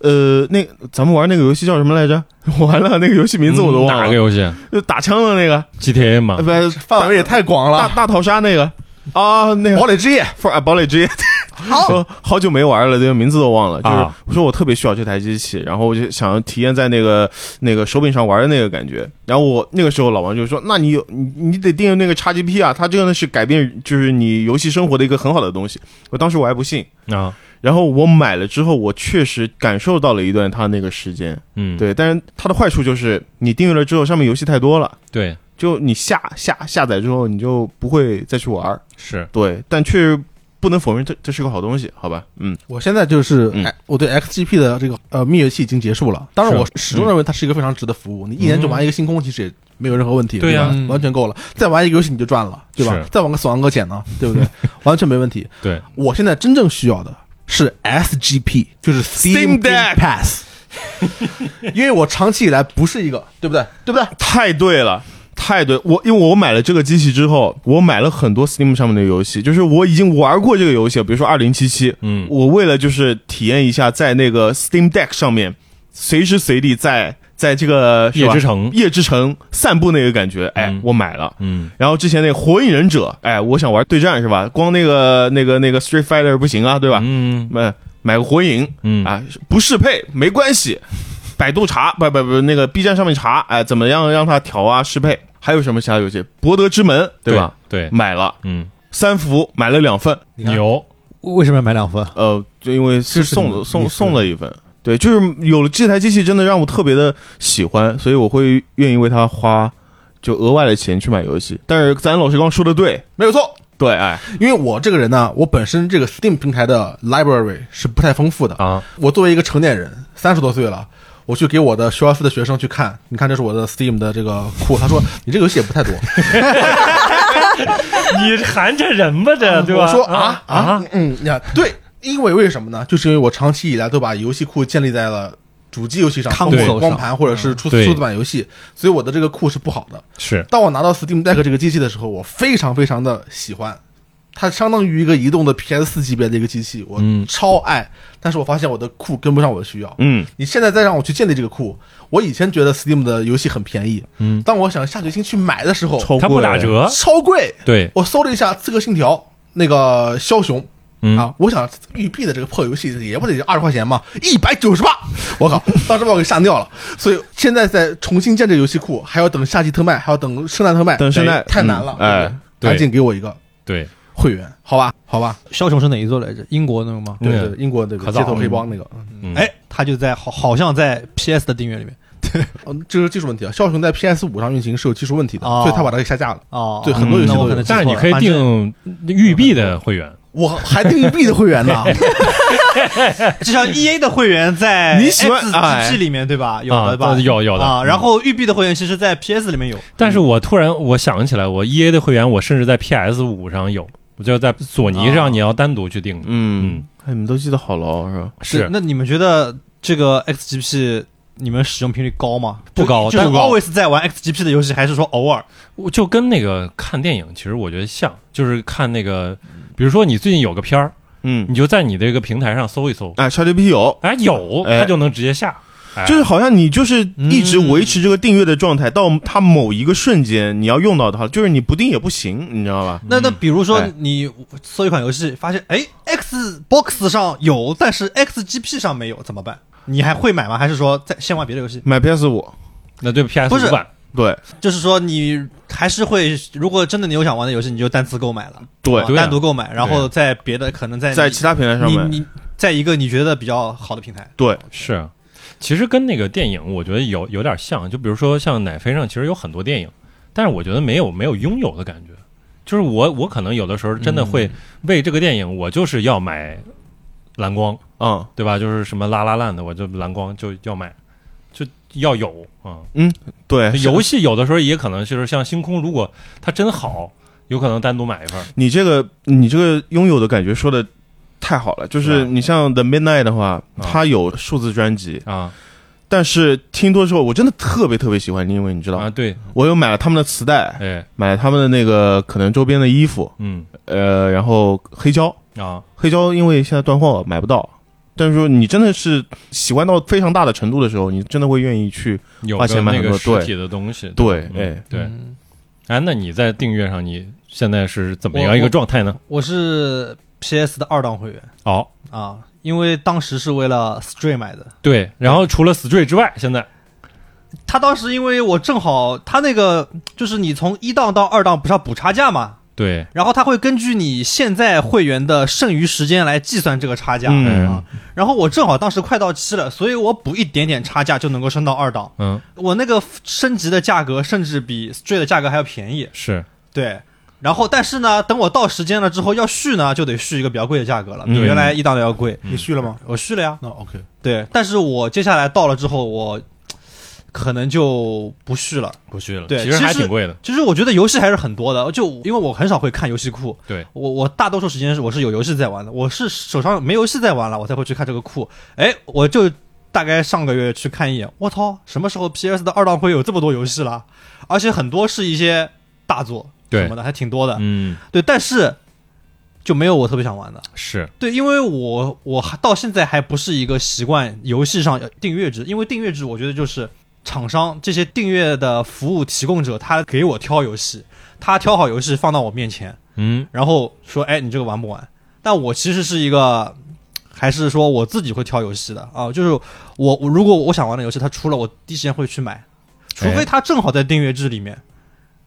Speaker 2: 呃，那咱们玩那个游戏叫什么来着？ 完了，那嗯个游戏名字我都
Speaker 1: 嗯
Speaker 2: 忘
Speaker 1: 哪
Speaker 2: 了，
Speaker 1: 个游戏
Speaker 2: 就打枪的那个，
Speaker 1: ？GTA 嘛
Speaker 2: 呃，不，
Speaker 4: 啊范围也太广
Speaker 2: 大
Speaker 4: 了，
Speaker 2: 大逃杀那个啊，那个
Speaker 4: 堡垒之夜，
Speaker 2: 不是啊，堡垒之夜，
Speaker 5: 好，
Speaker 2: 说好久没玩了，这个名字都忘了。就是
Speaker 1: 啊
Speaker 2: 我说我特别需要这台机器，然后我就想要体验在那个那个手柄上玩的那个感觉。然后我那个时候老王就说：“那你有你你得订那个 XGP 啊，它真的是改变就是你游戏生活的一个很好的东西。”我当时我还不信，
Speaker 1: 啊，
Speaker 2: 然后我买了之后，我确实感受到了一段它那个时间。
Speaker 1: 嗯，
Speaker 2: 对，但是它的坏处就是你订阅了之后，上面游戏太多了。
Speaker 1: 对
Speaker 2: 就你下下下载之后，你就不会再去玩儿。
Speaker 1: 是，
Speaker 2: 对，但确实不能否认这这是个好东西，好吧？嗯，
Speaker 4: 我现在就是，
Speaker 2: 嗯
Speaker 4: 哎我对 XGP 的这个呃蜜月期已经结束了。当然，
Speaker 1: 是
Speaker 4: 我始终认为它是一个非常值得服务。你一年就玩一个星空，其实也没有任何问题，
Speaker 1: 对呀
Speaker 4: 吧
Speaker 6: 嗯
Speaker 4: 完全够了。再玩一个游戏你就赚了，对吧
Speaker 1: 是？
Speaker 4: 再玩个死亡搁浅呢，对不对？ 完全没问题。
Speaker 1: 对，
Speaker 4: 我现在真正需要的是 SGP，就是
Speaker 2: Steam
Speaker 4: Steam
Speaker 2: Deck
Speaker 4: Game Pass，因为我长期以来不是一个，对不对？对不对？
Speaker 2: 太对了。太对，我因为我买了这个机器之后，我买了很多 Steam 上面的游戏，就是我已经玩过这个游戏了，比如说《二零七七》，
Speaker 1: 嗯
Speaker 2: 我为了就是体验一下在那个 Steam Deck 上面随时随地在在这个是吧
Speaker 1: 夜之城
Speaker 2: 夜之城散步那个感觉，哎，
Speaker 1: 嗯
Speaker 2: 我买了。
Speaker 1: 嗯，
Speaker 2: 然后之前那个《火影忍者》，哎，我想玩对战是吧？光那个那个那个 Street Fighter 不行啊，对吧？
Speaker 1: 嗯
Speaker 2: 买买个火影，
Speaker 1: 嗯
Speaker 2: 啊，不适配没关系，百度查不不不那个 B 站上面查，哎，怎么样让它调啊适配？还有什么其他游戏？博德之门对吧？？
Speaker 1: 对，
Speaker 2: 买了
Speaker 1: 嗯，
Speaker 2: 三伏，买了两份，
Speaker 1: 牛，
Speaker 6: 为什么要买两份？
Speaker 2: 呃，就因为是
Speaker 4: 是
Speaker 2: 送
Speaker 4: 你
Speaker 2: 了
Speaker 4: 你
Speaker 2: 送
Speaker 4: 是
Speaker 2: 送了一份。对，就是有了这台机器，真的让我特别的喜欢，所以我会愿意为它花就额外的钱去买游戏。但是咱老师刚说的对，
Speaker 4: 没有错。
Speaker 2: 对，哎
Speaker 4: 因为我这个人呢，我本身这个 Steam 平台的 library 是不太丰富的
Speaker 2: 啊，
Speaker 4: 我作为一个成年人，三十多岁了，我去给我的学而思的学生去看，你看这是我的 Steam 的这个库，他说你这个游戏也不太多，
Speaker 1: 你含着人吧这，对吧？
Speaker 4: 我说啊
Speaker 1: 啊啊，
Speaker 4: 嗯呀，对，因为为什么呢？就是因为我长期以来都把游戏库建立在了。主机游戏上，
Speaker 6: 康
Speaker 4: 或者
Speaker 6: 索
Speaker 4: 光
Speaker 6: 上
Speaker 4: 盘或者是出
Speaker 1: 对
Speaker 4: 数字版游戏，所以我的这个库是不好的。
Speaker 1: 是，
Speaker 4: 当我拿到 Steam Deck 这个机器的时候，我非常非常的喜欢，它相当于一个移动的 PS 四级别的一个机器，我
Speaker 1: 嗯
Speaker 4: 超爱。但是我发现我的库跟不上我的需要。
Speaker 2: 嗯，
Speaker 4: 你现在再让我去建立这个库，我以前觉得 Steam 的游戏很便宜，
Speaker 1: 嗯，啊
Speaker 4: 当我想下决心去买的时候，
Speaker 2: 超
Speaker 1: 它
Speaker 2: 过
Speaker 1: 哦不打
Speaker 2: 了
Speaker 1: 折，
Speaker 4: 超贵。
Speaker 1: 对，
Speaker 4: 我搜了一下《刺客信条》那个枭雄。
Speaker 1: 嗯
Speaker 4: 啊，我想育碧的这个破游戏也不得二十块钱嘛，一百九十八，我靠，当时把我给吓尿了。所以现在再重新建这个游戏库，还要等夏季特卖，还要等圣诞特卖，
Speaker 2: 等圣诞
Speaker 4: 哎太难了。
Speaker 2: 嗯哎
Speaker 4: 对不对赶紧给我一个
Speaker 1: 对，
Speaker 4: 会员，好吧，好吧，
Speaker 6: 枭雄是哪一座来着？英国那个吗？
Speaker 1: 嗯
Speaker 4: 对对，英国那个
Speaker 1: 可
Speaker 4: 街
Speaker 1: 早
Speaker 4: 头
Speaker 1: 了
Speaker 4: 黑帮那个，嗯
Speaker 1: 嗯
Speaker 6: 哎，他就在好，好像在 PS 的订阅里面。
Speaker 4: 嗯，这是技术问题啊。枭雄在 PS 五上运行是有技术问题的，
Speaker 6: 哦
Speaker 4: 所以他把它给下架了。
Speaker 6: 哦，
Speaker 4: 对很多游戏
Speaker 6: 那
Speaker 4: 都
Speaker 6: 我可
Speaker 4: 有
Speaker 6: 能记
Speaker 1: 但是
Speaker 6: 错
Speaker 1: 你
Speaker 6: 了
Speaker 1: 可以
Speaker 6: 反正
Speaker 1: 定育碧的会员，
Speaker 7: 我还订育碧的会员呢，
Speaker 6: 就像 E A 的会员在
Speaker 2: 你喜欢
Speaker 6: X
Speaker 2: 哎
Speaker 6: G 里面对吧？有
Speaker 1: 啊
Speaker 6: 的吧？
Speaker 1: 呃有有的
Speaker 6: 啊。然后育碧的会员其实，在 P S 里面有。
Speaker 1: 但是我突然我想起来，我 E A 的会员，我甚至在 P S 五上有，我就在索尼
Speaker 6: 啊
Speaker 1: 上你要单独去订的。
Speaker 2: 嗯
Speaker 1: 嗯，，
Speaker 2: 哎，你们都记得好牢啊是吧？
Speaker 1: 是
Speaker 6: 那你们觉得这个 X G P 你们使用频率高吗？
Speaker 1: 不高
Speaker 6: 就就是
Speaker 1: 但
Speaker 6: always 在玩 X G P 的游戏，还是说偶尔？
Speaker 1: 我就跟那个看电影，其实我觉得像，就是看那个，比如说你最近有个片儿，
Speaker 2: 嗯，
Speaker 1: 你就在你这个平台上搜一搜，
Speaker 2: 哎，ChatGPT 有，
Speaker 1: 哎，有
Speaker 2: 哎
Speaker 1: 它就能直接下，哎
Speaker 2: 就是好像你就是一直维持这个订阅的状态，到它某一个瞬间你要用到它，就是你不订也不行，你知道吧？
Speaker 6: 那
Speaker 1: 嗯
Speaker 6: 那比如说
Speaker 2: 哎
Speaker 6: 你搜一款游戏，发现哎 Xbox 上有，但是 X G P 上没有，怎么办？你还会买吗？还是说再先玩别的游戏？
Speaker 2: 买 PS 五，
Speaker 1: 那对 P
Speaker 6: 不
Speaker 1: S
Speaker 6: 是
Speaker 1: 五版
Speaker 2: 对
Speaker 6: 就是说你还是会，如果真的你有想玩的游戏，你就单次购买了，
Speaker 2: 对
Speaker 6: 啊，
Speaker 1: 对啊
Speaker 6: 单独购买，然后在别的可能在你
Speaker 2: 在其他平台上
Speaker 6: 你
Speaker 2: 面，
Speaker 6: 你在一个你觉得比较好的平台，
Speaker 2: 对，
Speaker 1: 是，其实跟那个电影我觉得有有点像，就比如说像奶飞上其实有很多电影，但是我觉得没有没有拥有的感觉，就是我我可能有的时候真的会为这个电影，我就是要买蓝光，
Speaker 2: 嗯
Speaker 1: 对吧？就是什么拉拉烂的，我就蓝光就要买，就要有啊。
Speaker 2: 对，哎是
Speaker 1: 游戏有的时候也可能就是像星空，如果它真好，有可能单独买一份儿。
Speaker 2: 你这个你这个拥有的感觉说的太好了，就是是
Speaker 1: 吧
Speaker 2: 你像 The Midnight 的话，
Speaker 1: 啊
Speaker 2: 它有数字专辑，
Speaker 1: 啊
Speaker 2: 但是听多之后我真的特别特别喜欢，因为你知道，
Speaker 1: 啊，对，
Speaker 2: 我又买了他们的磁带，
Speaker 1: 哎，
Speaker 2: 买了他们的那个可能周边的衣服，
Speaker 1: 嗯
Speaker 2: 呃，然后黑胶，
Speaker 1: 啊，
Speaker 2: 黑胶因为现在断货买不到，但是说你真的是喜欢到非常大的程度的时候，你真的会愿意去
Speaker 1: 有
Speaker 2: 花
Speaker 1: 个
Speaker 2: 钱买
Speaker 1: 那
Speaker 2: 很
Speaker 1: 个
Speaker 2: 多
Speaker 1: 实
Speaker 2: 对
Speaker 1: 体的东西，
Speaker 2: 对，
Speaker 1: 嗯
Speaker 2: 哎，
Speaker 1: 对。
Speaker 6: 嗯
Speaker 1: 哎，那你在订阅上你现在是怎么
Speaker 6: 我
Speaker 1: 样一
Speaker 6: 我
Speaker 1: 个状态呢？
Speaker 6: 我是 PS 的二档会员
Speaker 1: 哦，
Speaker 6: 啊，因为当时是为了 Stray 买的。
Speaker 1: 对，然后除了 Stray 之外，现在
Speaker 6: 他当时因为我正好他那个就是你从一档到二档不是要补差价嘛，
Speaker 1: 对，
Speaker 6: 然后他会根据你现在会员的剩余时间来计算这个差价、
Speaker 2: 嗯
Speaker 6: 啊。然后我正好当时快到期了，所以我补一点点差价就能够升到二档。
Speaker 1: 嗯，
Speaker 6: 我那个升级的价格甚至比 Stray 的价格还要便宜。
Speaker 1: 是
Speaker 6: 对。然后，但是呢，等我到时间了之后要续呢，就得续一个比较贵的价格了，比
Speaker 1: 嗯
Speaker 6: 原来一档的要贵。
Speaker 1: 嗯
Speaker 4: 你续了吗？哦
Speaker 6: 我续了呀，
Speaker 4: 那 OK，
Speaker 6: 对。但是我接下来到了之后，我可能就不续了。
Speaker 1: 不去了，
Speaker 6: 对
Speaker 1: 其实还
Speaker 6: 其实
Speaker 1: 挺贵的，
Speaker 6: 其实我觉得游戏还是很多的，就因为我很少会看游戏库。
Speaker 1: 对，
Speaker 6: 我我大多数时间是我是有游戏在玩的，我是手上没游戏在玩了，我才会去看这个库。哎，我就大概上个月去看一眼，我操，什么时候 PS 的二档会有这么多游戏了？而且很多是一些大作
Speaker 1: 对
Speaker 6: 什么的，还挺多的。
Speaker 1: 嗯，
Speaker 6: 对，但是就没有我特别想玩的。
Speaker 1: 是
Speaker 6: 对，因为我我还到现在还不是一个习惯游戏上订阅制，因为订阅制我觉得就是厂商这些订阅的服务提供者，他给我挑游戏，他挑好游戏放到我面前，
Speaker 1: 嗯，
Speaker 6: 然后说，哎，你这个玩不玩？但我其实是一个，还是说我自己会挑游戏的啊，就是我我如果我想玩的游戏它出了，我第一时间会去买，除非它正好在订阅制里面，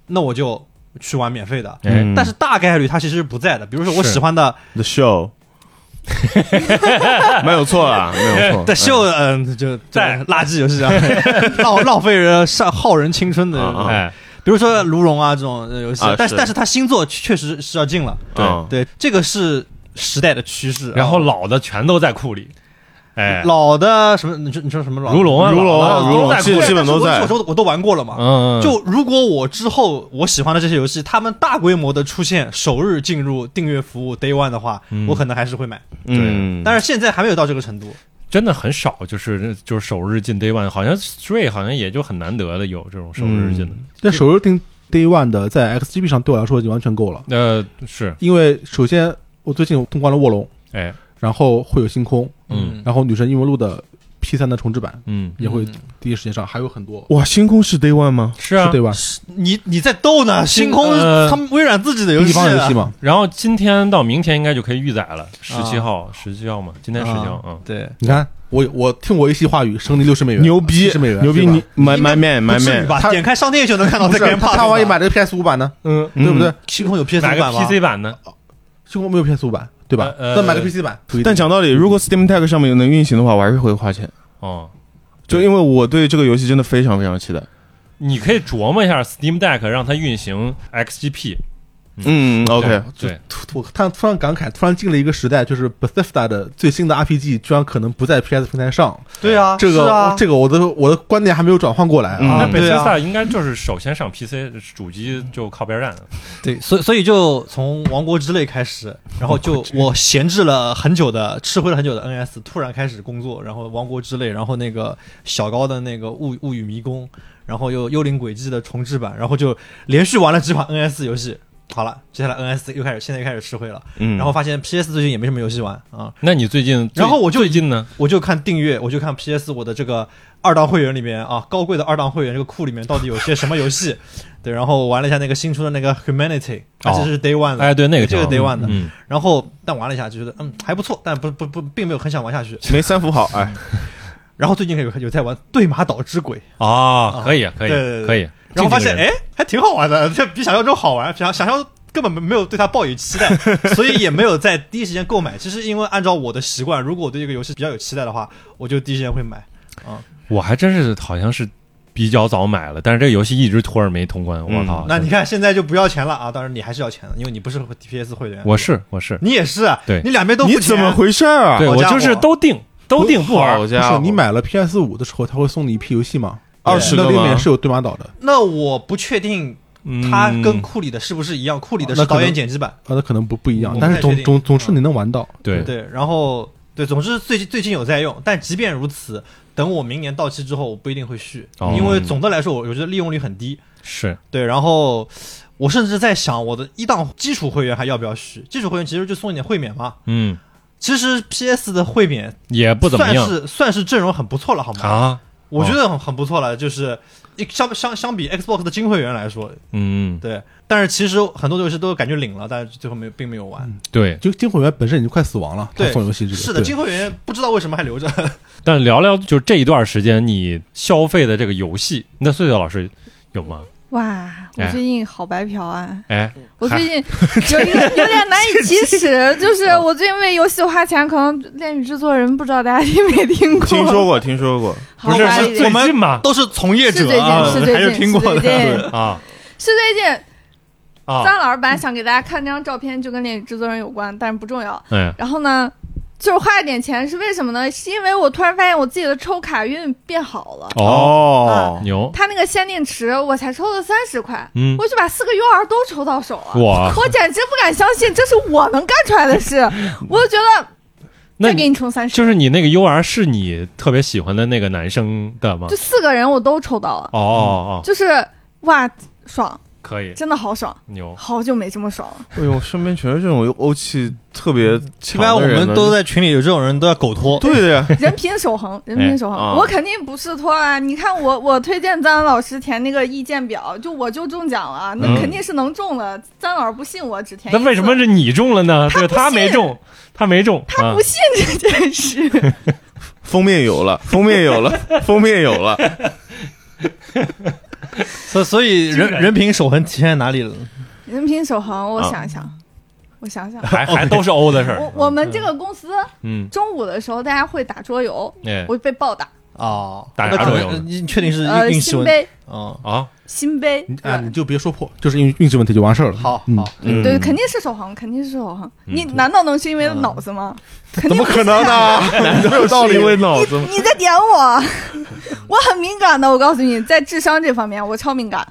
Speaker 6: 那我就去玩免费的。
Speaker 1: 哎，
Speaker 6: 嗯但是大概率它其实是不在的，比如说我
Speaker 1: 是
Speaker 6: 喜欢的
Speaker 2: The Show，没有错啦，没有错，
Speaker 6: 在秀，嗯，就
Speaker 1: 在
Speaker 6: 垃圾游戏啊，浪浪费人、上耗人青春的游戏，
Speaker 2: 啊
Speaker 1: 哎，
Speaker 6: 比如说《卢龙》啊这种呃游戏
Speaker 2: 啊，
Speaker 6: 但是
Speaker 2: 是
Speaker 6: 但是它新作确实是要进了，
Speaker 1: 对
Speaker 2: 嗯
Speaker 6: 对，这个是时代的趋势。
Speaker 1: 然后
Speaker 6: 啊
Speaker 1: 老的全都在库里，哎，
Speaker 6: 老的什么，你说你说什么老的？
Speaker 1: 如龙啊，
Speaker 2: 如龙
Speaker 1: 老的
Speaker 2: 如
Speaker 1: 都
Speaker 2: 龙
Speaker 1: 在库
Speaker 2: 基
Speaker 1: 里
Speaker 2: 基本都在
Speaker 6: 我说我都玩过了嘛。
Speaker 1: 嗯，嗯
Speaker 6: 就如果我之后我喜欢的这些游戏，他们大规模的出现，首日进入订阅服务 Day One 的话，
Speaker 1: 嗯
Speaker 6: 我可能还是会买。
Speaker 2: 嗯，
Speaker 6: 但是现在还没有到这个程度。
Speaker 1: 真的很少，就是就是首日进 Day One，好像 Stray 好像也就很难得的有这种首日进的，
Speaker 4: 但首日定 Day One 的在 XGP 上对我来说已经完全够了，
Speaker 1: 呃，是，
Speaker 4: 因为首先我最近通关了卧龙，
Speaker 1: 哎，
Speaker 4: 然后会有星空，
Speaker 1: 嗯
Speaker 4: 然后女神异闻录的 P 三的重置版
Speaker 1: 嗯，
Speaker 4: 也会
Speaker 6: 嗯
Speaker 4: 第一时间上，还有很多。
Speaker 2: 哇，星空是 Day One 吗？
Speaker 1: 是啊
Speaker 4: 是，Day One
Speaker 6: 你你在逗呢？星空、
Speaker 1: 呃
Speaker 6: 他们微软自己的游
Speaker 4: 第一
Speaker 6: 戏
Speaker 4: 方游
Speaker 6: 啊
Speaker 4: 戏嘛？
Speaker 1: 然后今天到明天应该就可以预载了，十七号，十七号嘛，今天十七号，嗯。
Speaker 6: 啊对，
Speaker 4: 你看我我听我一席话语，升级六十美元，
Speaker 2: 牛逼
Speaker 4: 十美元，
Speaker 2: 牛逼！
Speaker 4: 啊对吧
Speaker 2: 你 my my man
Speaker 6: 不
Speaker 2: my
Speaker 6: 至于
Speaker 2: man，
Speaker 6: 吧？
Speaker 4: 他
Speaker 6: 点开商店就能看到
Speaker 4: 不
Speaker 6: 哦在
Speaker 4: 是
Speaker 6: Game Pass
Speaker 4: 他万一
Speaker 6: 吧
Speaker 4: 买这个 PS 五版呢？
Speaker 1: 嗯，
Speaker 4: 对不对？
Speaker 6: 星空有 PS
Speaker 1: 买
Speaker 6: 版
Speaker 1: 个
Speaker 6: 吗
Speaker 1: PC 版的，
Speaker 4: 星空没有 PS 五版，对吧？
Speaker 1: 呃呃
Speaker 4: 再买个 PC 版，
Speaker 2: 但讲道理，如果 Steam Tag 上面能运行的话，我还是会花钱。
Speaker 1: 哦，
Speaker 2: 就因为我对这个游戏真的非常非常期待。
Speaker 1: 你可以琢磨一下 Steam Deck 让它运行 XGP。
Speaker 2: 嗯，OK，
Speaker 1: 对，
Speaker 4: 突突他突然感慨，突然进了一个时代，就是 Bethesda 的最新的 RPG 居然可能不在 PS 平台上。
Speaker 7: 对啊，
Speaker 4: 这个、
Speaker 7: 是啊
Speaker 4: 这个我的我的观点还没有转换过来
Speaker 1: 那
Speaker 2: 嗯
Speaker 4: 啊。
Speaker 1: 贝
Speaker 7: 对
Speaker 1: 塞
Speaker 7: 啊
Speaker 1: 斯塔应该就是首先上 PC，主机就靠边站。
Speaker 6: 对，所以所以就从《王国之泪》开始，然后就我闲置了很久 的、吃灰了很久的 NS，突然开始工作，然后《王国之泪》，然后那个小高的那个物《物语迷宫》，然后又《幽灵轨迹》的重置版，然后就连续玩了几款 NS 游戏。好了，接下来 NS 又开始，现在又开始吃灰了，
Speaker 2: 嗯，
Speaker 6: 然后发现 PS 最近也没什么游戏玩啊，
Speaker 1: 那你最近，
Speaker 6: 然后我就
Speaker 1: 最近呢？
Speaker 6: 我就看订阅，我就看 PS 我的这个二档会员里面啊，高贵的二档会员这个库里面到底有些什么游 戏？对，然后玩了一下那个新出的那个 Humanity，啊
Speaker 1: 哦
Speaker 6: 这是 Day One 的，
Speaker 1: 哎，对，那个
Speaker 6: 这个
Speaker 1: 挺好
Speaker 6: Day One 的
Speaker 1: 嗯，
Speaker 6: 然后但玩了一下就觉得嗯还不错，但不不不并没有很想玩下去。
Speaker 2: 没三伏好，哎，
Speaker 6: 然后最近有有在玩《对马岛之鬼》，
Speaker 1: 哦，
Speaker 6: 啊
Speaker 1: 可以，可以
Speaker 6: 对对，对
Speaker 1: 可以。
Speaker 6: 然后发现
Speaker 1: 竞技人，
Speaker 6: 哎还挺好玩的，这比想象中好玩，想想象。根本没有对它抱有 期待，所以也没有在第一时间购买。其实因为按照我的习惯，如果我对这个游戏比较有期待的话，我就第一时间会买。
Speaker 1: 我还真是好像是比较早买了，但是这个游戏一直拖着没通关。我
Speaker 2: 嗯
Speaker 1: 靠，
Speaker 6: 那你看现在就不要钱了啊！当然你还是要钱的，因为你不是 PS 会员。
Speaker 1: 我是我是，
Speaker 6: 你也是，啊
Speaker 1: 对
Speaker 6: 你两边都不
Speaker 2: 你
Speaker 6: 钱
Speaker 2: 怎么回事儿啊？
Speaker 1: 对
Speaker 6: 好
Speaker 1: 我
Speaker 6: 家伙
Speaker 1: 就是都定都定不玩
Speaker 2: 好
Speaker 1: 儿。
Speaker 4: 不
Speaker 2: 家伙
Speaker 4: 是你买了 PS 五的时候，他会送你一批游戏吗？
Speaker 2: 二十
Speaker 4: 那
Speaker 2: 个
Speaker 4: 里面
Speaker 2: 吗？
Speaker 4: 是有对马岛的，
Speaker 6: 那我不确定
Speaker 1: 嗯
Speaker 6: 它跟库里的是不是一样，库里的是
Speaker 4: 那可能
Speaker 6: 导演剪辑版，
Speaker 4: 啊，那可能不不一样
Speaker 6: 我，不太
Speaker 4: 但是总
Speaker 6: 确定
Speaker 4: 总总是你能玩到。
Speaker 1: 对
Speaker 6: 对。然后对，总之最近最近有在用，但即便如此，等我明年到期之后，我不一定会续，
Speaker 1: 哦
Speaker 6: 因为总的来说，我我觉得利用率很低。
Speaker 1: 是
Speaker 6: 对，然后我甚至在想，我的一档基础会员还要不要续？基础会员其实就送一点会免嘛。
Speaker 1: 嗯，
Speaker 6: 其实 PS 的会免
Speaker 1: 也不怎么
Speaker 6: 算
Speaker 1: 样
Speaker 6: 是算是阵容很不错了，好吗？
Speaker 1: 啊。
Speaker 6: 我觉得很很不错了，就是一相相相比 Xbox 的金会员来说，
Speaker 1: 嗯，
Speaker 6: 对。但是其实很多游戏都感觉领了，但是最后没有并没有玩。
Speaker 1: 对。
Speaker 4: 就金火源本身已经快死亡了，他
Speaker 6: 对
Speaker 4: 送游戏这个
Speaker 6: 是的，
Speaker 4: 对
Speaker 6: 金会员不知道为什么还留着。
Speaker 1: 但聊聊就这一段时间你消费的这个游戏，那穗穗老师有吗？
Speaker 5: 哇，我
Speaker 1: 哎
Speaker 5: 最近好白嫖啊！
Speaker 1: 哎，
Speaker 5: 我最近有一个有点难以启 齿，就是
Speaker 1: 哦
Speaker 5: 我最近为游戏花钱，可能《恋与制作人》不知道大家听没听过？
Speaker 2: 听说过，听说过，
Speaker 5: 好
Speaker 1: 不是
Speaker 5: 吧
Speaker 1: 是最近吗？
Speaker 6: 都是从业
Speaker 5: 是
Speaker 6: 者
Speaker 5: 最
Speaker 6: 啊，
Speaker 5: 近，是
Speaker 6: 还
Speaker 5: 最
Speaker 6: 有
Speaker 5: 近，
Speaker 6: 听过
Speaker 5: 是最
Speaker 6: 的。
Speaker 5: 近，
Speaker 1: 啊
Speaker 5: 是最近。
Speaker 1: 啊，
Speaker 5: 张老师本来想给大家看这张照片，就跟《恋与制作人》有关，但是不重要。
Speaker 1: 哎，
Speaker 5: 然后呢，就是花一点钱是为什么呢？是因为我突然发现我自己的抽卡运变好了。
Speaker 1: 哦，
Speaker 2: 哦，
Speaker 1: 牛，
Speaker 5: 他那个限定池我才抽了三十块，
Speaker 1: 嗯，
Speaker 5: 我就把四个 UR 都抽到手了。
Speaker 1: 哇，
Speaker 5: 我简直不敢相信，这是我能干出来的 事。我就觉得
Speaker 1: 那
Speaker 5: 再给你充三十，
Speaker 1: 就是你那个 U R 是你特别喜欢的那个男生的吗
Speaker 5: 就？四个人我都抽到了，
Speaker 1: 哦哦哦，
Speaker 5: 就是哇，爽，
Speaker 1: 可以，
Speaker 5: 真的好爽，
Speaker 1: 牛，
Speaker 5: 好久没这么爽 了。
Speaker 2: 哎呦，身边全是这种欧气特别
Speaker 6: 一
Speaker 2: 强
Speaker 6: 般我
Speaker 2: 的人呢
Speaker 6: 们都在群里有这种人都要狗拖。
Speaker 2: 对的呀，
Speaker 5: 人品守恒，人
Speaker 1: 哎
Speaker 5: 品守恒，
Speaker 2: 啊
Speaker 5: 我肯定不是托啊！你看我，我推荐张老师填那个意见表，就我就中奖了，那
Speaker 1: 嗯
Speaker 5: 肯定是能中了。张老师不信我，只填一
Speaker 1: 那为什么
Speaker 5: 次
Speaker 1: 是你中了呢？
Speaker 5: 他
Speaker 1: 对，
Speaker 5: 不
Speaker 1: 他没
Speaker 5: 信
Speaker 1: 中，他没中，
Speaker 5: 他
Speaker 1: 啊，
Speaker 5: 不信这件事？
Speaker 2: 封面有了，封面有了，封面有了，
Speaker 6: 所所以人人品守恒体现在哪里了？
Speaker 5: 人品守恒，我
Speaker 2: 啊
Speaker 5: 想想，我想想
Speaker 1: 还还都是欧的事儿。
Speaker 5: 我我们这个公司
Speaker 1: 哦嗯，
Speaker 5: 中午的时候大家会打桌游，
Speaker 1: 哎，
Speaker 5: 我被暴打，
Speaker 6: 哦，
Speaker 1: 打
Speaker 6: 那
Speaker 1: 啥
Speaker 6: 可
Speaker 1: 都
Speaker 6: 能
Speaker 1: 有
Speaker 6: 你确定是
Speaker 5: 呃，
Speaker 6: 运气
Speaker 5: 新
Speaker 6: 问题？
Speaker 5: 杯，
Speaker 6: 哦，
Speaker 1: 啊，
Speaker 5: 新杯，
Speaker 4: 你啊，
Speaker 5: 对
Speaker 4: 你就别说破，就是运运气问题就完事儿了。
Speaker 6: 好
Speaker 4: 嗯
Speaker 6: 好，
Speaker 2: 嗯
Speaker 5: 对，肯定是守恒，肯定是守恒。你难道能是因为脑子吗？肯
Speaker 2: 怎
Speaker 5: 定
Speaker 2: 么
Speaker 5: 不
Speaker 2: 可能
Speaker 5: 是
Speaker 2: 呢？没有道理，为脑子吗？
Speaker 5: 你在点我， 我很敏感的，我告诉你，在智商这方面我超敏感。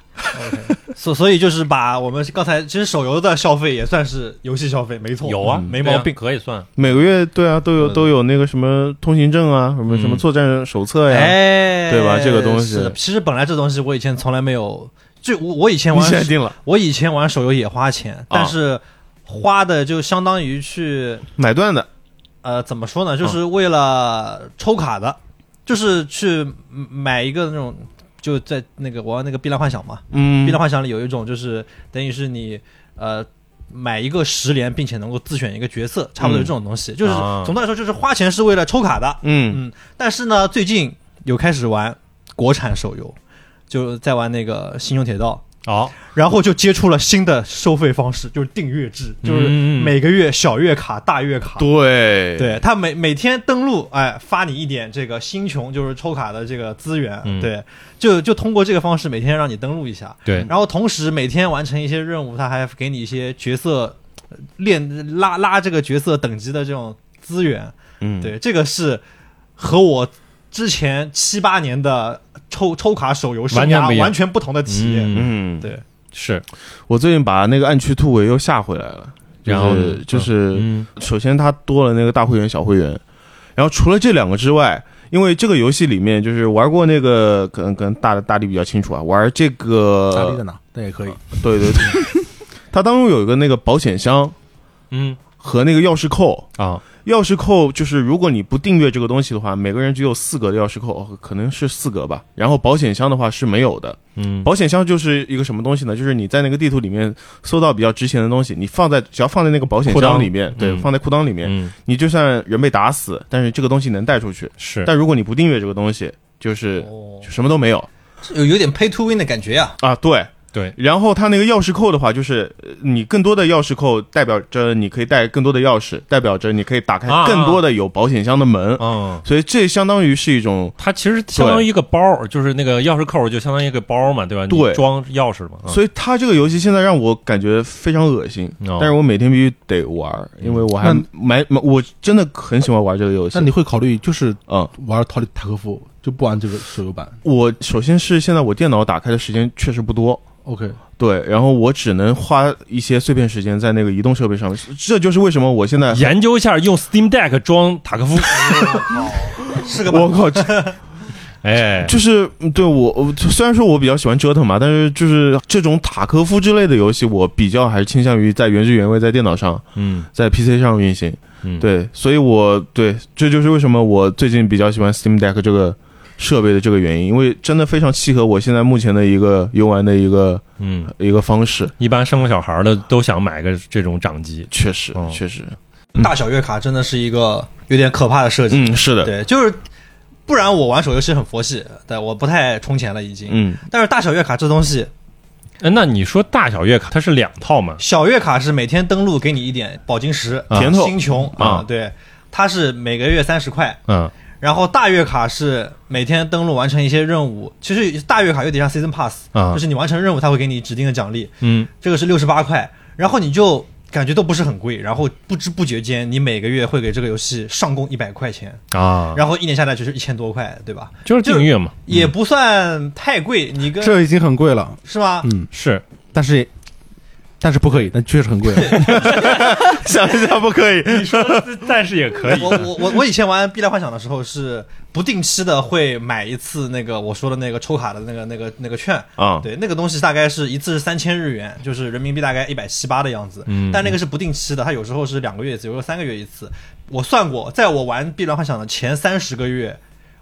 Speaker 6: 所所以就是把我们刚才其实手游的消费也算是游戏消费，没错，
Speaker 1: 有啊，
Speaker 6: 没
Speaker 1: 对啊
Speaker 6: 毛病。
Speaker 1: 可以算。
Speaker 2: 每个月对啊，都有
Speaker 6: 嗯
Speaker 2: 都有那个什么通行证啊，什么
Speaker 1: 嗯
Speaker 2: 什么作战手册呀，
Speaker 6: 哎，
Speaker 2: 对吧这个东西
Speaker 6: 是的其实本来这东西我以前从来没有，就我我以前
Speaker 2: 你
Speaker 6: 玩
Speaker 2: 现在定啊了
Speaker 6: 我以前玩手游也花钱，但是花的就相当于去
Speaker 2: 买断的，
Speaker 6: 呃怎么说呢，就是为了抽卡的，就是去买一个那种就在那个我玩那个《碧蓝幻想》嘛，《
Speaker 2: 嗯
Speaker 6: 碧蓝幻想》里有一种就是等于是你呃。买一个十连，并且能够自选一个角色，差不多有这种东西。就是
Speaker 1: 啊
Speaker 6: 总的来说，就是花钱是为了抽卡的，
Speaker 2: 嗯
Speaker 6: 但是呢，最近有开始玩国产手游，就在玩那个《星穹铁道》
Speaker 1: 好，
Speaker 8: 然后就接触了新的收费方式，就是订阅制，就是
Speaker 1: 嗯
Speaker 8: 每个月小月卡、大月卡。
Speaker 2: 对
Speaker 8: 对他每每天登录，哎，发你一点这个星穹，就是抽卡的这个资源，
Speaker 1: 嗯
Speaker 8: 对，就就通过这个方式每天让你登录一下，
Speaker 1: 对
Speaker 8: 然后同时每天完成一些任务，他还给你一些角色呃练拉拉这个角色等级的这种资源，
Speaker 2: 嗯
Speaker 8: 对，这个是和我之前七八年的抽抽卡手游生
Speaker 1: 完全不一
Speaker 8: 涯
Speaker 1: 样
Speaker 8: 完全不同的体验，
Speaker 1: 嗯，
Speaker 2: 嗯，
Speaker 8: 对，
Speaker 1: 是，
Speaker 2: 我最近把那个暗区突围又下回来了，
Speaker 1: 然后
Speaker 2: 就是
Speaker 1: 呢
Speaker 2: 就是
Speaker 1: 嗯
Speaker 2: 首先它多了那个大会员、小会员，然后除了这两个之外，因为这个游戏里面就是玩过那个，可能可能大大力比较清楚啊，玩这
Speaker 4: 大力
Speaker 2: 个
Speaker 4: 在，哪？那也可以。
Speaker 2: 对对对，它当中有一个那个保险箱
Speaker 1: 嗯
Speaker 2: 和那个钥匙扣。
Speaker 1: 啊，
Speaker 2: 钥匙扣就是，如果你不订阅这个东西的话，每个人只有四格的钥匙扣，哦可能是四格吧。然后保险箱的话是没有的，
Speaker 1: 嗯，
Speaker 2: 保险箱就是一个什么东西呢？就是你在那个地图里面搜到比较值钱的东西，你放在只要放在那个保险
Speaker 1: 裤裆
Speaker 2: 箱里面，对，
Speaker 1: 嗯
Speaker 2: 放在裤裆里面，
Speaker 1: 嗯
Speaker 2: 你就算人被打死，但是这个东西能带出去。
Speaker 1: 是，
Speaker 2: 但如果你不订阅这个东西，就是
Speaker 8: 哦
Speaker 2: 就什么都没有
Speaker 6: 有有点 pay to win 的感觉呀、
Speaker 2: 啊。对
Speaker 1: 对。
Speaker 2: 然后它那个钥匙扣的话，就是呃你更多的钥匙扣代表着你可以带更多的钥匙，代表着你可以打开
Speaker 1: 啊
Speaker 2: 更多的有保险箱的门。
Speaker 1: 嗯，
Speaker 2: 所以这相当于是一种
Speaker 1: 它其实相当于一个包儿，就是那个钥匙扣，就相当于一个包儿嘛，对吧？你
Speaker 2: 对
Speaker 1: 装钥匙嘛。啊
Speaker 2: 所以它这个游戏现在让我感觉非常恶心，
Speaker 1: 哦
Speaker 2: 但是我每天必须得玩儿，因为我还
Speaker 4: 那
Speaker 2: 蛮蛮我真的很喜欢玩这个游戏
Speaker 4: 那。你会考虑就是
Speaker 2: 嗯，
Speaker 4: 玩逃离塔科夫，就不玩这个手游版
Speaker 2: 我首先是现在我电脑打开的时间确实不多，
Speaker 4: ？OK，
Speaker 2: 对，然后我只能花一些碎片时间在那个移动设备上面，这就是为什么我现在
Speaker 1: 嗯 研究一下用 Steam Deck 装塔 科夫，
Speaker 6: 是个
Speaker 2: 我靠，这
Speaker 1: 哎，
Speaker 2: 就是嗯对我我虽然说我比较喜欢折腾嘛，但是就是这种塔科夫之类的游戏，我比较还是倾向于在原汁原味在电脑上
Speaker 1: 嗯
Speaker 2: 在 PC 上运行。
Speaker 1: 嗯，，
Speaker 2: 对，所以我对这就是为什么我最近比较喜欢 Steam Deck 这个设备的这个原因，因为真的非常契合我现在目前的一个游玩的一个
Speaker 1: 嗯，
Speaker 2: 一个方式。
Speaker 1: 一般生过小孩儿的都想买个这种掌机，
Speaker 2: 确实，
Speaker 1: 哦
Speaker 2: 确实，
Speaker 6: 大小月卡真的是一个有点可怕的设计。
Speaker 2: 嗯，是的，
Speaker 6: 对，就是不然我玩手游其实很佛系，对，我不太充钱了已经。
Speaker 2: 嗯，
Speaker 6: 但是大小月卡这东西，
Speaker 1: 哎，那你说大小月卡它是两套嘛？
Speaker 6: 小月卡是每天登录给你一点宝晶石、
Speaker 2: 甜头
Speaker 6: 星穹
Speaker 1: 啊
Speaker 6: 啊，对，它是每个月三十块。
Speaker 1: 嗯，
Speaker 6: 然后大月卡是每天登录完成一些任务，其实大月卡有点像 season pass，、
Speaker 1: 啊
Speaker 6: 就是你完成任务，它会给你指定的奖励，
Speaker 1: 嗯，
Speaker 6: 这个是六十八块，然后你就感觉都不是很贵，然后不知不觉间，你每个月会给这个游戏上供一百块钱，
Speaker 1: 啊，
Speaker 6: 然后一年下来就是一千多块，对吧？
Speaker 1: 就是订阅嘛，
Speaker 6: 也不算太贵，你跟
Speaker 9: 这已经很贵了，
Speaker 6: 是吧？
Speaker 9: 嗯，
Speaker 1: 是
Speaker 9: 但是但是不可以，但确实很
Speaker 4: 啊
Speaker 9: 贵了。
Speaker 2: 想一下不可以，
Speaker 1: 但是也可以
Speaker 6: 我我我我以前玩《碧蓝幻想》的时候是不定期的会买一次那个我说的那个抽卡的那个那个那个券，
Speaker 2: 啊，
Speaker 6: 对，那个东西大概是一次是三千日元，就是人民币大概一百七八的样子。
Speaker 1: 嗯
Speaker 6: 但那个是不定期的，它有时候是两个月一次，有时候三个月一次。我算过，在我玩《碧蓝幻想》的前三十个月，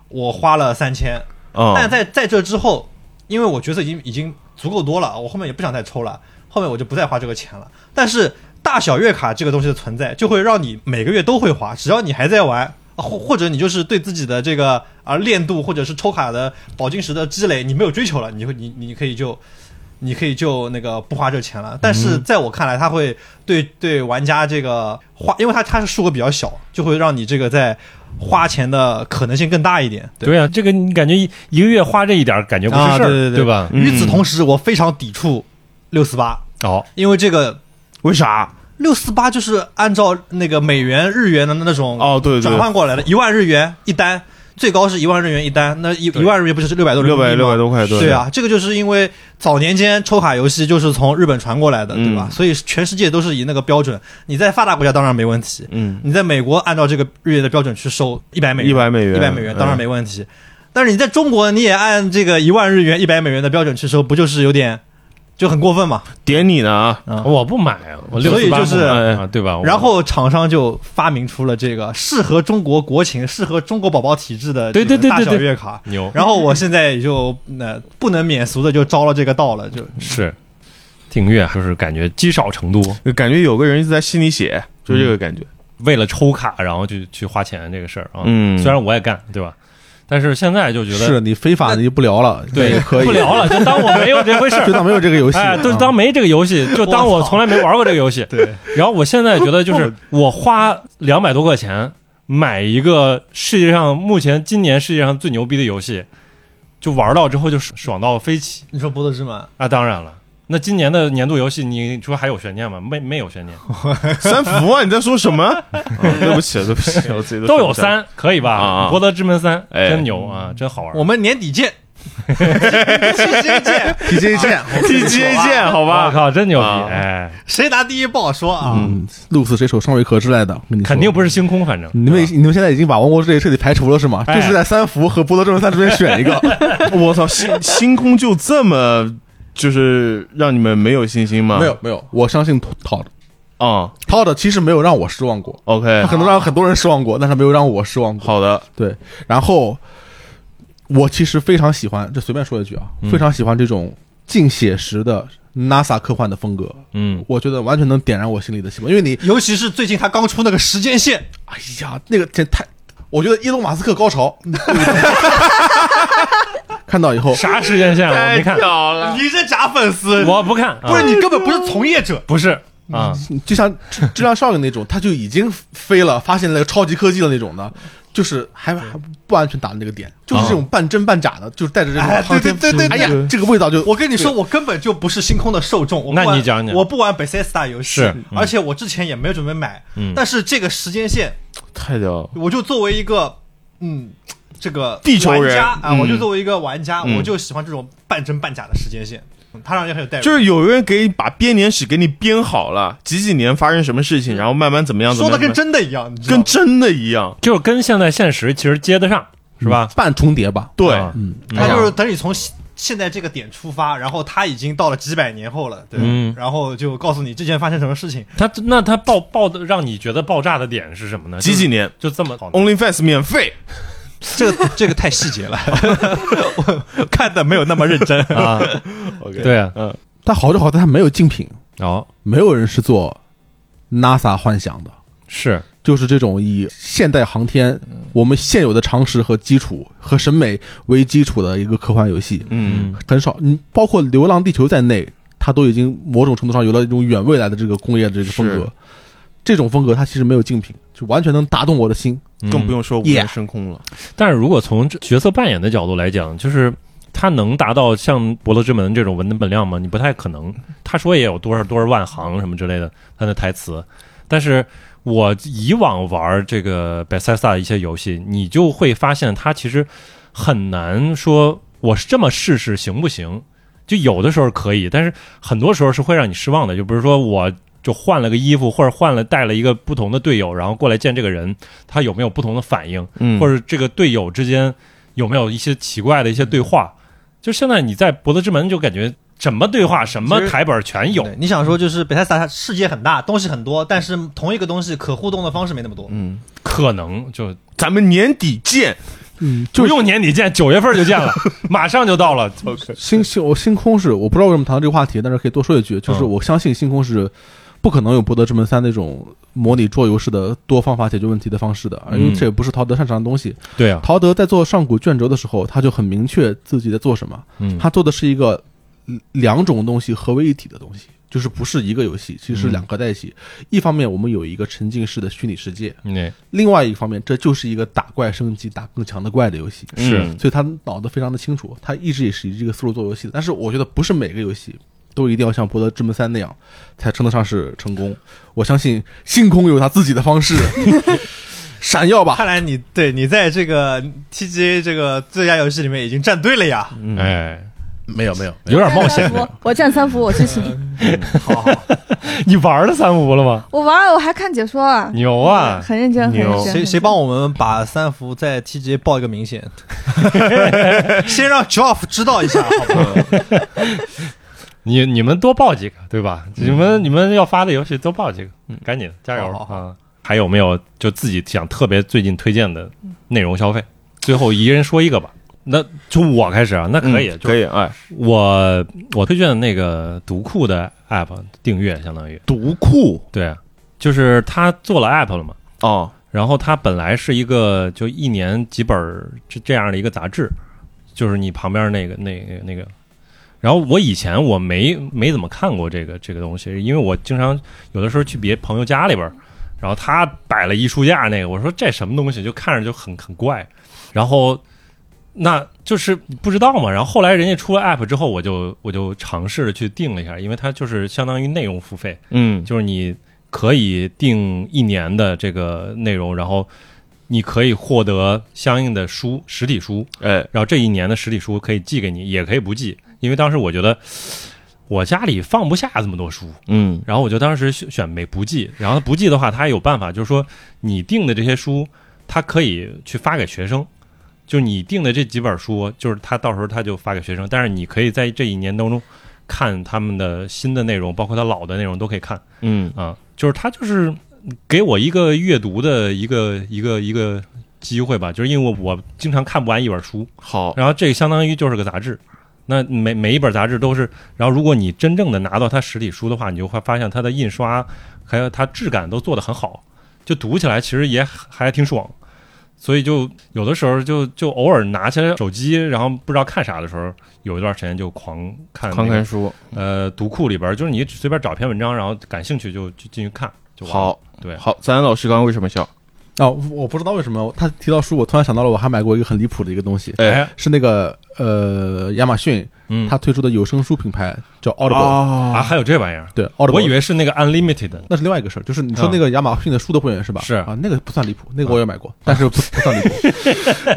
Speaker 6: 我花了三千、
Speaker 2: 啊，
Speaker 6: 但在在这之后，因为我角色已经已经足够多了，我后面也不想再抽了，后面我就不再花这个钱了。但是大小月卡这个东西的存在，就会让你每个月都会花，只要你还在玩。啊或或者你就是对自己的这个啊练度，或者是抽卡的宝晶石的积累，你没有追求了，你会你你可以就你可以就那个不花这钱了。但是在我看来，它会对对玩家这个花，因为它它是数额比较小，就会让你这个在花钱的可能性更大一点。 对
Speaker 1: 对啊，这个你感觉一一个月花这一点儿，感觉不是
Speaker 6: 啊
Speaker 1: 事儿，
Speaker 6: 对对对
Speaker 1: 吧？
Speaker 2: 嗯
Speaker 6: 与此同时，我非常抵触六四八，
Speaker 1: 哦，
Speaker 6: 因为这个
Speaker 2: 为啥？
Speaker 6: 六四八就是按照那个美元、日元的那种
Speaker 2: 哦，对对
Speaker 6: 转，换过来的，一万日元一单，最高是一万日元一单，那一
Speaker 1: 对
Speaker 6: 一万日元不就是六百多人
Speaker 2: 六
Speaker 6: 民币
Speaker 2: 百
Speaker 6: 吗
Speaker 2: 六百多块，
Speaker 6: 对，啊，这个就是因为早年间抽卡游戏就是从日本传过来的，对吧？
Speaker 2: 嗯
Speaker 6: 所以全世界都是以那个标准。你在发达国家当然没问题，
Speaker 2: 嗯，
Speaker 6: 你在美国按照这个日元的标准去收一百美
Speaker 2: 一
Speaker 6: 元，
Speaker 2: 百美元，
Speaker 6: 一百美元当
Speaker 2: 嗯
Speaker 6: 然没问题。但是你在中国，你也按这个一万日元、一百美元的标准去收，不就是有点就很过分嘛？
Speaker 2: 点你呢啊，
Speaker 1: 我不买啊，我六
Speaker 6: 所以
Speaker 1: 四八
Speaker 6: 就是
Speaker 1: 啊，对吧？我
Speaker 6: 然后厂商就发明出了这个适合中国国情、适合中国宝宝体质的
Speaker 1: 对对
Speaker 6: 这个
Speaker 1: 对
Speaker 6: 大
Speaker 1: 对
Speaker 6: 小
Speaker 1: 对
Speaker 6: 月卡。
Speaker 1: 牛
Speaker 6: 然后我现在也就那、不能免俗的就招了这个道了，就是
Speaker 1: 订阅，就是感觉积少成多，
Speaker 2: 感觉有个人一直在心里写，就这个感觉。
Speaker 1: 为了抽卡然后去去花钱这个事儿啊，
Speaker 2: 嗯
Speaker 1: 虽然我也干，对吧？但是现在就觉得
Speaker 4: 是你非法的就不聊 了，
Speaker 1: 对
Speaker 4: 也可以
Speaker 1: 不聊了，就当我没有这回事
Speaker 4: 就
Speaker 1: 儿。
Speaker 4: 当没有这个游戏，
Speaker 1: 哎，就
Speaker 4: 啊
Speaker 1: 当没这个游戏，就当我从来没玩过这个游戏。对，然后我现在觉得 就是我花两百多块钱买一个世界上目前今年世界上最牛逼的游戏，就玩到之后就爽到飞起
Speaker 6: 你说《博德之门》
Speaker 1: 啊！当然了，那今年的年度游戏，你说还有悬念吗？没没有悬念，
Speaker 2: 三伏啊！你在说什么？嗯对不起，对不起，我自己
Speaker 1: 都
Speaker 2: 说
Speaker 1: 有
Speaker 2: 不上
Speaker 1: 三，可以
Speaker 2: 啊
Speaker 1: 吧？
Speaker 2: 啊
Speaker 1: 博德之门三
Speaker 2: 哎
Speaker 1: 真牛啊，真好玩。
Speaker 6: 我们年底见。
Speaker 10: TJ 见，
Speaker 2: TGA 见，好
Speaker 1: 我
Speaker 2: 吧？
Speaker 1: 靠，真牛逼！
Speaker 2: 啊
Speaker 1: 哎，
Speaker 6: 谁答第一不好说啊。
Speaker 4: 嗯，鹿死谁手尚未可知来的，我跟你说
Speaker 1: 肯定不是星空，反正
Speaker 4: 你们你们现在已经把王国之泪彻底排除了是吗？
Speaker 1: 哎
Speaker 4: 就是在三伏和波多正文三之间选一个，
Speaker 2: 我操，星星空就这么就是让你们没有信心吗？
Speaker 4: 没有没有，我相信涛
Speaker 2: 啊、
Speaker 4: 涛的其实没有让我失望过，
Speaker 2: o
Speaker 4: 他
Speaker 2: k
Speaker 4: 可能让很多人失望过，但是没有让我失望过。
Speaker 2: 哎好的，
Speaker 4: 对，然后我其实非常喜欢，这随便说一句啊，非常喜欢这种近写实的 NASA 科幻的风格，
Speaker 1: 嗯，
Speaker 4: 我觉得完全能点燃我心里的希望，因为你
Speaker 6: 尤其是最近他刚出那个时间线，
Speaker 4: 哎呀，那个真太，我觉得伊隆马斯克高潮， 看到以后，
Speaker 1: 啥时间线啊我没看，
Speaker 2: 哎屌了！
Speaker 6: 你是假粉丝，
Speaker 1: 我不看，
Speaker 6: 不
Speaker 1: 不
Speaker 6: 是你根本不是从业者。
Speaker 1: 不是啊，
Speaker 2: 嗯
Speaker 4: 就像质质量效应那种，他就已经飞了，发现了超级科技的那种的，就是还还不完全达到那个点，就是这种半真半假的，就是带着这种
Speaker 6: 哦哎对对对对
Speaker 4: 哎呀，这个味道就
Speaker 6: 我跟你说，我根本就不是星空的受众。我不玩
Speaker 1: 那你讲讲
Speaker 6: 我不玩 Bethesda 游戏，
Speaker 1: 是
Speaker 6: 而且我之前也没有准备买。
Speaker 1: 嗯
Speaker 6: 但是这个时间线，
Speaker 2: 太屌了！
Speaker 6: 我就作为一个嗯，这个
Speaker 2: 地球人
Speaker 6: 玩家啊，
Speaker 2: 嗯
Speaker 6: 我就作为一个玩家，
Speaker 2: 嗯
Speaker 6: 我就喜欢这种半真半假的时间线，嗯它让人很有代入。
Speaker 2: 就是有人给你把编年史给你编好了，几几年发生什么事情，然后慢慢怎么样，怎
Speaker 6: 说
Speaker 2: 么
Speaker 6: 的
Speaker 2: 样，
Speaker 6: 跟
Speaker 2: 怎
Speaker 6: 真的一样，你知
Speaker 2: 么
Speaker 6: 道
Speaker 2: 样跟
Speaker 6: 吗
Speaker 2: 真的一样。
Speaker 1: 就是跟现在现实其实接得上，是吧？
Speaker 4: 半重叠吧。
Speaker 2: 对，
Speaker 1: 啊
Speaker 4: 嗯，
Speaker 6: 他就是等你从现现在这个点出发，然后他已经到了几百年后了，对，
Speaker 1: 嗯
Speaker 6: 然后就告诉你之前发生什么事情。
Speaker 1: 他那他爆爆的让你觉得爆炸的点是什么呢？
Speaker 2: 几几年
Speaker 1: 就这么好呢
Speaker 2: ，OnlyFans 免费，
Speaker 6: 这个这个太细 节了，我看的没有那么认真。
Speaker 1: 啊？对啊，
Speaker 4: 它好就好在它没有竞品，
Speaker 1: 哦，
Speaker 4: 没有人是做 NASA 幻想的，
Speaker 1: 是
Speaker 4: 就是这种以现代航天
Speaker 6: 嗯
Speaker 4: 我们现有的常识和基础和审美为基础的一个科幻游戏。
Speaker 2: 嗯，
Speaker 4: 很少，嗯，包括《流浪地球》在内，它都已经某种程度上有了一种远未来的这个工业的这个风格
Speaker 2: 是。
Speaker 4: 这种风格它其实没有竞品，就完全能打动我的心。
Speaker 1: 嗯
Speaker 2: 更不用说无人升空了。
Speaker 1: 但是如果从这角色扮演的角度来讲，就是他能达到像《伯乐之门》这种文本量吗？你不太可能。他说也有多少多少万行什么之类的，他的台词。但是我以往玩这个 Bethesda 的一些游戏，你就会发现它其实很难说我是这么试试行不行。就有的时候可以，但是很多时候是会让你失望的。就比如说我。就换了个衣服，或者换了带了一个不同的队友，然后过来见这个人，他有没有不同的反应？
Speaker 2: 嗯
Speaker 1: 或者这个队友之间有没有一些奇怪的一些对话？就现在你在《博德之门》就感觉什么对话、什么台本全有
Speaker 6: 对，你想说就是北泰萨世界很大，东西很多，但是同一个东西可互动的方式没那么多。
Speaker 2: 嗯，
Speaker 1: 可能就
Speaker 2: 咱们年底见。
Speaker 1: 就用年底见，九月份就见了，马上就到了。
Speaker 4: 星星，我星空是我不知道为什么谈到这个话题，但是可以多说一句，就是
Speaker 1: 嗯
Speaker 4: 我相信星空是不可能有《博德之门三》那种模拟桌游式的多方法解决问题的方式的，因为
Speaker 1: 嗯
Speaker 4: 这也不是陶德擅长的东西。
Speaker 1: 对啊，
Speaker 4: 陶德在做上古卷轴的时候，他就很明确自己在做什么，
Speaker 1: 嗯
Speaker 4: 他做的是一个嗯两种东西合为一体的东西，就是不是一个游戏，其实是
Speaker 1: 嗯
Speaker 4: 两个在一起。一方面，我们有一个沉浸式的虚拟世界；
Speaker 1: 那
Speaker 4: 另外一方面，这就是一个打怪升级、打更强的怪的游戏。
Speaker 1: 是
Speaker 2: 嗯
Speaker 4: 所以他脑子非常的清楚，他一直也是以这个思路做游戏的。但是我觉得不是每个游戏都一定要像《博德之门三》那样才称得上是成功。我相信星空有他自己的方式， 闪耀吧！
Speaker 6: 看来你对你在这个 TGA 这个最佳游戏里面已经站队了呀。
Speaker 1: 哎，
Speaker 4: 没有没有，
Speaker 1: 有点冒险。
Speaker 5: 哎我我占三伏，我支持你。
Speaker 1: 你玩了三五了 吗？
Speaker 5: 我玩了，我还看解说啊，
Speaker 1: 牛啊！
Speaker 5: 很认真，很认
Speaker 2: 牛
Speaker 5: 真。很
Speaker 6: 谁
Speaker 5: 认
Speaker 6: 谁
Speaker 5: 真
Speaker 6: 帮我们把三伏在 TGA 报一个明显， 先让 Joff 知道一下，好不好？
Speaker 1: 你你们多报几个，对吧？你们你们要发的游戏多报几个，赶紧加油
Speaker 6: 好好
Speaker 1: 啊！还有没有就自己想特别最近推荐的内容消费？最后一人说一个吧。那从我开始啊，那可以，
Speaker 2: 嗯
Speaker 1: 就
Speaker 2: 可以，哎，
Speaker 1: 我我推荐的那个读库的 app 订阅，相当于啊
Speaker 2: 独库
Speaker 1: 对，就是他做了 app 了嘛，
Speaker 2: 哦，
Speaker 1: 然后它本来是一个就一年几本儿这这样的一个杂志，就是你旁边那个那那那个。然后我以前我没没怎么看过这个这个东西，因为我经常有的时候去别朋友家里边儿，然后他摆了一书架那个，我说这什么东西，就看着就很很怪。然后那就是不知道嘛。然后后来人家出了 app 之后，我就我就尝试着去定了一下，因为它就是相当于内容付费，
Speaker 2: 嗯，
Speaker 1: 就是你可以定一年的这个内容，然后你可以获得相应的书实体书，
Speaker 2: 哎，
Speaker 1: 然后这一年的实体书可以寄给你，也可以不寄，因为当时我觉得我家里放不下这么多书，
Speaker 2: 嗯
Speaker 1: 然后我就当时选选没不寄，然后不寄的话，他有办法，就是说你订的这些书，他可以去发给学生，就是你订的这几本书，就是他到时候他就发给学生，但是你可以在这一年当中看他们的新的内容，包括他老的内容都可以看
Speaker 2: 嗯，
Speaker 1: 啊，就是他就是给我一个阅读的一个一个一个机会吧，就是因为我我经常看不完一本书，
Speaker 2: 好，
Speaker 1: 然后这相当于就是个杂志，那每每一本杂志都是，然后如果你真正的拿到它实体书的话，你就会发现它的印刷还有它质感都做得很好，就读起来其实也还挺爽。所以就有的时候就就偶尔拿起来手机，然后不知道看啥的时候，有一段时间就狂看、那个、
Speaker 2: 看看书，
Speaker 1: 呃读库里边，就是你随便找篇文章，然后感兴趣就就进去看。就完了，
Speaker 2: 哎好，
Speaker 1: 对
Speaker 2: 好，咱老师刚刚为什么笑？
Speaker 4: 啊、我不知道为什么他提到书，我突然想到了，我还买过一个很离谱的一个东西，
Speaker 2: 哎，
Speaker 4: 是那个呃亚马逊
Speaker 1: 嗯，
Speaker 4: 它推出的有声书品牌叫 Audible，、
Speaker 1: 啊
Speaker 2: 啊，
Speaker 1: 还有这玩意儿，
Speaker 4: 对 Audible，
Speaker 1: 我以为是那个 unlimited，
Speaker 4: 那是另外一个事儿，就是你说
Speaker 1: 啊
Speaker 4: 那个亚马逊的书的会员是吧？
Speaker 1: 是嗯
Speaker 4: 啊，那个不算离谱，那个我也买过，但是不不算离谱，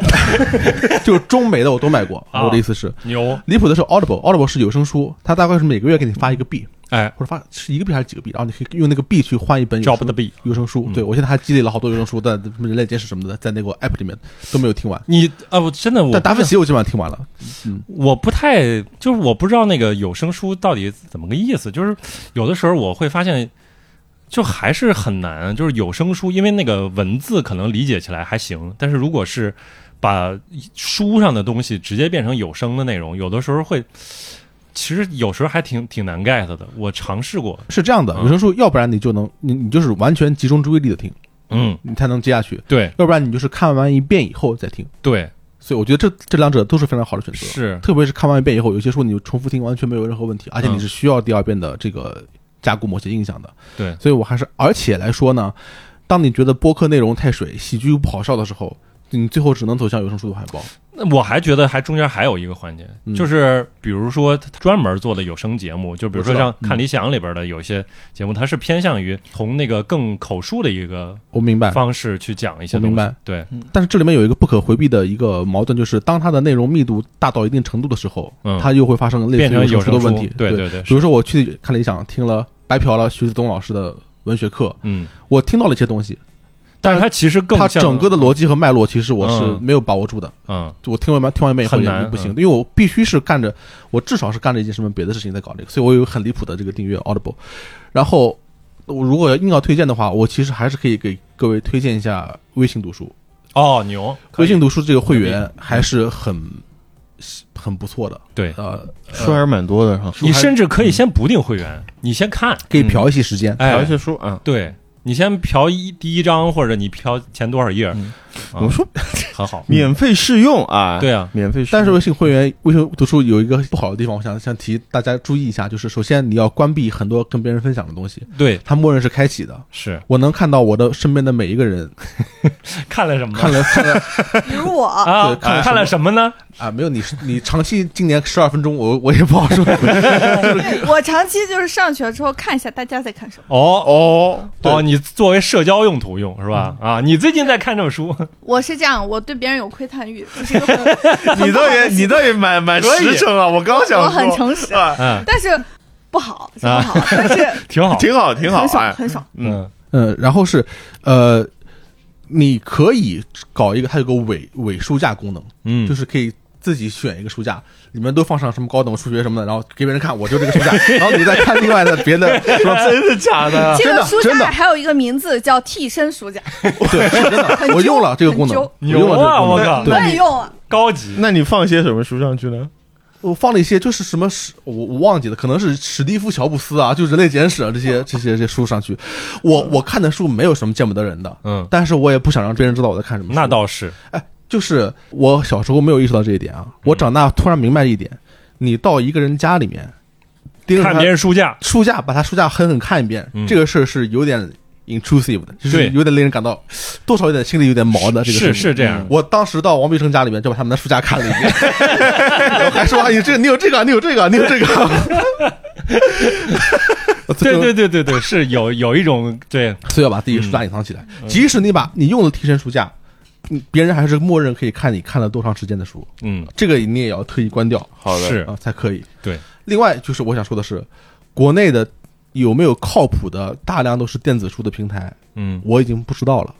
Speaker 4: 就是中美的我都买过。
Speaker 1: 啊
Speaker 4: 我的意思是，
Speaker 1: 牛，
Speaker 4: 离谱的是 Audible，Audible 是有声书，它大概是每个月给你发一个币，
Speaker 1: 哎
Speaker 4: 或者发是一个币还是几个币，然后你可以用那个币去换一本有
Speaker 1: ，drop
Speaker 4: 声
Speaker 1: the beat。
Speaker 4: 有声
Speaker 1: 嗯
Speaker 4: 书。对我现在还积累了好多有声书，但什么人类简史什么的，在那个 app 里面都没有听完。
Speaker 1: 你啊，我真的我
Speaker 4: 但达芬奇我基本上听完了，
Speaker 1: 我不太就是我不知道那个有声书到底怎么个意思，就是有的时候我会发现，就还是很难，就是有声书，因为那个文字可能理解起来还行，但是如果是把书上的东西直接变成有声的内容，有的时候会，其实有时候还挺挺难 get 的。我尝试过，
Speaker 4: 是这样的，
Speaker 1: 嗯
Speaker 4: 有声书要不然你就能你你就是完全集中注意力的听，
Speaker 1: 嗯，
Speaker 4: 你才能接下去；
Speaker 1: 对
Speaker 4: 要不然你就是看完一遍以后再听。
Speaker 1: 对
Speaker 4: 所以我觉得这这两者都是非常好的选择。
Speaker 1: 是，
Speaker 4: 特别是看完一遍以后，有些书你重复听完全没有任何问题，而且
Speaker 1: 嗯
Speaker 4: 你是需要第二遍的这个加固某些印象的。
Speaker 1: 对
Speaker 4: 所以我还是，而且来说呢，当你觉得播客内容太水、喜剧不好笑的时候，你最后只能走向有声书的怀抱。
Speaker 1: 那我还觉得还中间还有一个环节，
Speaker 4: 嗯
Speaker 1: 就是比如说他专门做的有声节目，就比如说
Speaker 4: 我知道
Speaker 1: 像《看理想》里边的有些节目，它是偏向于从那个更口述的一个
Speaker 4: 我明白，
Speaker 1: 方式去讲一些
Speaker 4: 哎我
Speaker 1: 东
Speaker 4: 明
Speaker 1: 西。
Speaker 4: 白
Speaker 1: 对，
Speaker 4: 但是这里面有一个不可回避的一个矛盾，就是当它的内容密度大到一定程度的时候，
Speaker 1: 嗯
Speaker 4: 它又会发生类
Speaker 1: 变
Speaker 4: 似
Speaker 1: 成
Speaker 4: 于有
Speaker 1: 有声
Speaker 4: 声书的
Speaker 1: 书
Speaker 4: 问题。
Speaker 1: 对对对，
Speaker 4: 比如说我去看理想，听了白嫖了徐子东老师的文学课，
Speaker 1: 嗯，
Speaker 4: 我听到了一些东西，
Speaker 1: 但是它其实更
Speaker 4: 它
Speaker 1: 像
Speaker 4: 整个的逻辑和脉络，其实我是
Speaker 1: 嗯
Speaker 4: 没有把握住的。
Speaker 1: 嗯
Speaker 4: 就我听完听完一遍以后
Speaker 1: 很
Speaker 4: 也
Speaker 1: 难
Speaker 4: 不行，
Speaker 1: 嗯
Speaker 4: 因为我必须是干着，我至少是干着一件什么别的事情在搞这个，所以我有很离谱的这个订阅 Audible。然后，我如果要硬要推荐的话，我其实还是可以给各位推荐一下微信读书。
Speaker 1: 哦牛可
Speaker 4: 微
Speaker 1: 以
Speaker 4: 信读书这个会员还是很很不错的，
Speaker 1: 对，
Speaker 4: 呃，嗯
Speaker 2: 书还是蛮多的哈，
Speaker 1: 你甚至可以先不定会员，你先看，
Speaker 4: 可以嫖一些时间。
Speaker 2: 聊
Speaker 1: 哎
Speaker 2: 一，些书啊，
Speaker 1: 对你先嫖一第一章，或者你嫖前多少页，
Speaker 4: 嗯
Speaker 1: 啊
Speaker 2: 我说
Speaker 1: 很好。
Speaker 2: 免费试用啊，
Speaker 1: 对啊，
Speaker 2: 免费试用，
Speaker 4: 但是微信会员、微信读书有一个不好的地方，我想想提大家注意一下，就是首先你要关闭很多跟别人分享的东西，
Speaker 1: 对，
Speaker 4: 它默认是开启的。
Speaker 1: 是
Speaker 4: 我能看到我的身边的每一个人
Speaker 1: 看了什么？
Speaker 4: 看了看了
Speaker 5: 比如我，
Speaker 1: 啊，
Speaker 4: 对看了什么
Speaker 1: 看了什么呢？
Speaker 4: 啊，没有你你长期今年十二分钟，我我也不好说。
Speaker 5: 我长期就是上学之后看一下大家在看什么。
Speaker 1: 哦哦哦，你作为社交用途用是吧？啊，你最近在看这本书，
Speaker 5: 我是这样，我对别人有窥探欲，这是一个很
Speaker 2: 你倒也 你倒也蛮蛮
Speaker 1: 可以
Speaker 2: 实诚啊，我刚想
Speaker 5: 我很
Speaker 2: 说
Speaker 5: 诚实，
Speaker 2: 啊，
Speaker 1: 嗯，
Speaker 5: 但是不好，是不好，但是
Speaker 1: 挺好，
Speaker 2: 挺好挺好
Speaker 5: 很爽，
Speaker 2: 哎，
Speaker 5: 很爽。
Speaker 1: 嗯
Speaker 4: 嗯，然后是呃，你可以搞一个，它有个伪伪书架功能，
Speaker 1: 嗯，
Speaker 4: 就是可以自己选一个书架，里面都放上什么高等数学什么的，然后给别人看，我就这个书架， 然后你再看另外的别的什么。
Speaker 2: 真的假的？
Speaker 5: 这
Speaker 4: 啊真
Speaker 5: 个
Speaker 4: 的
Speaker 5: 书
Speaker 4: 真的
Speaker 5: 架还有一个名字叫替身书架，
Speaker 4: 对，是真的，我用了这个功能，我
Speaker 1: 牛
Speaker 4: 用了这
Speaker 1: 啊！
Speaker 4: 个功
Speaker 1: 我
Speaker 4: 能。
Speaker 1: 靠，
Speaker 5: 我也用了。
Speaker 1: 高级
Speaker 2: 那你放些什么书上去呢？
Speaker 4: 我放了一些就是什么史，我我忘记了，可能是史蒂夫·乔布斯啊，就《人类简史》啊这些这些这些书上去。我我看的书没有什么见不得人的，
Speaker 1: 嗯，
Speaker 4: 但是我也不想让别人知道我在看什么书。
Speaker 1: 那倒是，
Speaker 4: 就是我小时候没有意识到这一点啊，我长大突然明白了一点：你到一个人家里面，盯着
Speaker 1: 看
Speaker 4: 他
Speaker 1: 别人书架，
Speaker 4: 书架，把他书架狠狠看一遍，
Speaker 1: 嗯
Speaker 4: 这个事儿是有点 intrusive 的，就是
Speaker 1: 对
Speaker 4: 有点令人感到多少有点心里有点毛的。这个嗯事
Speaker 1: 是
Speaker 4: 情
Speaker 1: 是这样，
Speaker 4: 我当时到王必胜家里面，就把他们的书架看了一 遍，我还说啊，你这你有这个啊，你有这个啊，你有这个啊。 我最
Speaker 1: 对
Speaker 4: 后
Speaker 1: 对对对对，是有有一种对，
Speaker 4: 所以要把自己书架隐藏起来。
Speaker 1: 嗯
Speaker 4: 即使你把你用了替身书架，嗯别人还是默认可以看你看了多长时间的书，
Speaker 1: 嗯，
Speaker 4: 这个你也要特意关掉
Speaker 2: 好的，
Speaker 1: 是
Speaker 4: 啊才可以。
Speaker 1: 对，
Speaker 4: 另外就是我想说的是，国内的有没有靠谱的大量都是电子书的平台，
Speaker 1: 嗯，
Speaker 4: 我已经不知道了。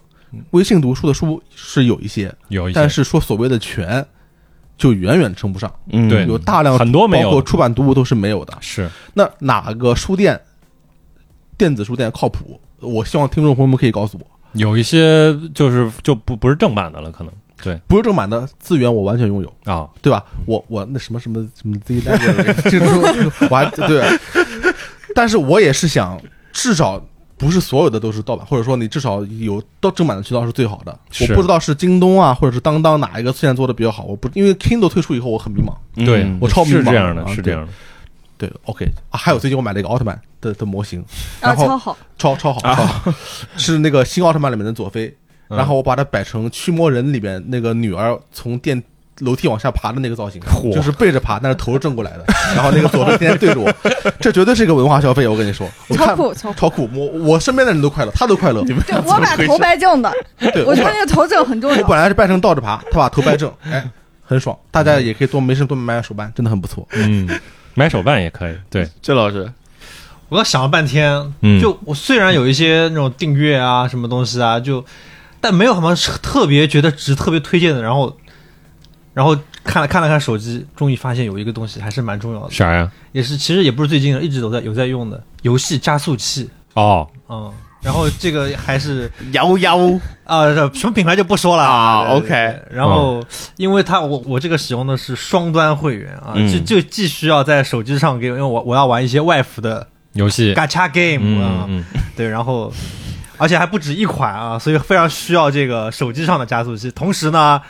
Speaker 4: 微信读书的书是有一些，
Speaker 1: 有一些
Speaker 4: 但是说所谓的全，就远远称不上。
Speaker 2: 嗯
Speaker 1: 对
Speaker 4: 有大量
Speaker 1: 很多没有
Speaker 4: 包括出版读物都是没有的。
Speaker 1: 是
Speaker 4: 那哪个书店、电子书店靠谱？我希望听众朋友们可以告诉我。
Speaker 1: 有一些就是就不不是正版的了，可能对
Speaker 4: 不是正版的资源我完全拥有，
Speaker 1: 啊，
Speaker 4: 对吧？我我那什么什么什么 Z 代这种， 我还对，但是我也是想，至少不是所有的都是盗版，或者说你至少有到正版的渠道是最好的。
Speaker 1: 是
Speaker 4: 我不知道是京东啊，或者是当当哪一个现在做的比较好，我不因为 Kindle 退出以后我很迷茫。
Speaker 2: 嗯
Speaker 1: 对
Speaker 4: 我超迷
Speaker 1: 是
Speaker 4: 茫
Speaker 1: 这样的，
Speaker 4: 啊
Speaker 1: 是这样的，
Speaker 4: 对，OK 啊，还有最近我买了一个奥特曼的的模型，然后
Speaker 5: 啊超好，
Speaker 4: 超超好，超好， 是那个新奥特曼里面的佐菲，
Speaker 1: 嗯
Speaker 4: 然后我把它摆成驱魔人里面那个女儿从电楼梯往下爬的那个造型，啊就是背着爬，但是头是正过来的， 然后那个佐菲天天对着我， 这绝对是一个文化消费，我跟你说，我
Speaker 5: 超
Speaker 4: 看
Speaker 5: 酷 超酷。
Speaker 4: 超酷，我我身边的人都快乐，他都快乐，
Speaker 5: 对我把头掰正的，
Speaker 4: 对
Speaker 5: 我
Speaker 4: 我
Speaker 5: 觉得
Speaker 4: 本
Speaker 5: 那个头正很重
Speaker 4: 我
Speaker 5: 要。
Speaker 4: 本来是掰成倒着爬，他把头掰正， 哎，很爽，大家也可以多没事多买买手办，真的很不错。
Speaker 1: 嗯，买手办也可以，对，
Speaker 2: 这老师，
Speaker 6: 我想了半天，
Speaker 1: 嗯
Speaker 6: 就我虽然有一些那种订阅啊，什么东西啊，就但没有什么特别觉得值、特别推荐的。然后，然后看了看了看手机，终于发现有一个东西还是蛮重要的，
Speaker 1: 啥呀？
Speaker 6: 也是其实也不是最近的，一直都在有在用的游戏加速器，
Speaker 1: 哦，
Speaker 6: 嗯。然后这个还是
Speaker 2: 摇摇
Speaker 6: 啊、什么品牌就不说了
Speaker 2: 啊
Speaker 6: 对对对
Speaker 2: OK
Speaker 6: 然后，因为它我我这个使用的是双端会员啊，
Speaker 2: 嗯
Speaker 6: 就就既需要在手机上给，因为我我要玩一些外服的
Speaker 1: 游戏，
Speaker 6: gacha game 啊，
Speaker 1: 嗯嗯嗯，
Speaker 6: 对，然后而且还不止一款啊，所以非常需要这个手机上的加速器。同时呢，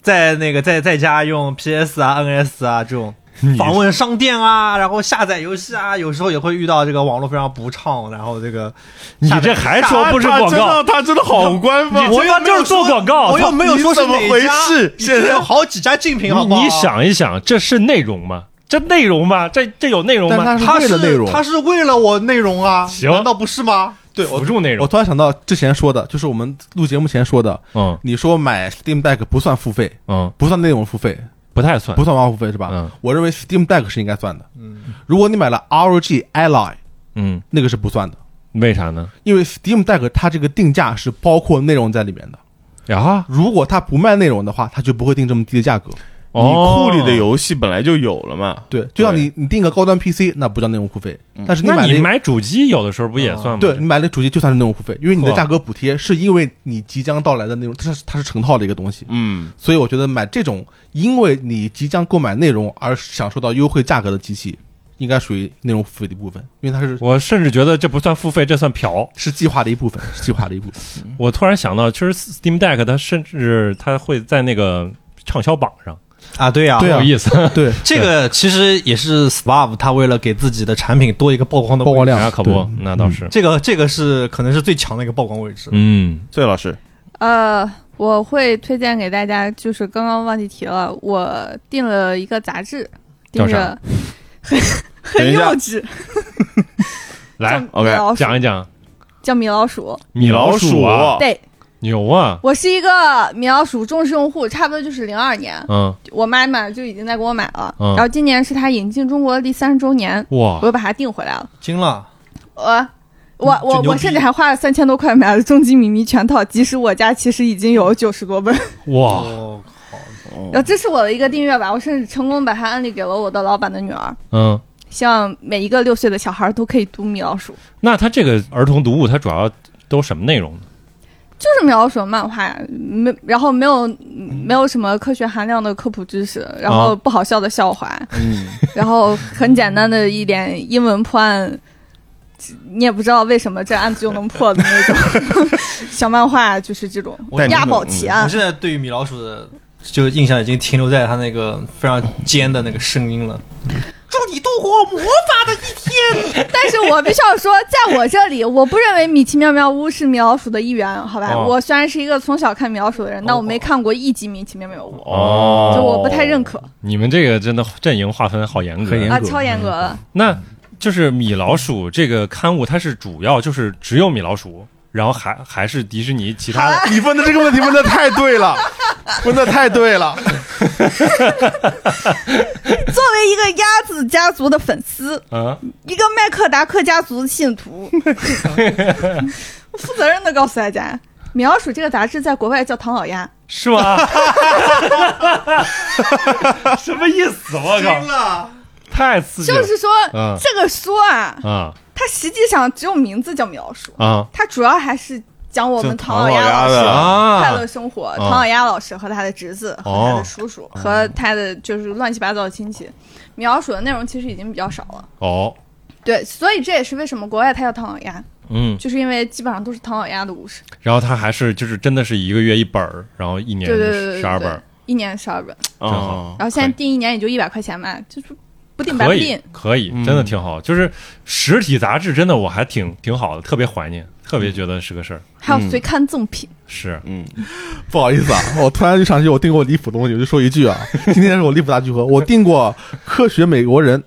Speaker 6: 在那个在在家用 PS 啊、NS 啊这种访问商店啊，然后下载游戏啊，有时候也会遇到这个网络非常不畅，然后这个
Speaker 1: 你
Speaker 6: 下载
Speaker 1: 这
Speaker 6: 啊
Speaker 1: 还说不是
Speaker 2: 他
Speaker 1: 广
Speaker 2: 真
Speaker 1: 告
Speaker 2: 的，他真的好官方，
Speaker 1: 我要就是做广告，
Speaker 6: 我又没有说是
Speaker 2: 你怎么
Speaker 6: 哪
Speaker 2: 回
Speaker 6: 家
Speaker 2: 事
Speaker 6: 你
Speaker 2: 现在
Speaker 6: 有好几家竞品，好不
Speaker 1: 你
Speaker 6: 好？
Speaker 1: 你想一想，这是内容吗？这内容吗？这这有内容
Speaker 4: 但
Speaker 1: 吗？
Speaker 4: 它是
Speaker 6: 他
Speaker 4: 为
Speaker 6: 是
Speaker 4: 了内容，
Speaker 6: 他是为了我内容啊，
Speaker 1: 行
Speaker 6: 难道不是吗？
Speaker 4: 对我
Speaker 1: 辅助内
Speaker 4: 我
Speaker 1: 容，
Speaker 4: 突然想到之前说的，就是我们录节目前说的，
Speaker 1: 嗯
Speaker 4: 你说买 Steam Deck 不算付费，
Speaker 1: 嗯，
Speaker 4: 不算内容付费，
Speaker 1: 不太算
Speaker 4: 不，算玩法付费是吧？
Speaker 1: 嗯
Speaker 4: 我认为 Steam Deck 是应该算的。嗯，如果你买了 ROG Ally，
Speaker 1: 嗯，
Speaker 4: 那个是不算的，
Speaker 1: 为啥呢？
Speaker 4: 因为 Steam Deck 它这个定价是包括内容在里面的。
Speaker 1: 呀，
Speaker 4: 如果它不卖内容的话，它就不会定这么低的价格。
Speaker 2: 你库里的
Speaker 1: 有，
Speaker 2: 游戏本来就有了嘛，
Speaker 4: 对，就像你你定个高端 PC，那不叫内容付费，但是
Speaker 1: 嗯
Speaker 4: 你
Speaker 1: 那
Speaker 4: 买了
Speaker 1: 你
Speaker 4: 一
Speaker 1: 买主机有的时候不也算吗？
Speaker 4: 对你买了主机就算是内容付费，因为你的
Speaker 1: 呵
Speaker 4: 价格补贴是因为你即将到来的内容，它是它是成套的一个东西。
Speaker 2: 嗯，
Speaker 4: 所以我觉得买这种因为你即将购买内容而享受到优惠价格的机器，应该属于内容付费的一部分，因为它是
Speaker 1: 我甚至觉得这不算付费，这算嫖。
Speaker 4: 是计划的一部 分，是计划的一部分。
Speaker 1: 我突然想到，其实 Steam Deck 它甚至它会在那个畅销榜上，
Speaker 6: 啊，对呀、
Speaker 4: 对啊
Speaker 1: 有意思。
Speaker 4: 对，
Speaker 6: 这个其实也是 Svav 他为了给自己的产品多一个曝光的
Speaker 4: 曝光量
Speaker 1: 那可不，那
Speaker 4: 嗯
Speaker 1: 倒是，
Speaker 6: 这个这个是可能是最强的一个曝光位置。
Speaker 1: 嗯，
Speaker 2: 这老师，
Speaker 5: 呃，我会推荐给大家，就是刚刚忘记提了，我订了一个杂志，订
Speaker 1: 叫啥
Speaker 5: 着 很
Speaker 2: 等
Speaker 5: 很
Speaker 2: 一下
Speaker 5: 幼稚，
Speaker 4: 哎
Speaker 1: 来
Speaker 5: 叫米
Speaker 2: OK，
Speaker 5: 老鼠
Speaker 1: 讲一讲
Speaker 5: 叫米老鼠，
Speaker 1: 米老鼠啊，
Speaker 5: 对
Speaker 1: 牛啊，
Speaker 5: 我是一个米老鼠忠实用户，差不多就是零二年，
Speaker 1: 嗯，
Speaker 5: 我妈妈就已经在给我买了，
Speaker 1: 嗯
Speaker 5: 然后今年是她引进中国的第三十周年，
Speaker 1: 哇
Speaker 5: 我，又把它订回来了，
Speaker 6: 惊了，
Speaker 5: 我。我
Speaker 6: 这
Speaker 5: 我
Speaker 6: 嗯牛
Speaker 5: 我
Speaker 6: 逼
Speaker 5: 甚至还花了三千多块买了《终极秘密》全套，即使我家其实已经有九十多本。
Speaker 1: 哇，
Speaker 6: 哦，
Speaker 5: 然后这是我的一个订阅吧，我甚至成功把它安利给了我的老板的女儿。
Speaker 1: 嗯，
Speaker 5: 希望每一个六岁的小孩都可以读米老鼠。
Speaker 1: 那它这个儿童读物它主要都什么内容呢？
Speaker 5: 就是描述漫画呀，没然后没有
Speaker 6: 嗯
Speaker 5: 没有什么科学含量的科普知识，然
Speaker 6: 哦
Speaker 5: 后不好笑的笑话，
Speaker 2: 嗯，
Speaker 5: 然后很简单的一点英文破案，你也不知道为什么这案子就能破的那种 小漫画，就是这种
Speaker 2: 我
Speaker 5: 押宝奇
Speaker 6: 我
Speaker 5: 案。
Speaker 6: 现在对于米老鼠的就印象已经停留在他那个非常尖的那个声音了。
Speaker 5: 但是我必须要说，在我这里，我不认为《米奇妙妙屋》是米老鼠的一员，好吧？
Speaker 1: 哦
Speaker 5: 我虽然是一个从小看米老鼠的人，但我没看过一集《米奇妙妙屋》，
Speaker 1: 哦，
Speaker 5: 就我不太认可
Speaker 1: 你们这个真的阵营划分好严格，
Speaker 4: 很严格
Speaker 5: 啊，超严格的。
Speaker 1: 那就是米老鼠这个刊物，它是主要就是只有米老鼠，然后还还是迪士尼其他的。
Speaker 2: 啊你问的这个问题问的太对 了，问的太对了。
Speaker 5: 作为一个鸭子家族的粉丝，
Speaker 1: 嗯，
Speaker 5: 一个麦克达克家族的信徒， 我负责任的告诉大家，《米老鼠》这个杂志在国外叫唐老鸭。
Speaker 1: 是吗？ 什么意思？我靠，
Speaker 6: 了，
Speaker 1: 太刺激了！
Speaker 5: 就是说，
Speaker 1: 嗯
Speaker 5: 这个说啊，
Speaker 1: 啊
Speaker 5: 它实际上只有名字叫米老鼠，
Speaker 1: 啊
Speaker 5: 它主要还是讲我
Speaker 2: 就
Speaker 5: 们老
Speaker 2: 唐老鸭
Speaker 5: 老师
Speaker 2: 的
Speaker 1: 啊
Speaker 5: 快乐生活，唐老鸭老师和他的侄子、和他
Speaker 1: 哦
Speaker 5: 的叔叔、和他的就是乱七八糟的亲戚。米老鼠的内容其实已经比较少了，
Speaker 1: 哦，
Speaker 5: 对，所以这也是为什么国外它叫唐老鸭，
Speaker 1: 嗯，
Speaker 5: 就是因为基本上都是唐老鸭的故事。
Speaker 1: 然后它还是就是真的是一个月一本儿，然后一年
Speaker 5: 对对对对，
Speaker 1: 十二
Speaker 5: 对
Speaker 1: 本儿，，
Speaker 5: 一年十二本，
Speaker 1: 好
Speaker 2: 哦，
Speaker 5: 然后现
Speaker 1: 可
Speaker 5: 在
Speaker 1: 以
Speaker 5: 定一年也就一百块钱嘛，就是不定白不
Speaker 1: 可以
Speaker 5: 定。
Speaker 1: 可以，
Speaker 2: 嗯
Speaker 1: 真的挺好。就是实体杂志真的我还挺挺好的，特别怀念，特别觉得是个事儿。
Speaker 5: 还有随刊赠品，
Speaker 1: 是，
Speaker 2: 嗯，
Speaker 4: 不好意思啊，我突然就想起我订过离谱东西，我就说一句啊，今天是我离谱大聚合，我订过《科学美国人》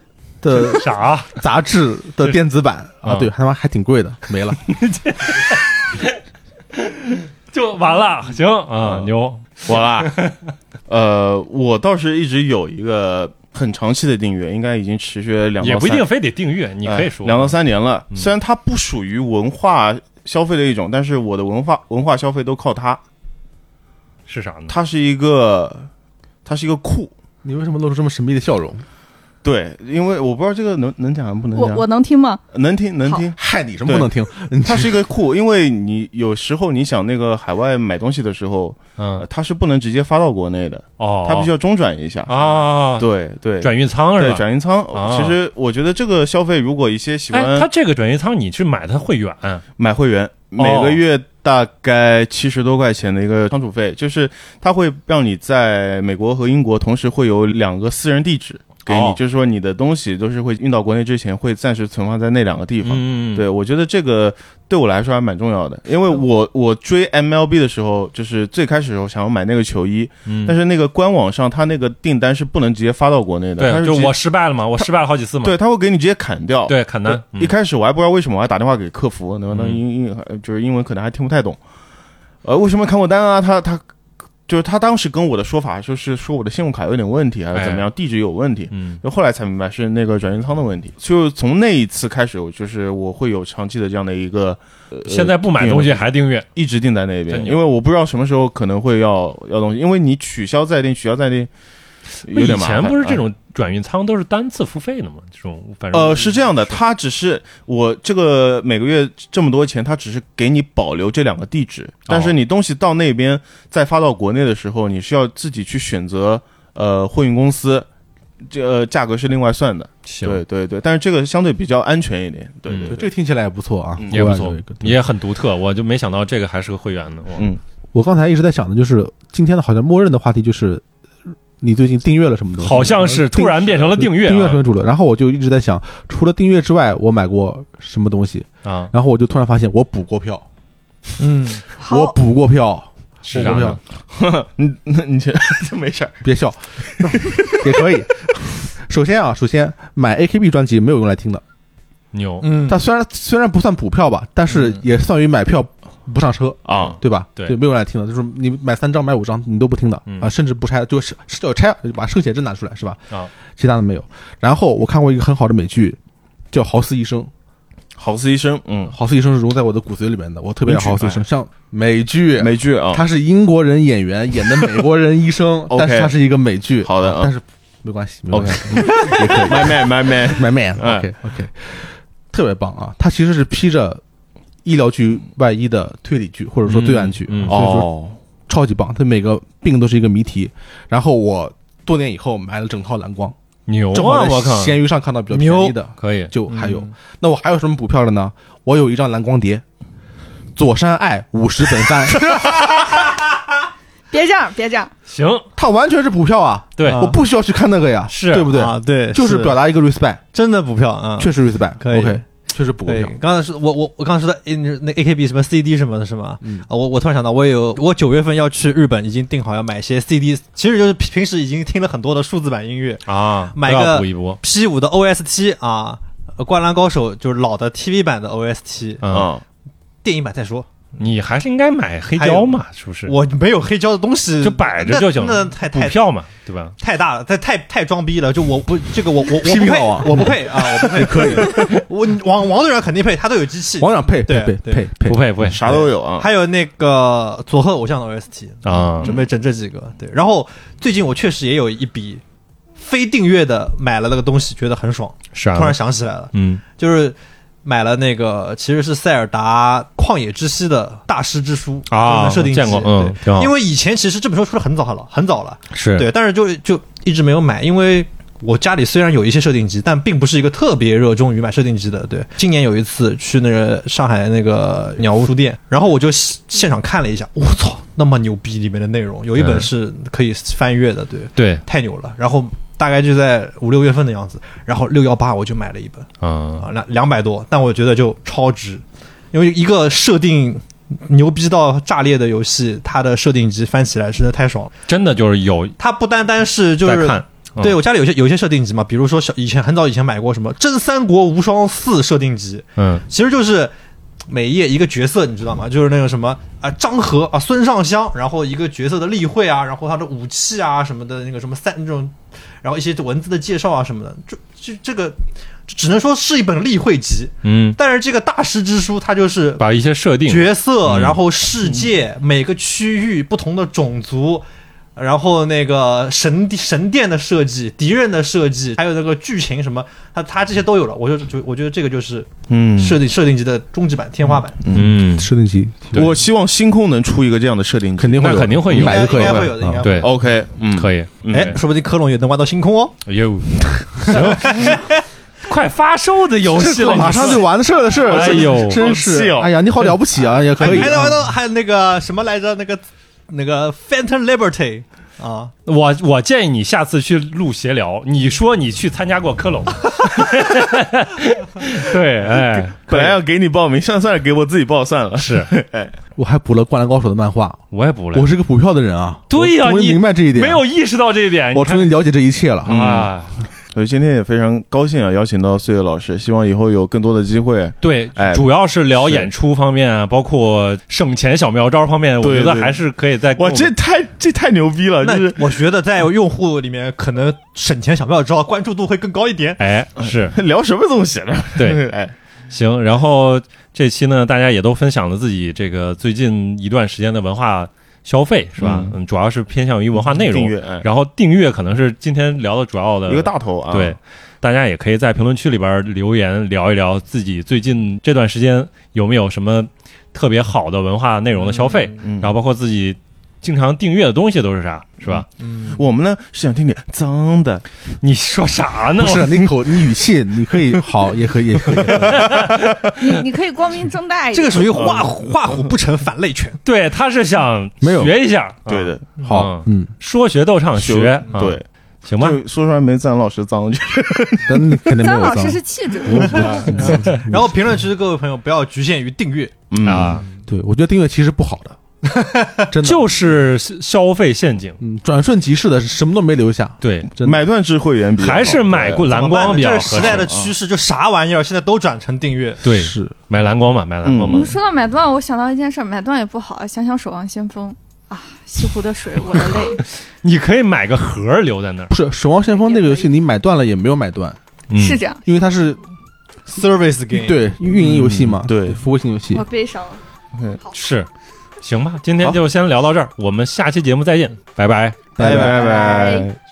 Speaker 4: 的
Speaker 1: 啥？
Speaker 2: 啊
Speaker 4: 杂志的电子版
Speaker 1: 嗯
Speaker 4: 啊，对，他妈还挺贵的，没了。
Speaker 1: 就完了？行啊，牛！
Speaker 2: 我啊， 呃，我倒是一直有一个很长期的订阅，应该已经持续了两到
Speaker 1: 也不一
Speaker 2: 三
Speaker 1: 定非得订阅，你可以说
Speaker 2: 哎两到三年了。虽然它不属于文化消费的一种，但是我的文化文化消费都靠它。
Speaker 1: 是啥呢？
Speaker 2: 它是一个，它是一个库。
Speaker 4: 你为什么露出这么神秘的笑容？
Speaker 2: 对，因为我不知道这个能能讲不能
Speaker 5: 我
Speaker 2: 讲，
Speaker 5: 我能听吗？
Speaker 2: 能听能听。
Speaker 4: 害你什么不能听？嗯
Speaker 2: 它是一个库， 因为你有时候你想那个海外买东西的时候，呃
Speaker 1: 嗯，
Speaker 2: 它是不能直接发到国内的，
Speaker 1: 哦，
Speaker 2: 它必须要中转一下。
Speaker 1: 啊，
Speaker 2: 对对，
Speaker 1: 转运仓是
Speaker 2: 对
Speaker 1: 吧？
Speaker 2: 转运仓。
Speaker 1: 啊
Speaker 2: 其实我觉得这个消费，如果一些喜
Speaker 1: 哎，它哦
Speaker 2: 欢嗯
Speaker 1: 这个转运仓你去买它会远
Speaker 2: 买会员，每个月大概七十多块钱的一个仓储费，就是它会让你在美国和英国同时会有两个私人地址给你
Speaker 1: 哦，
Speaker 2: 就是说你的东西都是会运到国内之前会暂时存放在那两个地方。
Speaker 1: 嗯，
Speaker 2: 对，我觉得这个对我来说还蛮重要的，因为我我追 MLB 的时候，就是最开始的时候想要买那个球衣，
Speaker 1: 嗯
Speaker 2: 但是那个官网上它那个订单是不能直接发到国内的，
Speaker 1: 对，
Speaker 2: 它是
Speaker 1: 就
Speaker 2: 直接
Speaker 1: 我失败了嘛，我失败了好几次嘛，
Speaker 2: 对，他会给你直接砍掉。
Speaker 1: 对，砍单
Speaker 2: 我，一
Speaker 1: 嗯
Speaker 2: 开始我还不知道为什么，我还打电话给客服，那那
Speaker 1: 嗯
Speaker 2: 英英呃就是英文可能还听不太懂，呃，为什么砍我单啊？他他就是他当时跟我的说法就是说我的信用卡有点问题，还
Speaker 1: 哎
Speaker 2: 是怎么样，地址有问题。啊
Speaker 1: 嗯
Speaker 2: 就后来才明白是那个转运仓的问题。就从那一次开始，我就是我会有长期的这样的一个，呃
Speaker 1: 现在不买东西还订阅，
Speaker 2: 一直定在那边
Speaker 1: 真，牛
Speaker 2: 因为我不知道什么时候可能会要要东西，因为你取消再定，取消再定有
Speaker 1: 以
Speaker 2: 点麻烦。
Speaker 1: 前不是这
Speaker 2: 啊
Speaker 1: 种转运仓都是单次付费的嘛？这种反正
Speaker 2: 呃，是这样的，他只是我这个每个月这么多钱，他只是给你保留这两个地址，但
Speaker 1: 哦
Speaker 2: 是你东西到那边再发到国内的时候，你是要自己去选择呃货运公司，这、呃、价格是另外算的。
Speaker 1: 行，
Speaker 2: 对对对，但是这个相对比较安全一点。对
Speaker 1: 嗯
Speaker 2: 对
Speaker 4: 对
Speaker 2: 对，
Speaker 4: 这个听起来也不错啊，
Speaker 1: 也不错
Speaker 4: 国外有一个，对
Speaker 1: 也很独特，我就没想到这个还是个会员呢。我
Speaker 2: 嗯，
Speaker 4: 我刚才一直在想的就是今天的好像默认的话题就是呃你最近订阅了什么东西？
Speaker 1: 好像是突然变成了订阅啊
Speaker 4: 订阅成为主了。然后我就一直在想，除了订阅之外，我买过什么东西？
Speaker 1: 啊，
Speaker 4: 然后我就突然发现，我补过票，
Speaker 6: 嗯，
Speaker 4: 我
Speaker 5: 好，
Speaker 4: 补过票，
Speaker 1: 是
Speaker 4: 补
Speaker 1: 啥
Speaker 4: 过票
Speaker 1: 呢？，
Speaker 2: 你那 你这这没事儿。
Speaker 4: 别笑， 也可以。首先啊，首先买 AKB 专辑没有用来听的，
Speaker 1: 牛，
Speaker 6: 嗯
Speaker 4: 它虽然虽然不算补票吧，但是
Speaker 6: 嗯
Speaker 4: 也算于买票不上车
Speaker 2: 啊，
Speaker 4: 对吧？
Speaker 1: 对
Speaker 4: 没有人来听的，就是你买三张、买五张，你都不听的、
Speaker 1: 嗯
Speaker 4: 啊，甚至不拆，就是是有拆，就把圣写真拿出来是吧？
Speaker 1: 啊，
Speaker 4: 其他的没有。然后我看过一个很好的美剧，叫《豪斯医生》，
Speaker 2: 豪斯医生，嗯
Speaker 4: 《，豪斯医生》是融在我的骨髓里面的，我特别爱《
Speaker 2: 名曲
Speaker 4: 豪斯医生》。像美剧，
Speaker 2: 美剧啊，，
Speaker 4: 他是英国人演员演的美国人医生
Speaker 2: OK
Speaker 4: 但是他是一个美剧，
Speaker 2: 好的啊
Speaker 4: 但是没关系，没关系，也可以。
Speaker 2: ，My Man，My Man，
Speaker 4: My man，OK
Speaker 2: 哎
Speaker 4: OK，特别棒啊！他其实是披着医疗剧外衣的推理剧，或者说对岸剧，
Speaker 11: 嗯嗯
Speaker 2: 哦
Speaker 4: 所以说，超级棒。它每个病都是一个谜题。然后我多年以后买了整套蓝光，
Speaker 1: 牛
Speaker 4: 正
Speaker 1: 啊！
Speaker 4: 好
Speaker 1: 我
Speaker 4: 在
Speaker 1: 靠，
Speaker 4: 闲鱼上看到比较便宜的，
Speaker 1: 可以，
Speaker 4: 就还有。
Speaker 6: 嗯
Speaker 4: 那我还有什么补票的呢？我有一张蓝光碟，《左山爱五十本 番》，
Speaker 5: 别这样，别这样，
Speaker 1: 行，
Speaker 4: 它完全是补票啊！
Speaker 1: 对
Speaker 4: 我不需要去看那个呀，
Speaker 1: 是
Speaker 4: 对不对？
Speaker 6: 啊，对，
Speaker 4: 就是表达一个 respect，
Speaker 6: 真的补票啊，
Speaker 4: 确实 respect，
Speaker 6: 可以
Speaker 4: OK，确实补
Speaker 6: 对
Speaker 4: 票。，
Speaker 6: 刚才是我我我刚才说的诶那那 AKB 什么 CD 什么的，是吗？
Speaker 4: 嗯
Speaker 6: 啊，我我突然想到，我也有我九月份要去日本，已经定好要买一些 CD，其实就是平平时已经听了很多的数字版音乐
Speaker 1: 啊，
Speaker 6: 买
Speaker 1: 都要
Speaker 6: 个
Speaker 1: 补一补，
Speaker 6: ，P 五的 OST 啊，呃《灌篮高手》就是老的 TV 版的 OST，
Speaker 1: 嗯，
Speaker 2: 啊，
Speaker 6: 电影版再说，
Speaker 1: 你还是应该买黑胶嘛，是不是？
Speaker 6: 我没有黑胶的东西，
Speaker 1: 就摆着就行
Speaker 6: 那
Speaker 1: 了
Speaker 6: 那太
Speaker 1: 补
Speaker 6: 太
Speaker 1: 票嘛，对吧？
Speaker 6: 太大了，太太太装逼了，就我不这个我我我不
Speaker 4: 批评
Speaker 6: 配，
Speaker 4: 到啊
Speaker 6: 我不配啊，我不 配，可以，我王王队长肯定配，他都有机器。
Speaker 4: 王长配配
Speaker 6: 对
Speaker 4: 配
Speaker 6: 对
Speaker 4: 配配
Speaker 1: 不，配不配
Speaker 2: 啥都有
Speaker 1: 嗯
Speaker 2: 啊。
Speaker 6: 还有那个佐贺偶像的 OST，
Speaker 1: 啊，
Speaker 6: 准备整这几个。对，然后最近我确实也有一笔非订阅的买了那个东西，觉得很爽，
Speaker 1: 是啊，
Speaker 6: 突然想起来了，
Speaker 1: 嗯
Speaker 6: 就是买了那个其实是塞尔达旷野之息的大师之书
Speaker 1: 啊，
Speaker 6: 就是设定集
Speaker 1: 见过，嗯，挺好
Speaker 6: 对，因，为以前其实这本书出的很早很了，很早了，
Speaker 1: 是
Speaker 6: 对，但是就就一直没有买，因为。我家里虽然有一些设定集，但并不是一个特别热衷于买设定集的。对，今年有一次去那个上海那个鸟屋书店，然后我就现现场看了一下，我操，那么牛逼！里面的内容有一本
Speaker 1: 嗯
Speaker 6: 是可以翻阅的，对，
Speaker 1: 对，
Speaker 6: 太牛了。然后大概就在五六月份的样子，然后六幺八我就买了一本
Speaker 1: 嗯
Speaker 6: 啊，两两百多，但我觉得就超值，因为一个设定牛逼到炸裂的游戏，它的设定集翻起来实在太爽了。
Speaker 1: 真的就是有
Speaker 6: 它不单单是就
Speaker 1: 在
Speaker 6: 是。
Speaker 1: 看，嗯
Speaker 6: 对我家里有些有些设定集嘛，比如说小以前很早以前买过什么《真三国无双四》设定集，
Speaker 1: 嗯，
Speaker 6: 其实就是每页一个角色，你知道吗？就是那个什么啊，张和啊，孙尚香，然后一个角色的例会啊，然后他的武器啊什么的，那个什么三这种，然后一些文字的介绍啊什么的，这这这个只能说是一本例会集，
Speaker 1: 嗯，
Speaker 6: 但是这个大师之书它就是
Speaker 1: 把一些设定
Speaker 6: 角色，
Speaker 1: 嗯
Speaker 6: 然后世界、每个区域不同的种族。然后那个神神殿的设计、敌人的设计，还有那个剧情什么，它它这些都有了。我就就我觉得这个就是
Speaker 2: 嗯
Speaker 6: 设定设定集的终极版、天花板，
Speaker 1: 嗯，
Speaker 4: 设定集
Speaker 1: 对
Speaker 2: 我希望星空能出一个这样的设定集，
Speaker 4: 肯定会有，
Speaker 1: 那肯定会有
Speaker 4: 你买就
Speaker 6: 应
Speaker 4: 可以
Speaker 6: 该
Speaker 4: 了
Speaker 6: 会有的，应该会有的。
Speaker 1: 对，
Speaker 2: OK，嗯，
Speaker 1: 可以，嗯
Speaker 6: 哦哎，说不定科隆也能玩到星空哦。
Speaker 1: 哟， 行，快发售的游戏了，
Speaker 4: 马上就完事儿的事儿，
Speaker 1: 哎呦
Speaker 4: 真
Speaker 2: 好气
Speaker 4: 是，
Speaker 2: 哦
Speaker 4: 哎呀，你好了不起啊，也可以
Speaker 6: 还能哎玩到还有那个什么来着？那个那个 Phantom Liberty 啊，
Speaker 1: 我我建议你下次去录闲聊，你说你去参加过科隆，对，哎，
Speaker 2: 本来要给你报名，现在算是给我自己报算了。
Speaker 1: 是，
Speaker 4: 我还补了《灌篮高手》的漫画，
Speaker 1: 我也补了
Speaker 4: 我，是个补票的人啊。
Speaker 1: 对呀
Speaker 4: 我终于
Speaker 1: 你
Speaker 4: 明白这一点，啊
Speaker 1: 没有，意识到这一点，
Speaker 4: 我
Speaker 1: 你看
Speaker 4: 终于了解这一切了。
Speaker 1: 啊，
Speaker 2: 所以今天也非常高兴啊，邀请到岁月老师，希望以后有更多的机会。
Speaker 1: 对
Speaker 2: 哎，
Speaker 1: 主要是聊演出方面啊，包括省钱小妙招方面，我
Speaker 2: 对
Speaker 1: 觉得
Speaker 2: 对
Speaker 1: 还是可以再
Speaker 2: 哇，这太这太牛逼了！呃就
Speaker 6: 那
Speaker 2: 是
Speaker 6: 我觉得在用户里面可能省钱小妙招，关注度会更高一点。
Speaker 1: 哎是
Speaker 2: 聊什么东西呢？
Speaker 1: 对，
Speaker 2: 哎，
Speaker 1: 行，然后这期呢，大家也都分享了自己这个最近一段时间的文化消费，是吧？嗯，主要是偏向于文化内
Speaker 2: 订
Speaker 1: 容
Speaker 2: 阅，哎
Speaker 1: 然后订阅可能是今天聊的主要的
Speaker 2: 一个大头啊，
Speaker 1: 对，，大家也可以在评论区里边留言聊一聊自己最近这段时间有没有什么特别好的文化内容的消费，
Speaker 2: 嗯
Speaker 1: 然后包括自己经常订阅的东西都是啥，是吧？
Speaker 6: 嗯
Speaker 2: 我们呢是想听点脏的，
Speaker 1: 你说啥呢
Speaker 4: 不？是 你口你语气，你可以好，也可以，也可以。
Speaker 5: 你你可以光明正大一点。
Speaker 6: 这个属于画虎画虎不成反类犬。
Speaker 1: 对，他是想
Speaker 4: 没有
Speaker 1: 学一下，
Speaker 2: 对
Speaker 1: 啊，
Speaker 2: 的，
Speaker 4: 好，嗯，
Speaker 1: 说学逗唱
Speaker 2: 就
Speaker 1: 学，啊
Speaker 2: 嗯对，
Speaker 1: 行吧
Speaker 2: 就。是说出来没赞老师脏，就是
Speaker 4: 但肯定没
Speaker 5: 张
Speaker 4: 有
Speaker 5: 老
Speaker 4: 脏。
Speaker 5: 师是气质，
Speaker 4: 我 不
Speaker 6: 然后评论区的各位朋友不要局限于订 阅，
Speaker 2: 嗯
Speaker 1: 啊，
Speaker 4: 对，我觉得订阅其实不好 的，真的，
Speaker 1: 就是消消费陷阱，
Speaker 4: 嗯，转瞬即逝的，什么都没留下。
Speaker 1: 对，
Speaker 4: 真的，
Speaker 2: 买断制会员比较好
Speaker 1: 还是买过蓝光比较
Speaker 6: 这
Speaker 1: 合
Speaker 6: 是
Speaker 1: 适。啊
Speaker 6: 时代的趋势，就啥玩意儿现在都转成订阅。
Speaker 1: 对，
Speaker 4: 是
Speaker 1: 买蓝光嘛，买蓝
Speaker 6: 嗯
Speaker 1: 光嘛
Speaker 5: 你。说到买断，我想到一件事，买断也不好。想想《守望先锋》啊，西湖的水，我的泪。
Speaker 1: 你可以买个盒儿留在那儿，
Speaker 4: 不是《守望先锋》那个游戏，你买断了也没有买断，
Speaker 1: 嗯
Speaker 5: 是这样，
Speaker 4: 因为它是
Speaker 6: Service game，，
Speaker 4: 对运营游戏嘛，
Speaker 2: 嗯对
Speaker 4: 服务性游戏
Speaker 5: 我。悲伤了。
Speaker 1: 是，行吧，今天就先聊到这儿，我们下期节目再见，拜拜。
Speaker 5: 拜
Speaker 2: 拜拜。